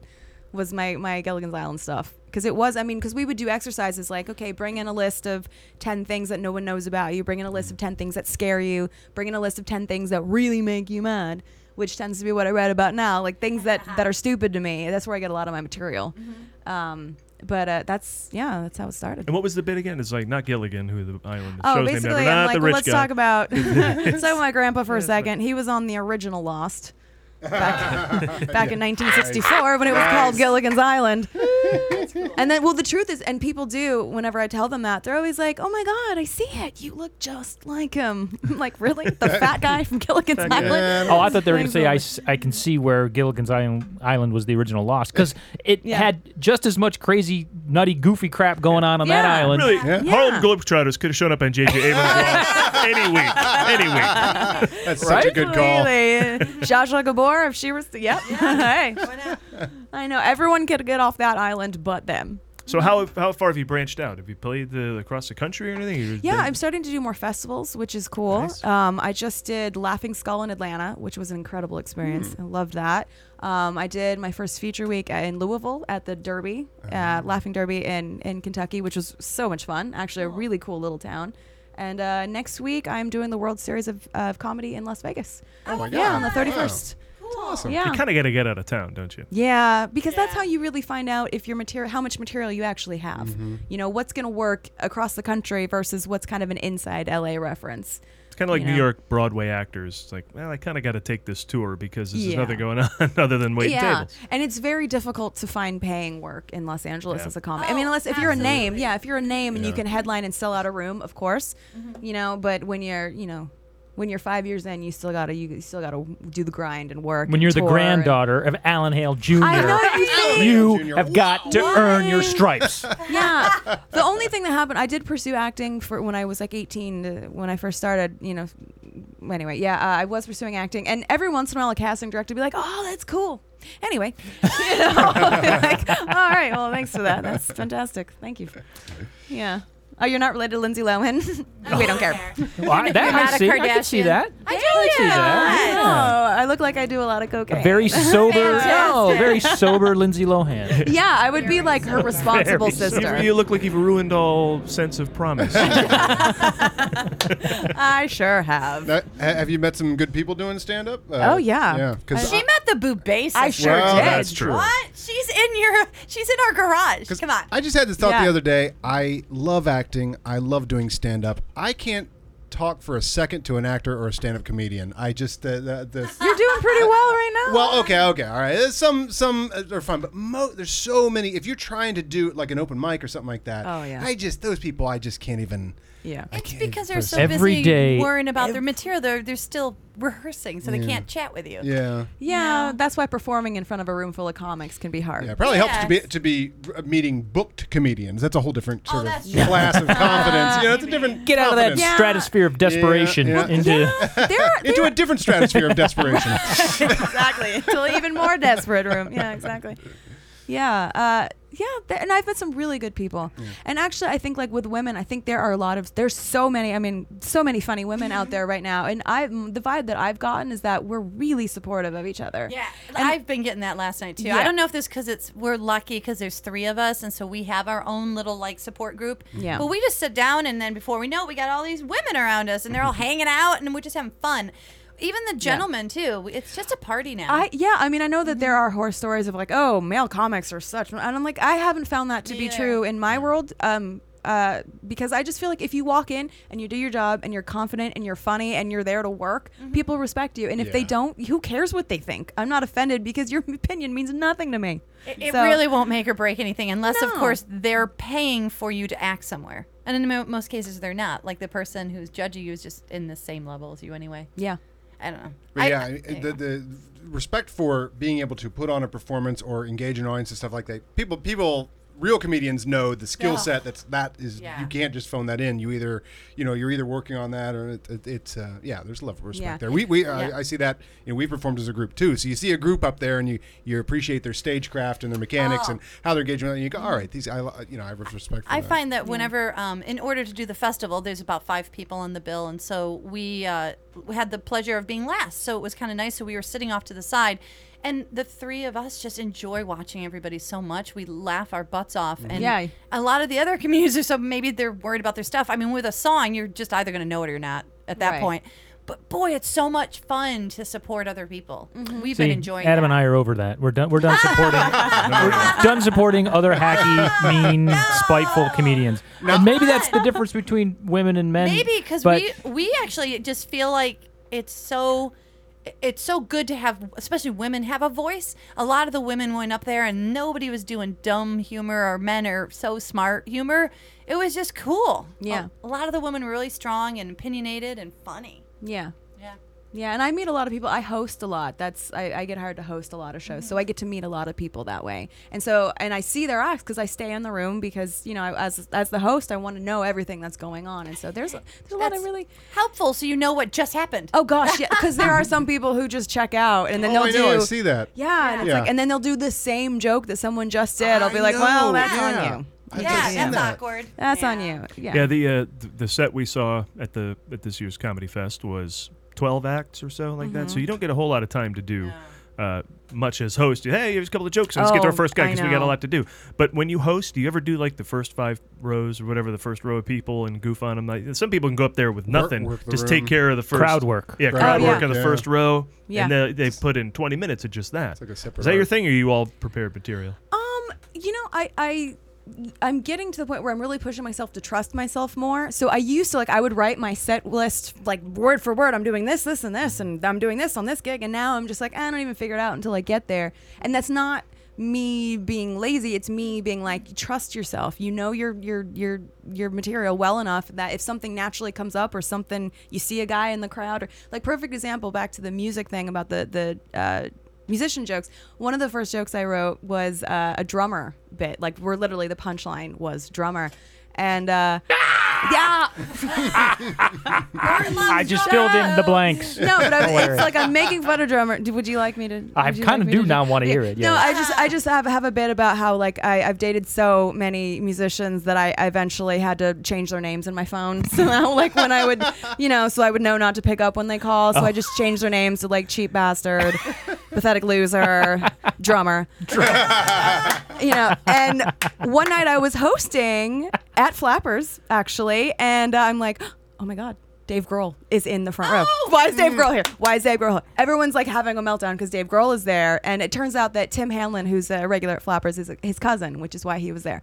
Speaker 8: was my my Gilligan's Island stuff because it was I mean because we would do exercises like okay bring in a list of 10 things that no one knows about you bring in a
Speaker 6: Mm.
Speaker 8: list of 10 things that scare you bring in a list of 10 things that really make you mad which tends to be what I read about now like things that that are stupid to me that's where I get a lot of my material
Speaker 6: Mm-hmm.
Speaker 8: um, but uh, that's yeah that's how it started
Speaker 6: And what was the bit again? It's like not Gilligan, who the island the
Speaker 8: Oh,
Speaker 6: show's named after,
Speaker 8: basically,
Speaker 6: not
Speaker 8: I'm
Speaker 6: the
Speaker 8: like,
Speaker 6: rich
Speaker 8: let's
Speaker 6: guy.
Speaker 8: talk about. so my grandpa for a second. He was on the original Lost. Back, back in 1964, when it was called
Speaker 13: Nice.
Speaker 8: Gilligan's Island. and then, well, the truth is, and people do, whenever I tell them that, they're always like, oh my God, I see it. You look just like him. I'm like, really? The fat guy from Gilligan's Island?
Speaker 4: Oh, I thought they were going to say I, s- I can see where Gilligan's Island, Island was the original Lost because it had just as much crazy, nutty, goofy crap going on on that
Speaker 6: Yeah.
Speaker 4: island.
Speaker 6: Really, Harlem Globetrotters could have shown up on JJ Abrams' wall any week. Any week.
Speaker 7: That's
Speaker 6: such a good call.
Speaker 8: Really? Joshua Gabor, if she was, yep. hey. I know. Everyone could get off that island but them.
Speaker 6: So how how far have you branched out? Have you played the, across the country or anything? You're-
Speaker 8: Yeah, I'm starting to do more festivals, which is cool. Um, I just did Laughing Skull in Atlanta, which was an incredible experience.
Speaker 7: Hmm.
Speaker 8: I loved that. Um, I did my first feature week in Louisville at the Derby,
Speaker 7: Uh-huh.
Speaker 8: uh, Laughing Derby in, in Kentucky, which was so much fun. Actually, a really cool little town. And uh, next week, I'm doing the World Series of, of Comedy in Las Vegas.
Speaker 7: Oh my
Speaker 8: Yeah,
Speaker 7: God.
Speaker 8: on the
Speaker 7: Wow.
Speaker 8: 31st. Awesome. Yeah.
Speaker 6: You kind of got to get out of town, don't you?
Speaker 8: Yeah, because that's how you really find out if your material, how much material you actually have.
Speaker 4: Mm-hmm.
Speaker 6: Mhm.
Speaker 8: You know, what's going to work across the country versus what's kind of an inside LA reference.
Speaker 6: It's kind of like
Speaker 8: you
Speaker 6: New
Speaker 8: know?
Speaker 6: York Broadway actors. It's like, well, I kind of got to take this tour because there's
Speaker 8: Yeah.
Speaker 6: nothing going on other than waiting
Speaker 8: yeah,
Speaker 6: tables.
Speaker 8: and it's very difficult to find paying work in Los Angeles
Speaker 6: Yeah.
Speaker 8: as a comic. I mean, unless if you're a name, yeah, if you're a name and you
Speaker 6: Yeah.
Speaker 8: can headline and sell out a room, of course, you know. But when you're, you know, when you're five years in, you still gotta you still gotta do the grind and work.
Speaker 4: When
Speaker 8: and
Speaker 4: you're the
Speaker 8: tour and-
Speaker 4: granddaughter of Alan Hale Jr.,
Speaker 8: know what you think.
Speaker 4: you have got to earn your stripes.
Speaker 8: yeah. The only thing that happened, I did pursue acting for when I was like 18, to, when I first started, you know. Anyway, yeah, uh, I was pursuing acting. And every once in a while, a casting director would be like, oh, that's cool. Anyway, you know, like, all right, well, thanks for that. That's fantastic. Thank you. Yeah. Oh, you're not related to Lindsay Lohan? we don't care.
Speaker 4: Well, I- that I see. I could see that.
Speaker 8: I
Speaker 4: I see that.
Speaker 8: know. I look like I do a lot of cocaine.
Speaker 4: A very sober, no,
Speaker 8: Fantastic.
Speaker 4: very sober Lindsay Lohan.
Speaker 8: Yeah, I would be like her responsible
Speaker 6: Very
Speaker 8: sister.
Speaker 6: You, you look like you've ruined all sense of promise.
Speaker 8: I sure have.
Speaker 7: Now, ha- have you met some good people doing stand up?
Speaker 8: Oh, yeah.
Speaker 7: Yeah. Because
Speaker 5: She met the boo basis.
Speaker 7: I sure Well, did. that's true.
Speaker 5: What? She's in your. She's in our garage. Come on.
Speaker 7: I just had this thought
Speaker 5: Yeah.
Speaker 7: the other day. I love acting. I love doing stand up. I can't talk for a second to an actor or a stand up comedian. I just the the, the
Speaker 8: You're doing pretty well right now.
Speaker 7: Well, okay, okay, all right. There's some some uh, are fun, but mo- there's so many. If you're trying to do like an open mic or something like that,
Speaker 5: Oh, yeah.
Speaker 7: I just those people I just can't even.
Speaker 8: Yeah,
Speaker 5: It's because they're so
Speaker 7: Every
Speaker 5: busy
Speaker 7: day-
Speaker 5: worrying about their material. They're they're still rehearsing, so
Speaker 7: Yeah.
Speaker 5: they can't chat with you.
Speaker 7: Yeah.
Speaker 8: Yeah, that's why performing in front of a room full of comics can be hard.
Speaker 7: Yeah, it probably helps to be to be uh, meeting booked comedians. That's a whole different sort of
Speaker 8: true.
Speaker 7: class of confidence. You know, it's a different
Speaker 4: Oh, Get out of that
Speaker 7: confidence.
Speaker 4: stratosphere of desperation
Speaker 7: Yeah, yeah.
Speaker 4: into.
Speaker 7: into a different stratosphere of desperation.
Speaker 8: exactly. Until even more desperate room. Yeah, exactly. Yeah. Uh, yeah, th- and I've met some really good people. And actually, I think like with women, I think there are a lot of there's so many. I mean, so many funny women out there right now. And I, the vibe that I've gotten is that we're really supportive of each other.
Speaker 5: Yeah, I've been getting that last night too.
Speaker 8: Yeah.
Speaker 5: I don't know if this because it's we're lucky because there's three of us, and so we have our own little like support group.
Speaker 8: Yeah.
Speaker 5: But we just sit down, and then before we know it, we got all these women around us, and they're all hanging out, and we're just having fun. Even the gentlemen too. It's just a party now.
Speaker 8: I yeah, I mean, I know that there
Speaker 5: Mm-hmm.
Speaker 8: are horror stories of like, oh, male comics are such, and I'm like, I haven't found that to be true in my world. Um, uh, because I just feel like if you walk in and you do your job and you're confident and you're funny and you're there to work,
Speaker 5: Mm-hmm.
Speaker 8: people respect you. And if they
Speaker 5: Yeah.
Speaker 8: don't, who cares what they think? I'm not offended because your opinion means nothing to me.
Speaker 5: It, it
Speaker 8: So-
Speaker 5: really won't make or break anything unless, of
Speaker 8: No.
Speaker 5: course, they're paying for you to act somewhere. And in mo- most cases, they're not. Like the person who's judging you is just in the same level as you anyway.
Speaker 8: Yeah.
Speaker 5: I don't know.
Speaker 7: But
Speaker 5: I-
Speaker 7: yeah,
Speaker 5: I-
Speaker 7: I- the, the respect for being able to put on a performance or engage an audience and stuff like that. People, people, real comedians know the skill
Speaker 5: Yeah.
Speaker 7: set that's that is. You can't just phone that in. You either, you know, you're either working on that or it, it, it's uh, yeah. There's a level of respect
Speaker 8: Yeah.
Speaker 7: there. We, we
Speaker 8: Yeah.
Speaker 7: I, I see that. You know, we performed as a group too. So you see a group up there and you you appreciate their stagecraft and their mechanics
Speaker 5: Oh.
Speaker 7: and how they're engaging. with it, And you go, all right, these I li- you know I have respect. For
Speaker 5: I
Speaker 7: that.
Speaker 5: find that whenever, um, in order to do the festival, there's about five people on the bill, and so we, uh, we had the pleasure of being last. So it was kind of nice. So we were sitting off to the side, and the three of us just enjoy watching everybody so much. We laugh our butts off,
Speaker 4: Mm-hmm.
Speaker 5: and
Speaker 8: Yeah.
Speaker 5: a lot of the other communities are so maybe they're worried about their stuff. I mean, with a song, you're just either going to know it or not at that
Speaker 8: Right.
Speaker 5: point. But boy, it's so much fun to support other people. We've
Speaker 4: See,
Speaker 5: been enjoying.
Speaker 4: Adam
Speaker 5: that.
Speaker 4: and I are over that. We're done. We're done supporting. we're done supporting other hacky, mean, spiteful comedians. And maybe that's the difference between women and men.
Speaker 5: Maybe because
Speaker 4: but-
Speaker 5: we we actually just feel like it's so it's so good to have, especially women have a voice. A lot of the women went up there and nobody was doing dumb humor or men are so smart humor. It was just cool.
Speaker 8: Yeah.
Speaker 5: a, a lot of the women were really strong and opinionated and funny.
Speaker 8: Yeah.
Speaker 5: Yeah.
Speaker 8: Yeah, and I meet a lot of people. I host a lot. That's I, I get hired to host a lot of shows, so I get to meet a lot of people that way. And so, and I see their acts because I stay in the room because you know, I, as as the host, I want to know everything that's going on. And so there's there's a lot of
Speaker 5: That's
Speaker 8: really
Speaker 5: helpful, so you know what just happened.
Speaker 8: Oh gosh, yeah, because there are some people who just check out and then
Speaker 7: Oh, I
Speaker 8: they'll
Speaker 7: know, I
Speaker 8: do.
Speaker 7: see that.
Speaker 8: Yeah, And, it's
Speaker 7: Yeah.
Speaker 8: like, and then they'll do the same joke that someone just did. I'll be like, well,
Speaker 7: know,
Speaker 8: that's
Speaker 7: yeah.
Speaker 8: on you.
Speaker 7: I've Yeah, seen that's that.
Speaker 5: awkward.
Speaker 8: That's on you. Yeah.
Speaker 6: the uh, th- the set we saw at the at this year's comedy fest was 12 acts or so like that. So
Speaker 8: Mhm.
Speaker 6: you don't get a whole lot of time to do uh, much as host, hey, here's a couple of jokes. and Let's get to our
Speaker 17: Oh,
Speaker 6: first guy
Speaker 17: I
Speaker 6: because we got a
Speaker 17: know.
Speaker 6: lot to do. But when you host, do you ever do like the first five rows or whatever, the first row of people and goof on them? Like, some people can go up there with
Speaker 17: Work-
Speaker 6: nothing.
Speaker 17: work the
Speaker 6: just
Speaker 17: room.
Speaker 6: take care of the first
Speaker 17: Crowd work.
Speaker 6: Yeah,
Speaker 17: Crowd
Speaker 6: crowd
Speaker 17: work.
Speaker 6: work on the
Speaker 17: Yeah.
Speaker 6: first row.
Speaker 8: Yeah.
Speaker 6: And they, they put in 20 minutes of just that. Is that
Speaker 7: row.
Speaker 6: your thing? Or are you all prepared material?
Speaker 8: you know, I, I, I'm getting to the point where I'm really pushing myself to trust myself more. So I used to like I would write my set list like word for word. I'm doing this, this, and this, and I'm doing this on this gig. And now I'm just like I don't even figure it out until I get there. And that's not me being lazy. It's me being like trust yourself. You know your your your your material well enough that if something naturally comes up or something you see a guy in the crowd or like perfect example back to the music thing about the the. Uh, musician jokes. One of the first jokes I wrote was uh, a drummer bit. Like, we're literally the punchline was drummer. And uh, yeah,
Speaker 17: I just filled in the blanks.
Speaker 8: no, but I'm,
Speaker 17: Hilarious.
Speaker 8: it's like I'm making fun of drummer. Do- Would you like me to? would
Speaker 17: I
Speaker 8: you
Speaker 17: kind
Speaker 8: like
Speaker 17: of
Speaker 8: me
Speaker 17: do
Speaker 8: to
Speaker 17: now want to hear it.
Speaker 8: No,
Speaker 17: yeah.
Speaker 8: I just I just have, have a bit about how like I, I've dated so many musicians that I, I eventually had to change their names in my phone. So now like when I would you know, so I would know not to pick up when they call. So
Speaker 17: Oh.
Speaker 8: I just changed their names to like cheap bastard, pathetic loser, drummer. you know, and one night I was hosting at Flappers actually, and I'm like, oh my god. Dave Grohl is in the front row. Why is Dave Grohl here? Why is Dave Grohl here? Everyone's like having a meltdown because Dave Grohl is there. And it turns out that Tim Hanlon, who's a regular at Flappers, is his cousin, which is why he was there.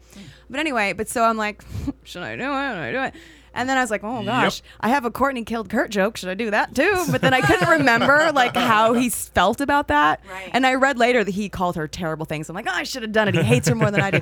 Speaker 8: But anyway, but so I'm like, should I do it? Should I do it? And then I was like, oh gosh, I have a Courtney killed Kurt joke. Should I do that too? But then I couldn't remember like how he s- felt about that. And I read later that he called her terrible things. I'm like, oh, I should have done it. He hates her more than I do.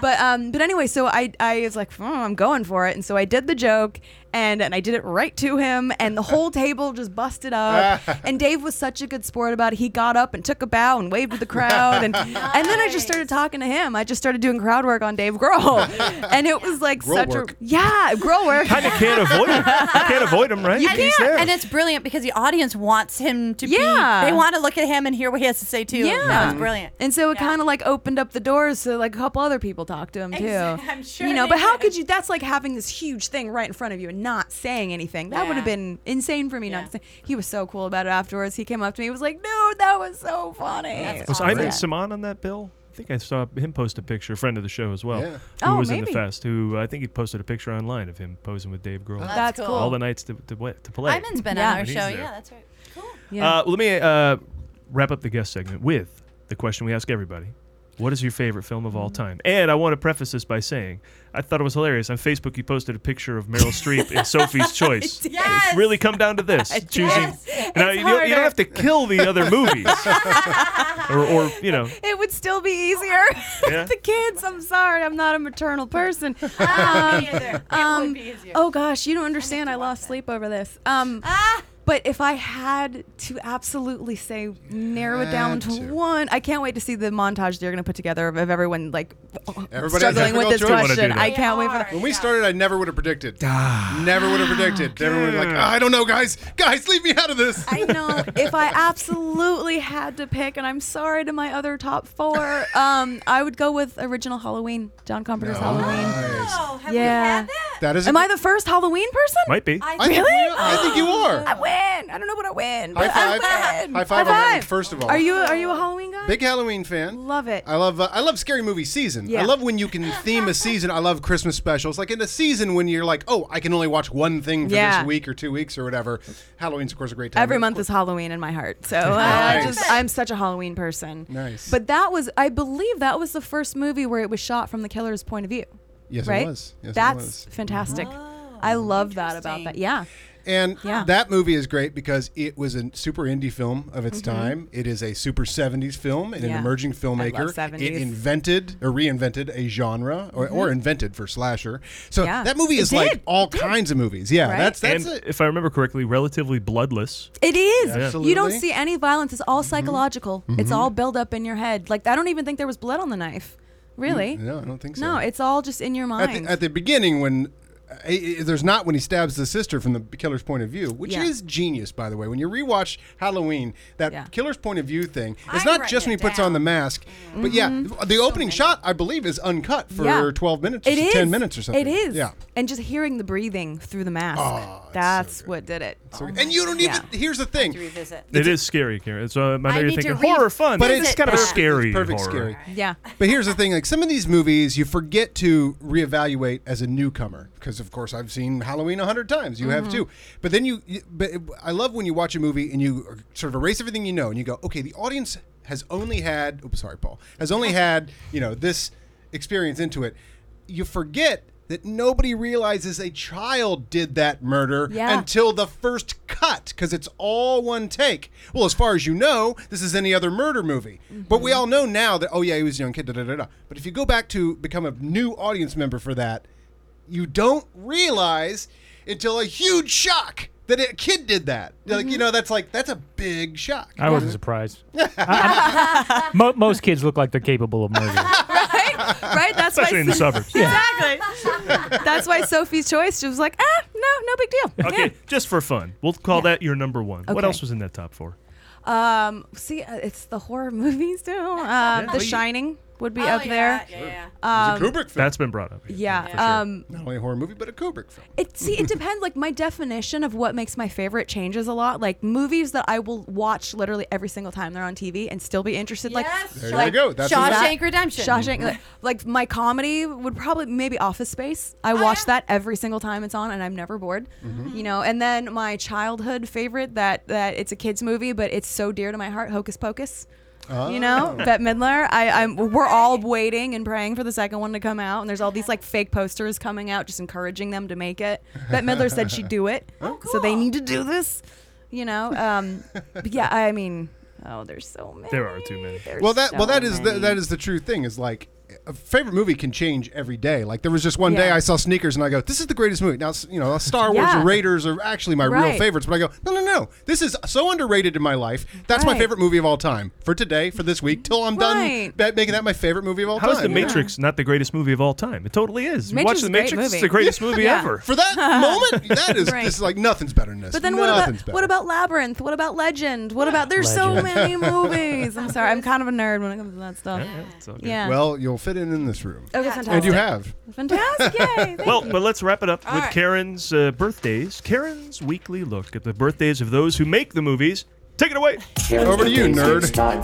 Speaker 8: but um, but anyway, so I I was like, "Oh, I'm going for it, and so I did the joke, and and I did it right to him, and the whole table just busted up. and Dave was such a good sport about it. He got up and took a bow and waved to the crowd, and and then I just started talking to him. I just started doing crowd work on Dave Grohl, and it was like
Speaker 6: Grohl
Speaker 8: such
Speaker 6: work.
Speaker 8: a yeah Grohl work.
Speaker 6: kind of can't avoid him. You can't avoid him, right?
Speaker 5: You
Speaker 6: He's there.
Speaker 5: can't. And it's brilliant because the audience wants him to
Speaker 8: Yeah.
Speaker 5: be. They want to look at him and hear what he has to say too.
Speaker 8: Yeah,
Speaker 5: That was brilliant.
Speaker 8: And so it kind of like opened up the doors so like a couple other people talked to him too.
Speaker 5: Exact- I'm sure
Speaker 8: You know,
Speaker 5: they
Speaker 8: but how could you? That's like having this huge thing right in front of you and not saying anything. That would have been insane for me not to say. He was so cool about it afterwards. He came up to me. He was like, "Dude, that was so funny."
Speaker 6: Was Ivan Simon on that bill? I think I saw him post a picture, a friend of the show as well,
Speaker 8: Yeah.
Speaker 6: who
Speaker 8: Oh,
Speaker 6: was in the
Speaker 8: maybe.
Speaker 6: fest. Who uh, I think he posted a picture online of him posing with Dave Grohl.
Speaker 5: Oh, that's That's cool.
Speaker 6: All the nights to to, wa- to play.
Speaker 5: Ivan's been
Speaker 8: Yeah.
Speaker 5: on our
Speaker 6: And he's
Speaker 5: show.
Speaker 6: there.
Speaker 5: Yeah, that's right. Cool.
Speaker 6: Uh, well, let me uh, wrap up the guest segment with the question we ask everybody. What is your favorite film of all time? And I want to preface this by saying I thought it was hilarious. On Facebook, you posted a picture of Meryl Streep in Sophie's Choice.
Speaker 17: did.
Speaker 6: It's really come down to this
Speaker 17: I did.
Speaker 6: choosing.
Speaker 17: It's
Speaker 6: Now, you, don't- you
Speaker 17: harder.
Speaker 6: don't have to kill the other movies, or, or you know,
Speaker 8: It would still be easier.
Speaker 6: Yeah.
Speaker 8: the kids, I'm sorry, I'm not a maternal person. Um, um, Oh gosh, you don't understand. I, lost sleep over this. Um, But if I had to absolutely say, narrow it down
Speaker 7: Had
Speaker 8: to,
Speaker 7: to.
Speaker 8: one, I can't wait to see the montage they're going to put together of, of everyone like
Speaker 7: Everybody
Speaker 8: struggling with this question. I can't wait for that.
Speaker 7: When we started, I never would have predicted. never would have predicted. Everyone was like, "Ah, I don't know, guys. Guys, leave me out of this.
Speaker 8: I know. if I absolutely had to pick, and I'm sorry to my other top four, um, I would go with original Halloween, John Carpenter's Halloween.
Speaker 5: Oh,
Speaker 7: Nice.
Speaker 8: yeah.
Speaker 7: That is a
Speaker 8: Am
Speaker 7: good-
Speaker 8: I the first Halloween person?
Speaker 6: Might be.
Speaker 7: I think
Speaker 8: really?
Speaker 7: you- I think you are.
Speaker 8: I win. I don't know what I win.
Speaker 7: High
Speaker 8: but I
Speaker 7: five. High
Speaker 8: win.
Speaker 7: five, on that, first of all.
Speaker 8: Are you are you a Halloween guy?
Speaker 7: Big Halloween fan.
Speaker 8: Love it.
Speaker 7: I love uh, I love scary movie season. I
Speaker 8: Yeah.
Speaker 7: love when you can theme a season. I love Christmas specials. Like in a season when you're like, oh, I can only watch one thing for
Speaker 8: Yeah.
Speaker 7: this week or two weeks or whatever. Halloween's of course a great time.
Speaker 8: Every month is Halloween in my heart, so uh, I
Speaker 7: Nice.
Speaker 8: just I'm such a Halloween person.
Speaker 7: Nice.
Speaker 8: But that was, I believe, that was the first movie where it was shot from the killer's point of view.
Speaker 7: Yes, it
Speaker 8: right?
Speaker 7: was. Mm-hmm. Yes, it
Speaker 8: That's
Speaker 7: was.
Speaker 8: fantastic. I love that about that. Yeah.
Speaker 7: And
Speaker 8: Yeah.
Speaker 7: that movie is great because it was a super indie film of its
Speaker 8: Mhm.
Speaker 7: time. It is a super 70s film and an
Speaker 8: Yeah.
Speaker 7: emerging
Speaker 8: I love
Speaker 7: filmmaker.
Speaker 8: 70s.
Speaker 7: It invented or reinvented a genre or, or
Speaker 8: Mhm.
Speaker 7: invented for slasher. So
Speaker 8: Yeah.
Speaker 7: that movie
Speaker 8: It
Speaker 7: is like
Speaker 8: did.
Speaker 7: all kinds of movies. Yeah,
Speaker 8: Right?
Speaker 7: that's that's
Speaker 6: and
Speaker 7: it.
Speaker 6: if I remember correctly, relatively bloodless.
Speaker 8: It is.
Speaker 6: Yeah.
Speaker 8: You don't
Speaker 6: Absolutely.
Speaker 8: see any violence. It's
Speaker 7: Mm-hmm.
Speaker 8: all psychological. It's
Speaker 6: Mhm.
Speaker 8: all build up in your head. Like I don't even think there was blood on the knife. Really?
Speaker 7: Mm, no, I don't think
Speaker 8: No, it's all just in your mind.
Speaker 7: At the, at the beginning when eh, eh, there's not when he stabs the sister from the killer's point of view, which
Speaker 18: Yeah.
Speaker 7: is genius, by the way. When you rewatch Halloween, that killer's point of view thing, it's
Speaker 18: I
Speaker 7: not just when he puts on the mask, but yeah,
Speaker 8: Mhm.
Speaker 7: the opening shot, I believe, is uncut for
Speaker 8: Yeah.
Speaker 7: 12 minutes, or
Speaker 8: It is.
Speaker 7: 10 minutes or something.
Speaker 8: It is.
Speaker 7: Yeah. Oh,
Speaker 8: And just hearing the breathing through the mask. that's what did it.
Speaker 7: and you don't even, here's the thing.
Speaker 6: It is scary, Karen. So I know you're thinking horror fun,
Speaker 7: but it's
Speaker 6: kind of
Speaker 7: perfect-
Speaker 6: scary.
Speaker 7: It's perfect
Speaker 6: horror.
Speaker 7: scary.
Speaker 8: Yeah.
Speaker 7: But here's the thing: like some of these movies, you forget to reevaluate as a newcomer because, of course, I've seen Halloween a hundred times. You have
Speaker 18: Mhm.
Speaker 7: too. But then you, you- but it- I love when you watch a movie and you sort of erase everything you know and you go, okay, the audience has only had, oops, sorry, Paul, has only had you know this experience into it. You forget. That nobody realizes a child did that murder
Speaker 18: Yeah.
Speaker 7: until the first cut because it's all one take. Well, as far as you know, this is any other murder movie. But we all know now that, oh, yeah, he was a young kid, da da da da. But if you go back to become a new audience member for that, you don't realize until a huge shock that a kid did that. Like, you know, that's like, that's a big shock.
Speaker 17: I wasn't surprised. I- I'm- mo- most kids look like they're capable of murder.
Speaker 8: right? That's
Speaker 17: Especially
Speaker 8: why
Speaker 17: in the suburbs.
Speaker 8: Exactly. that's why Sophie's choice she was like, ah, no, no big deal.
Speaker 6: Okay, just for fun, we'll call that your number one. What
Speaker 8: Okay.
Speaker 6: else was in that top four?
Speaker 8: Yeah. Um, see, uh, it's the horror movies too. Um, The Shining would be
Speaker 5: Oh,
Speaker 8: up
Speaker 5: yeah,
Speaker 8: there.
Speaker 5: yeah, yeah.
Speaker 8: Um,
Speaker 6: That's been brought up.
Speaker 8: Yeah.
Speaker 6: for sure.
Speaker 8: Um,
Speaker 7: Not only a horror movie, but a Kubrick film.
Speaker 8: It see, it depends. Like my definition of what makes my favorite changes a lot. Like movies that I will watch literally every single time they're on TV and still be interested. Like
Speaker 5: Yes. There
Speaker 7: you
Speaker 8: like,
Speaker 7: go. That's Shawshank
Speaker 8: that-
Speaker 5: Redemption.
Speaker 8: Shawshank.
Speaker 5: Mhm.
Speaker 8: Like, like, my comedy would probably maybe Office Space.
Speaker 6: Oh,
Speaker 8: I watch that every single time it's on, and I'm never bored.
Speaker 7: Mm-hmm.
Speaker 18: Mhm.
Speaker 8: You know. And then my childhood favorite that that it's a kids movie, but it's so dear to my heart. Hocus Pocus. You know,
Speaker 18: Oh.
Speaker 8: Bette Midler. I, I'm.
Speaker 6: Oh,
Speaker 8: We're all waiting and praying for the second one to come out, and there's all these like fake posters coming out, just encouraging them to make it. Bette Midler said she'd do it,
Speaker 6: Oh,
Speaker 8: so they need to do this. You know. Um, but yeah, I mean, oh, there's so many.
Speaker 6: There are too many.
Speaker 8: There's
Speaker 7: well that well
Speaker 8: so
Speaker 7: that is the,
Speaker 8: many.
Speaker 7: that is the true thing is like a favorite movie can change every day like there was just one day
Speaker 8: Yeah.
Speaker 7: i saw sneakers and i go this is the greatest movie now s- you know star wars
Speaker 8: Yeah.
Speaker 7: or raiders are actually my real
Speaker 8: Right.
Speaker 7: favorites but i go no no no this is so underrated in my life that's my
Speaker 8: Right.
Speaker 7: favorite movie of all time for today for this week till i'm done
Speaker 8: Right.
Speaker 7: ba- making that my favorite movie of all
Speaker 6: How
Speaker 7: time
Speaker 6: is The Matrix not the greatest movie of all time? It totally is. You watch
Speaker 7: is
Speaker 6: The
Speaker 7: a great
Speaker 6: Matrix, it's
Speaker 7: movie.
Speaker 6: the greatest movie
Speaker 7: Yeah.
Speaker 6: ever.
Speaker 7: For that moment, that is
Speaker 8: Right.
Speaker 7: this is like nothing's better than this
Speaker 8: But then what
Speaker 7: nothing's
Speaker 8: about
Speaker 7: better.
Speaker 8: what about Labyrinth? What about Legend? What about there's so many
Speaker 7: Legend.
Speaker 8: movies. I'm sorry, I'm kind of a nerd when it comes to that stuff. Yeah.
Speaker 7: well you'll fit in in this room
Speaker 8: Okay,
Speaker 7: and you
Speaker 8: fantastic.
Speaker 7: have
Speaker 8: fantastic. Yay.
Speaker 6: well, but let's wrap it up
Speaker 8: All
Speaker 6: with
Speaker 8: right.
Speaker 6: Karen's uh, birthdays. Karen's weekly look at the birthdays of those who make the movies. Take it away.
Speaker 7: Over to you, nerd.
Speaker 5: Ah,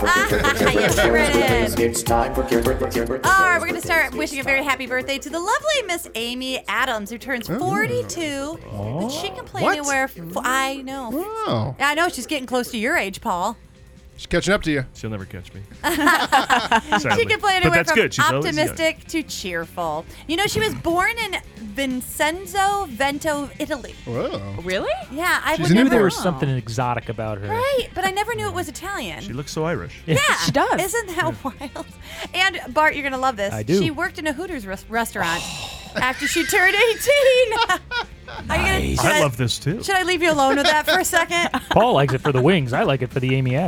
Speaker 5: All right, we're going to start wishing a very happy birthday to the lovely Miss Amy Adams, who turns 42. But she can play
Speaker 7: What?
Speaker 5: anywhere. F- I know.
Speaker 7: Wow.
Speaker 5: I know, she's getting close to your age, Paul.
Speaker 7: Oh, she's catching up to you
Speaker 6: she'll never catch me
Speaker 5: She
Speaker 6: Sadly.
Speaker 5: can play
Speaker 6: But
Speaker 5: anywhere
Speaker 6: that's
Speaker 5: from
Speaker 6: good. She's always young.
Speaker 5: optimistic to cheerful. You know, she was born in Vincenzo, Vento, Italy.
Speaker 7: Whoa.
Speaker 5: Really? Yeah, I
Speaker 17: She
Speaker 5: would
Speaker 17: knew
Speaker 5: never.
Speaker 17: there was something exotic about her.
Speaker 5: Right, but I never knew it was Italian.
Speaker 6: She looks so Irish.
Speaker 5: Yeah, she does. Isn't that wild? And Bart, you're gonna love this.
Speaker 17: I do.
Speaker 5: She worked in a Hooters res- restaurant after she turned 18. Are you gonna, should
Speaker 17: I love this too.
Speaker 5: Should I leave you alone with that for a second?
Speaker 17: Paul likes it for the wings. I like it for the Amy
Speaker 5: Ah.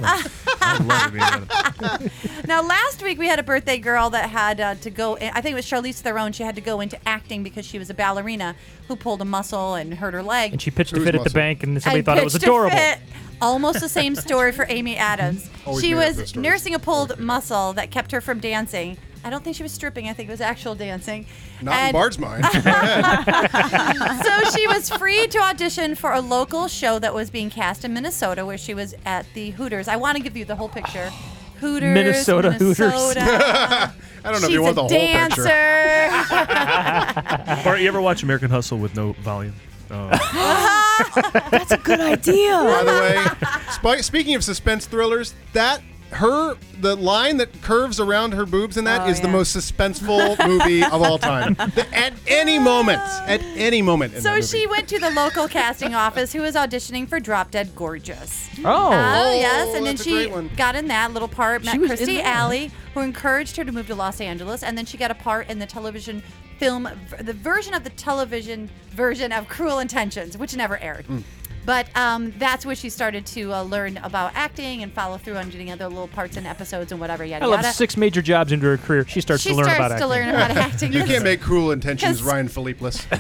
Speaker 17: Adams.
Speaker 5: now, last week we had a birthday girl that had uh, to go. In, I think it was Charlize Theron. She had to go into acting because she was a ballerina who pulled a muscle and hurt her leg.
Speaker 17: And she pitched a fit at the bank, and somebody
Speaker 5: and
Speaker 17: thought it was
Speaker 5: pitched a
Speaker 17: adorable.
Speaker 5: fit. Almost the same story for Amy Adams.
Speaker 17: Always
Speaker 5: she
Speaker 17: made up those
Speaker 5: was
Speaker 17: stories.
Speaker 5: nursing a pulled muscle that kept her from dancing. I don't think she was stripping. I think it was actual dancing.
Speaker 7: not in
Speaker 5: And-
Speaker 7: bard's mind
Speaker 5: so she was free to audition for a local show that was being cast in Minnesota, where she was at the Hooters. I want to give you the whole picture. Hooters,
Speaker 17: Minnesota Hooters.
Speaker 5: Minnesota.
Speaker 7: I don't
Speaker 6: know if
Speaker 5: She's
Speaker 6: you want
Speaker 5: a
Speaker 6: the whole picture.
Speaker 5: dancer.
Speaker 6: Bart, you ever watch American Hustle with no volume? Oh.
Speaker 7: That's
Speaker 8: a good idea.
Speaker 7: By the way, spi- speaking of suspense thrillers, that her the line that curves around her boobs in
Speaker 5: Oh,
Speaker 7: that is the most suspenseful movie of all time. The- at any moment, at any moment. In that
Speaker 5: so
Speaker 7: movie.
Speaker 5: she went to the local casting office, who was auditioning for Drop Dead Gorgeous.
Speaker 7: Oh.
Speaker 5: yes,
Speaker 7: Oh,
Speaker 5: and then
Speaker 7: that's a great
Speaker 5: she
Speaker 7: one.
Speaker 5: got in that little part. Met
Speaker 8: was in
Speaker 5: Christy
Speaker 8: that.
Speaker 5: Alley, who encouraged her to move to Los Angeles, and then she got a part in the television
Speaker 7: Mm.
Speaker 5: film, the version of the television version of Cruel Intentions, which never aired. But um, that's where she started to uh, learn about acting and follow through on doing other little parts and episodes and whatever. Yada
Speaker 17: I love
Speaker 5: yada.
Speaker 17: six major jobs into her career. She starts
Speaker 5: She
Speaker 17: to learn
Speaker 5: starts
Speaker 17: about
Speaker 5: to
Speaker 17: acting.
Speaker 5: learn about acting.
Speaker 7: You can't make cruel intentions,
Speaker 5: 'Cause-
Speaker 7: Ryan Philippe's.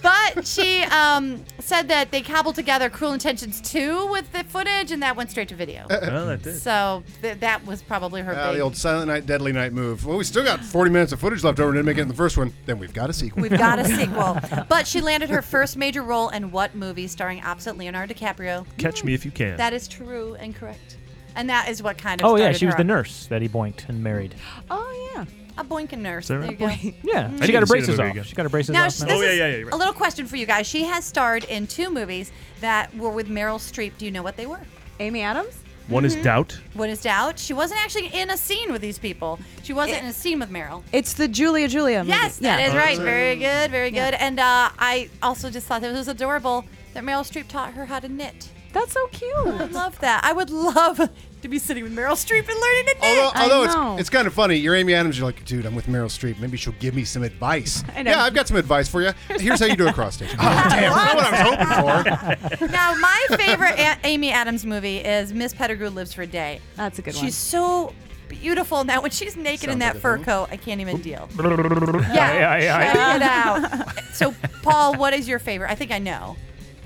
Speaker 5: But she um, said that they cobbled together Cruel Intentions 2 with the footage, and that went straight to video.
Speaker 7: Well, that did.
Speaker 5: So th- that was probably her
Speaker 7: Ah,
Speaker 5: big.
Speaker 7: Uh-uh. the old Silent Night, Deadly Night move. Well, we still got 40 minutes of footage left over and didn't make it in the first one. Then we've got a sequel.
Speaker 5: We've got a sequel. But she landed her first major role in what movie starring opposite Leonardo DiCaprio?
Speaker 6: Catch me if you can.
Speaker 5: That is true and correct. And that is what kind of.
Speaker 17: Oh yeah,
Speaker 5: started
Speaker 17: she was
Speaker 5: her
Speaker 17: the
Speaker 5: off.
Speaker 17: nurse that he boinked and married.
Speaker 5: Oh yeah, a boinkin nurse.
Speaker 17: Is that
Speaker 5: There
Speaker 17: right? Oh,
Speaker 5: you go.
Speaker 17: Yeah,
Speaker 5: Mhm.
Speaker 17: she got her
Speaker 6: didn't see the
Speaker 17: braces
Speaker 6: movie
Speaker 17: off.
Speaker 6: again. Oh,
Speaker 17: She got her braces
Speaker 5: Now,
Speaker 17: off.
Speaker 5: sh- this is a little question for you guys. She has starred in two movies that were with Meryl Streep. Do you know what they were? Amy Adams.
Speaker 6: One is doubt.
Speaker 5: What is doubt? She wasn't actually in a scene with these people. She wasn't in a scene with Meryl.
Speaker 8: It's the Julia Julia. Movie.
Speaker 5: Yes, that is
Speaker 17: Oh.
Speaker 5: right. Very good, very good. And uh, I also just thought that it was adorable that Meryl Streep taught her how to knit. That's so cute. I love that. I would love to be sitting with Meryl Streep and learning to knit.
Speaker 7: Although, although it's, it's kind of funny, you're Amy Adams. You're like, dude, I'm with Meryl Streep. Maybe she'll give me some advice.
Speaker 5: I know.
Speaker 7: Yeah, I've got some advice for you. Here's how you do a cross stitch. oh, damn, that's what I was hoping for.
Speaker 5: now, my favorite a- Amy Adams movie is Miss Pettigrew Lives for a Day. That's a good she's
Speaker 8: one.
Speaker 5: She's so beautiful now. When she's naked in
Speaker 8: Sounds
Speaker 5: that
Speaker 8: like a
Speaker 5: fur
Speaker 8: film.
Speaker 5: coat, I can't even deal.
Speaker 6: yeah,
Speaker 5: Check it out. So, Paul, what is your favorite? I think I know.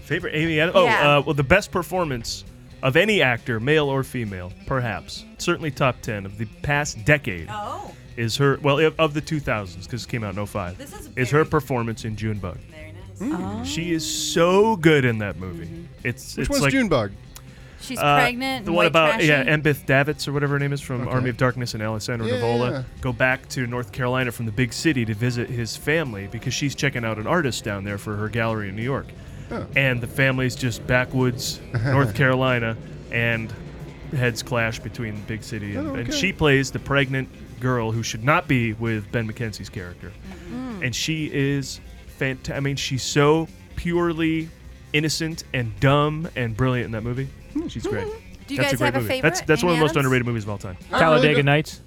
Speaker 6: Favorite Amy Adams? Oh,
Speaker 5: Yeah.
Speaker 6: uh, well, the best performance of any actor, male or female, perhaps. Certainly top 10 of the past decade.
Speaker 5: Oh.
Speaker 6: Is her, well, of- of the 2000s, because it came out in 05. This is, her performance in Junebug. Very nice. Mm. Mm-hmm. She is so good in that movie. It's,
Speaker 7: Which
Speaker 6: it's
Speaker 7: one's
Speaker 6: like,
Speaker 7: Junebug?
Speaker 5: She's
Speaker 6: Uh,
Speaker 5: pregnant.
Speaker 6: The
Speaker 5: and
Speaker 6: one
Speaker 5: white
Speaker 6: about
Speaker 5: trashy.
Speaker 6: yeah, Embeth Davitz or whatever her name is from
Speaker 7: Okay.
Speaker 6: Army of Darkness and Alessandro
Speaker 7: Yeah,
Speaker 6: Nivola
Speaker 7: yeah.
Speaker 6: go back to North Carolina from the big city to visit his family because she's checking out an artist down there for her gallery in New York,
Speaker 7: Oh.
Speaker 6: and the family's just backwoods North Carolina, and heads clash between the big city and,
Speaker 18: Oh,
Speaker 6: and
Speaker 18: okay.
Speaker 6: she plays the pregnant girl who should not be with Ben McKenzie's character,
Speaker 18: Mhm.
Speaker 6: and she is fantastic. I mean, she's so purely innocent and dumb and brilliant in that movie.
Speaker 7: Hmm,
Speaker 6: She's great.
Speaker 5: Mm-hmm. Do you
Speaker 6: That's
Speaker 5: guys
Speaker 6: a great
Speaker 5: have a
Speaker 6: movie.
Speaker 5: favorite,
Speaker 6: That's that's one of
Speaker 5: Amy
Speaker 6: the most
Speaker 5: Adams?
Speaker 6: underrated movies of all time.
Speaker 5: I really Talladega don't-
Speaker 6: Nights.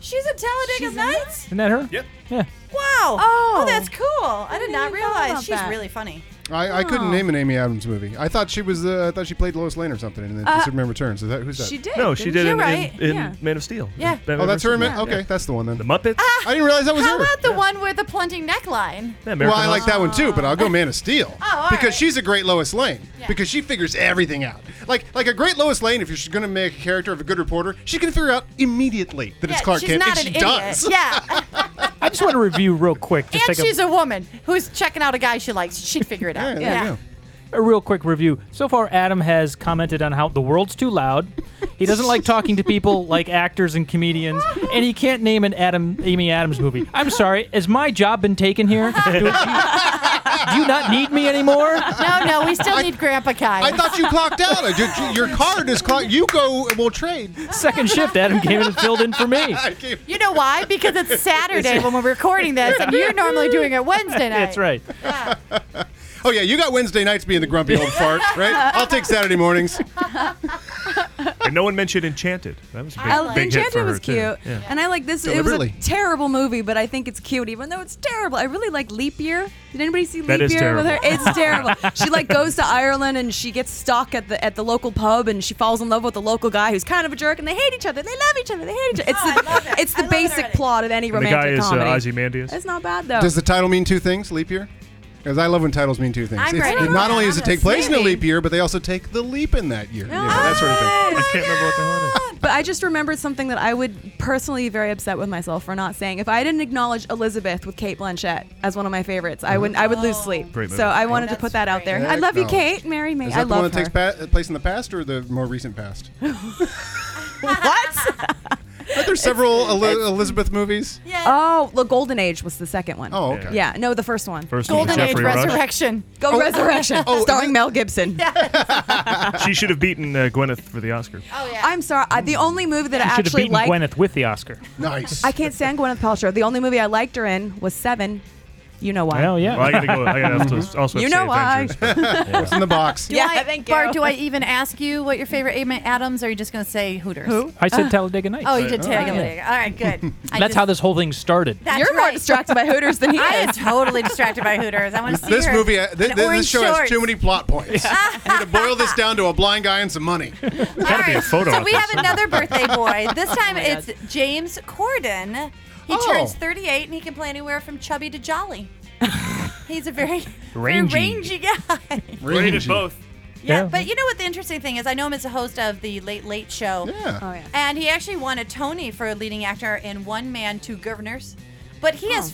Speaker 5: She's in Talladega Nights.
Speaker 17: Isn't that her?
Speaker 6: Yep.
Speaker 17: Yeah.
Speaker 5: Wow. Oh, that's cool. I, did not
Speaker 8: about
Speaker 5: realize she's
Speaker 8: that.
Speaker 5: really funny.
Speaker 7: I, I
Speaker 5: Oh.
Speaker 7: couldn't name an Amy Adams movie. I thought she was. Uh, I thought she played Lois Lane or something, and then
Speaker 5: Uh,
Speaker 7: Superman Returns. Is that who's that?
Speaker 5: she did,
Speaker 6: No, she did in,
Speaker 5: You're
Speaker 6: in-
Speaker 5: right.
Speaker 6: in,
Speaker 5: Yeah.
Speaker 6: Man of Steel.
Speaker 5: Yeah. Ah.
Speaker 6: Batman
Speaker 7: Oh, that's her. in
Speaker 6: versus
Speaker 7: Ma-
Speaker 6: Superman.
Speaker 7: Okay, that's the one then.
Speaker 6: The Muppets.
Speaker 7: I didn't realize that was
Speaker 5: How
Speaker 7: her.
Speaker 5: about the one with the plunging neckline?
Speaker 6: Yeah,
Speaker 7: well, I like that one too, but I'll go Man of Steel
Speaker 5: Oh, all
Speaker 7: because she's a great Lois Lane because she figures everything out. Like like a great Lois Lane, if you're going to make a character of a good reporter, she can figure out immediately that it's Clark
Speaker 5: she's
Speaker 7: Kent,
Speaker 5: not
Speaker 7: and
Speaker 5: an
Speaker 7: she
Speaker 5: idiot.
Speaker 7: does.
Speaker 5: Yeah,
Speaker 17: I just want to review real quick. Just
Speaker 5: and
Speaker 17: take
Speaker 5: she's
Speaker 17: a,
Speaker 5: a woman who's checking out a guy she likes. She'd figure it out. yeah.
Speaker 17: a real quick review. So far, Adam has commented on how the world's too loud. He doesn't like talking to people like actors and comedians, and he can't name an Adam Amy Adams movie. I'm sorry, has my job been taken here? Do, do you not need me anymore?
Speaker 5: No, no, we still need Grandpa Kai.
Speaker 7: I thought you clocked out. I did- Your card is clocked. You go and we'll trade.
Speaker 17: Second shift, Adam came in and filled in for me.
Speaker 5: You know why? Because it's Saturday when we're recording this, and you're normally doing it Wednesday night.
Speaker 17: That's right.
Speaker 7: Oh yeah, you got Wednesday nights being the grumpy old fart, right? I'll take Saturday mornings.
Speaker 6: and no one mentioned Enchanted. That was a big,
Speaker 8: I,
Speaker 6: big hit for
Speaker 8: Enchanted
Speaker 6: her,
Speaker 8: was
Speaker 6: too.
Speaker 8: cute,
Speaker 6: Yeah.
Speaker 8: and I like this. It was a
Speaker 6: Deliberately.
Speaker 8: terrible movie, but I think it's cute, even though it's terrible. I really like Leap Year. Did anybody see
Speaker 6: That
Speaker 8: Leap
Speaker 6: is
Speaker 8: Year with her?
Speaker 6: terrible.
Speaker 8: It's terrible. she like goes to Ireland and she gets stuck at the at the local pub, and she falls in love with the local guy who's kind of a jerk, and they hate each other. They love each other. They hate each other. It's
Speaker 6: Oh,
Speaker 8: the it's the basic plot of any
Speaker 7: the guy
Speaker 8: romantic
Speaker 7: is, uh,
Speaker 8: comedy.
Speaker 6: Ozymandias?
Speaker 8: It's not bad though.
Speaker 7: Does the title mean two things? Leap year? Because I love when titles mean two things.
Speaker 8: I'm
Speaker 7: It's-
Speaker 8: ready
Speaker 7: it-
Speaker 8: to
Speaker 7: not
Speaker 8: go
Speaker 7: only
Speaker 8: on
Speaker 7: does it
Speaker 8: this
Speaker 7: take place in a
Speaker 8: movie.
Speaker 7: leap year, but they also take the leap in that year. You know, that sort of thing.
Speaker 6: I can't remember what the hell
Speaker 8: But I just remembered something that I would personally be very upset with myself for not saying. If I didn't acknowledge Elizabeth with Kate Blanchett as one of my favorites, I would I would
Speaker 7: Oh.
Speaker 8: lose sleep.
Speaker 6: Great movie.
Speaker 8: So I wanted to put that out there. I love you,
Speaker 7: Acknowledged.
Speaker 8: Kate. Marry me.
Speaker 7: Is that
Speaker 8: I
Speaker 7: the one
Speaker 8: love
Speaker 7: that
Speaker 8: her.
Speaker 7: takes pa- uh, place in the past or the more recent past?
Speaker 8: what?
Speaker 7: Aren't there several Eli- Elizabeth movies?
Speaker 8: Oh, the Golden Age was the second one.
Speaker 7: Oh, okay.
Speaker 8: Yeah, no, the first one.
Speaker 6: First one was Golden Age Jeffrey Rush. Resurrection.
Speaker 8: Go
Speaker 7: Oh,
Speaker 8: Resurrection.
Speaker 7: oh,
Speaker 8: starring Mel Gibson.
Speaker 6: it was. she should have beaten uh, Gwyneth for the Oscar.
Speaker 8: Oh yeah. I'm sorry. I, the only movie that I
Speaker 17: She should have
Speaker 8: actually
Speaker 17: beaten
Speaker 8: liked.
Speaker 17: Gwyneth with the Oscar.
Speaker 7: Nice.
Speaker 8: I can't stand Gwyneth Paltrow. The only movie I liked her in was Seven. You know why?
Speaker 17: Well, yeah.
Speaker 6: Well, I gotta go. I gotta also, also
Speaker 8: You
Speaker 6: have to
Speaker 8: know
Speaker 6: say
Speaker 8: why.
Speaker 6: Avengers, but- yeah.
Speaker 7: What's in the box?
Speaker 5: Do I, Bart, do I even ask you what your favorite Amy Adams? Or are you just going to say Hooters? Who?
Speaker 17: I said Talladega Nights.
Speaker 5: Oh, you did
Speaker 17: Oh.
Speaker 5: Talladega. All right, good.
Speaker 17: That's
Speaker 5: I just-
Speaker 17: how this whole thing started.
Speaker 5: That's
Speaker 8: You're more
Speaker 5: right.
Speaker 8: distracted by Hooters than he
Speaker 5: I
Speaker 8: is.
Speaker 5: am totally distracted by Hooters. I want to see
Speaker 7: This
Speaker 5: her
Speaker 7: movie, uh,
Speaker 5: in
Speaker 7: thi- thi-
Speaker 5: orange
Speaker 7: this show has
Speaker 5: shorts.
Speaker 7: too many plot points. We need to boil this down to a blind guy and some money.
Speaker 5: All right,
Speaker 7: be a photo
Speaker 5: So
Speaker 7: out
Speaker 5: we
Speaker 7: there
Speaker 5: have another birthday boy. This time
Speaker 8: my
Speaker 5: it's James Corden. He
Speaker 7: Oh.
Speaker 5: turns 38 and he can play anywhere from chubby to jolly. He's a very very
Speaker 17: Rangy.
Speaker 5: rangy guy.
Speaker 2: Rated both.
Speaker 17: Yeah.
Speaker 5: Yeah, but you know what the interesting thing is? I know him as a host of the Late Late Show.
Speaker 7: Yeah.
Speaker 8: Oh, yeah.
Speaker 5: And he actually won a Tony for a leading actor in One Man, Two Governors. But he has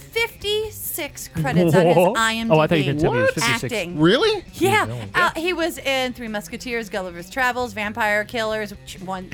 Speaker 5: 56 credits on his
Speaker 17: Whoa.
Speaker 5: IMDb.
Speaker 17: Oh, I thought you could tell me it was 56.
Speaker 5: Acting.
Speaker 7: Really?
Speaker 5: Yeah, uh, he was in Three Musketeers, Gulliver's Travels, Vampire Killers, Ch- One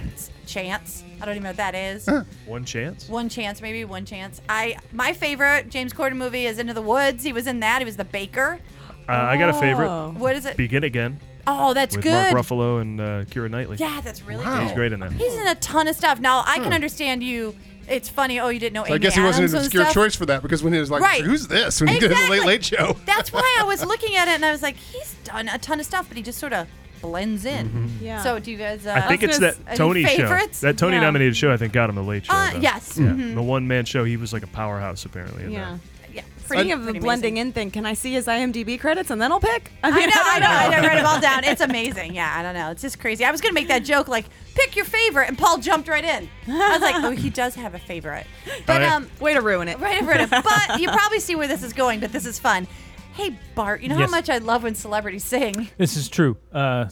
Speaker 5: Chance. I don't even know what that is.
Speaker 6: One chance.
Speaker 5: One Chance, maybe One Chance. I my favorite James Corden movie is Into the Woods. He was in that. He was the baker.
Speaker 6: Uh, I got a
Speaker 7: Oh,
Speaker 6: favorite.
Speaker 5: What is it?
Speaker 6: Begin again
Speaker 5: Oh, that's
Speaker 6: with
Speaker 5: Oh. good.
Speaker 6: Mark Ruffalo and uh, Kira Knightley.
Speaker 5: Yeah, that's really
Speaker 6: Yeah,
Speaker 5: good.
Speaker 6: he's great in that.
Speaker 5: He's in a ton of stuff. Now I can understand you. It's funny. Oh, you didn't know.
Speaker 7: So I
Speaker 5: Amy
Speaker 7: guess he wasn't
Speaker 5: Adams
Speaker 7: an
Speaker 5: was
Speaker 7: obscure
Speaker 5: stuff.
Speaker 7: choice for that because when he was like,
Speaker 5: Right.
Speaker 7: who's this? When he did the Late
Speaker 5: Exactly.
Speaker 7: Late Show.
Speaker 5: That's why I was looking at it and I was like, he's done a ton of stuff, but he just sort of blends in.
Speaker 7: Mm-hmm.
Speaker 8: Yeah.
Speaker 5: So do you guys? Uh,
Speaker 6: I think it's that
Speaker 5: any
Speaker 6: Tony
Speaker 5: favorites?
Speaker 6: show. That Tony
Speaker 5: No.
Speaker 6: nominated show, I think, got him the late show.
Speaker 5: Uh,
Speaker 6: though.
Speaker 5: yes.
Speaker 6: Yeah.
Speaker 5: Mhm.
Speaker 6: The one man show, he was like a powerhouse, apparently. in
Speaker 8: Yeah.
Speaker 6: that.
Speaker 5: Yeah.
Speaker 8: Speaking of the blending in thing, can I see his IMDb credits and then I'll pick? I
Speaker 5: I
Speaker 8: mean,
Speaker 5: know, I know, I know. Write them all down. It's amazing. Yeah, I don't know. It's just crazy. I was gonna make that joke like pick your favorite, and Paul jumped right in. I was like, oh, he does have a favorite. But
Speaker 6: yeah.
Speaker 5: um,
Speaker 8: Way to ruin it.
Speaker 5: right over it. But you probably see where this is going. But this is fun. Hey Bart, you know
Speaker 17: Yes.
Speaker 5: how much I love when celebrities sing.
Speaker 17: This is true. Uh,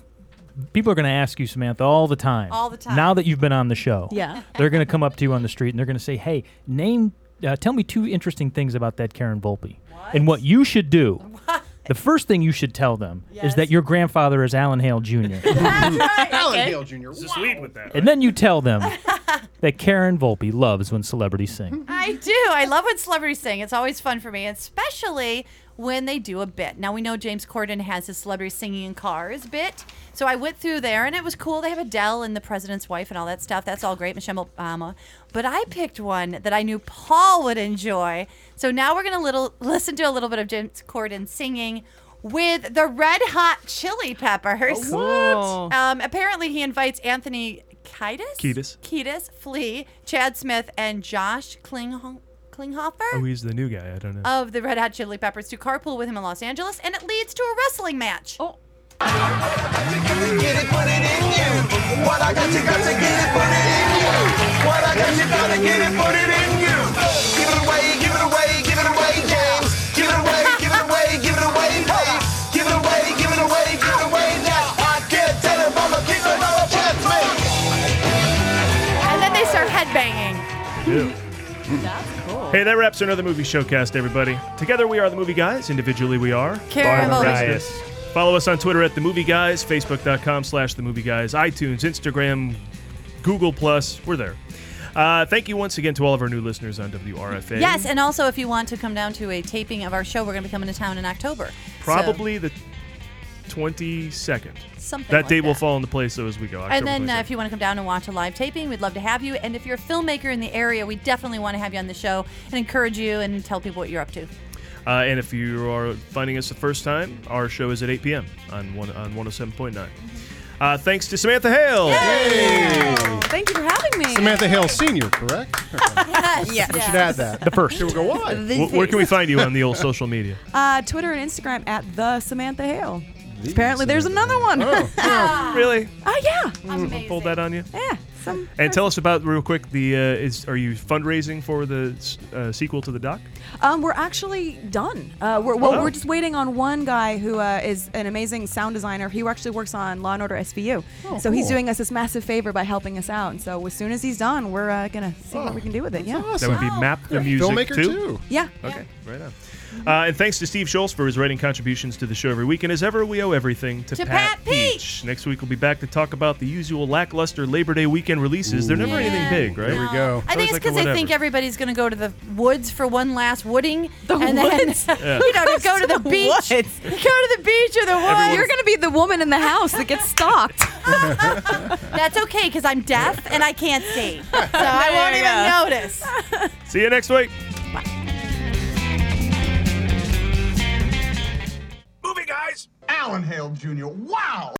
Speaker 17: people are going to ask you, Samantha, all the time.
Speaker 5: All the time.
Speaker 17: Now that you've been on the show.
Speaker 8: Yeah.
Speaker 17: They're going to come up to you on the street and they're going to say, hey, name, uh, tell me two interesting things about that Karen Volpe. And what you should do. The first thing you should tell them is that your grandfather is Alan Hale Jr.
Speaker 7: Alan Hale Jr.
Speaker 6: Just lead with that.
Speaker 17: and then you tell them that Karen Volpe loves when celebrities sing.
Speaker 5: I do. I love when celebrities sing. It's always fun for me, especially when they do a bit. Now we know James Corden has his celebrity singing in cars bit. So I went through there and it was cool. They have Adele and the president's wife and all that stuff. That's all great, Michelle Obama. But I picked one that I knew Paul would enjoy. So now we're going to little listen to a little bit of James Corden singing with the Red Hot Chili Peppers.
Speaker 17: Whoa.
Speaker 5: Um, apparently, he invites Anthony Kiedis,
Speaker 6: Kiedis.
Speaker 5: Kiedis, Flea, Chad Smith, and Josh Klingho- Klinghoffer
Speaker 6: Oh, he's the new guy. I don't know.
Speaker 5: of the Red Hot Chili Peppers to carpool with him in Los Angeles, and it leads to a wrestling match. Oh.
Speaker 13: Get it, put it in you. What I got, you got to get it, put it in you. What I got, you gotta get it, put it in you. Give it away, give it away, give it away, James. Give it away, give it away, give it away, babe. Give it away, give it away, give it away now. I can't tell if I'm a kick or not a chance, mate.
Speaker 5: And then they start headbanging.
Speaker 6: Ew. Hey, that wraps another movie showcast, everybody. Together we are the movie guys. Individually we are
Speaker 5: Karen
Speaker 6: Barb
Speaker 5: Mullis.
Speaker 6: Reisner. Follow us on Twitter at the Movie Guys, Facebook.com slash the Movie Guys, iTunes, Instagram, Google Plus. We're there. Uh, thank you once again to all of our new listeners on WRFA.
Speaker 5: Yes, and also if you want to come down to a taping of our show, we're going to be coming to town in October. So,
Speaker 6: probably the twenty second.
Speaker 5: something.
Speaker 6: That
Speaker 5: like
Speaker 6: date will fall into place though as we go. October
Speaker 5: And then uh,
Speaker 6: 22nd.
Speaker 5: if you want to come down and watch a live taping, we'd love to have you. And if you're a filmmaker in the area, we definitely want to have you on the show and encourage you and tell people what you're up to.
Speaker 6: Uh, and if you are finding us the first time, our show is at 8 p.m. on one, oh on 107.9. Uh, thanks to Samantha Hale.
Speaker 8: Thank you for having me.
Speaker 7: Samantha Hale Sr., correct?
Speaker 5: Yes.
Speaker 7: We should add that.
Speaker 17: The first.
Speaker 7: People go, why?
Speaker 6: Wh- where can we find you on the old social media?
Speaker 8: Uh, Twitter and Instagram at the Samantha Hale. Apparently, there's another one.
Speaker 7: Oh.
Speaker 8: Oh,
Speaker 6: really?
Speaker 8: yeah, Um,
Speaker 6: Pulled that on you.
Speaker 8: yeah. Some
Speaker 6: Oh. And tell us about real quick. The uh, is are you fundraising for the s- uh, sequel to the doc?
Speaker 8: Um, we're actually done. Uh, we're, well,
Speaker 6: Oh.
Speaker 8: we're just waiting on one guy who uh, is an amazing sound designer. He actually works on Law and Order SVU,
Speaker 6: Oh,
Speaker 8: so he's
Speaker 7: cool.
Speaker 8: doing us this massive favor by helping us out. And so as soon as he's done, we're uh, gonna see what we can do with it. Yeah,
Speaker 6: That would be Map the Music
Speaker 7: Filmmaker, too.
Speaker 8: yeah.
Speaker 6: Okay, right on. Uh, and thanks to Steve Schultz for his writing contributions to the show every week. And as ever, we owe everything to,
Speaker 5: To Pat Peach.
Speaker 6: Next week, we'll be back to talk about the usual lackluster Labor Day weekend releases. They're never anything big, right?
Speaker 7: There we go.
Speaker 5: I think
Speaker 6: Sounds
Speaker 5: it's
Speaker 6: like
Speaker 5: because
Speaker 6: a
Speaker 5: they think
Speaker 6: whatever.
Speaker 5: everybody's going to go to the woods for one last wooding. The and
Speaker 8: woods?
Speaker 5: Then, You know, to go to the beach. You go to the beach or the woods.
Speaker 8: You're gonna be the woman in the house that gets stalked.
Speaker 5: That's okay because I'm deaf and I can't see. So I won't even notice.
Speaker 6: See you next week.
Speaker 9: Helen Hale Jr. Wow!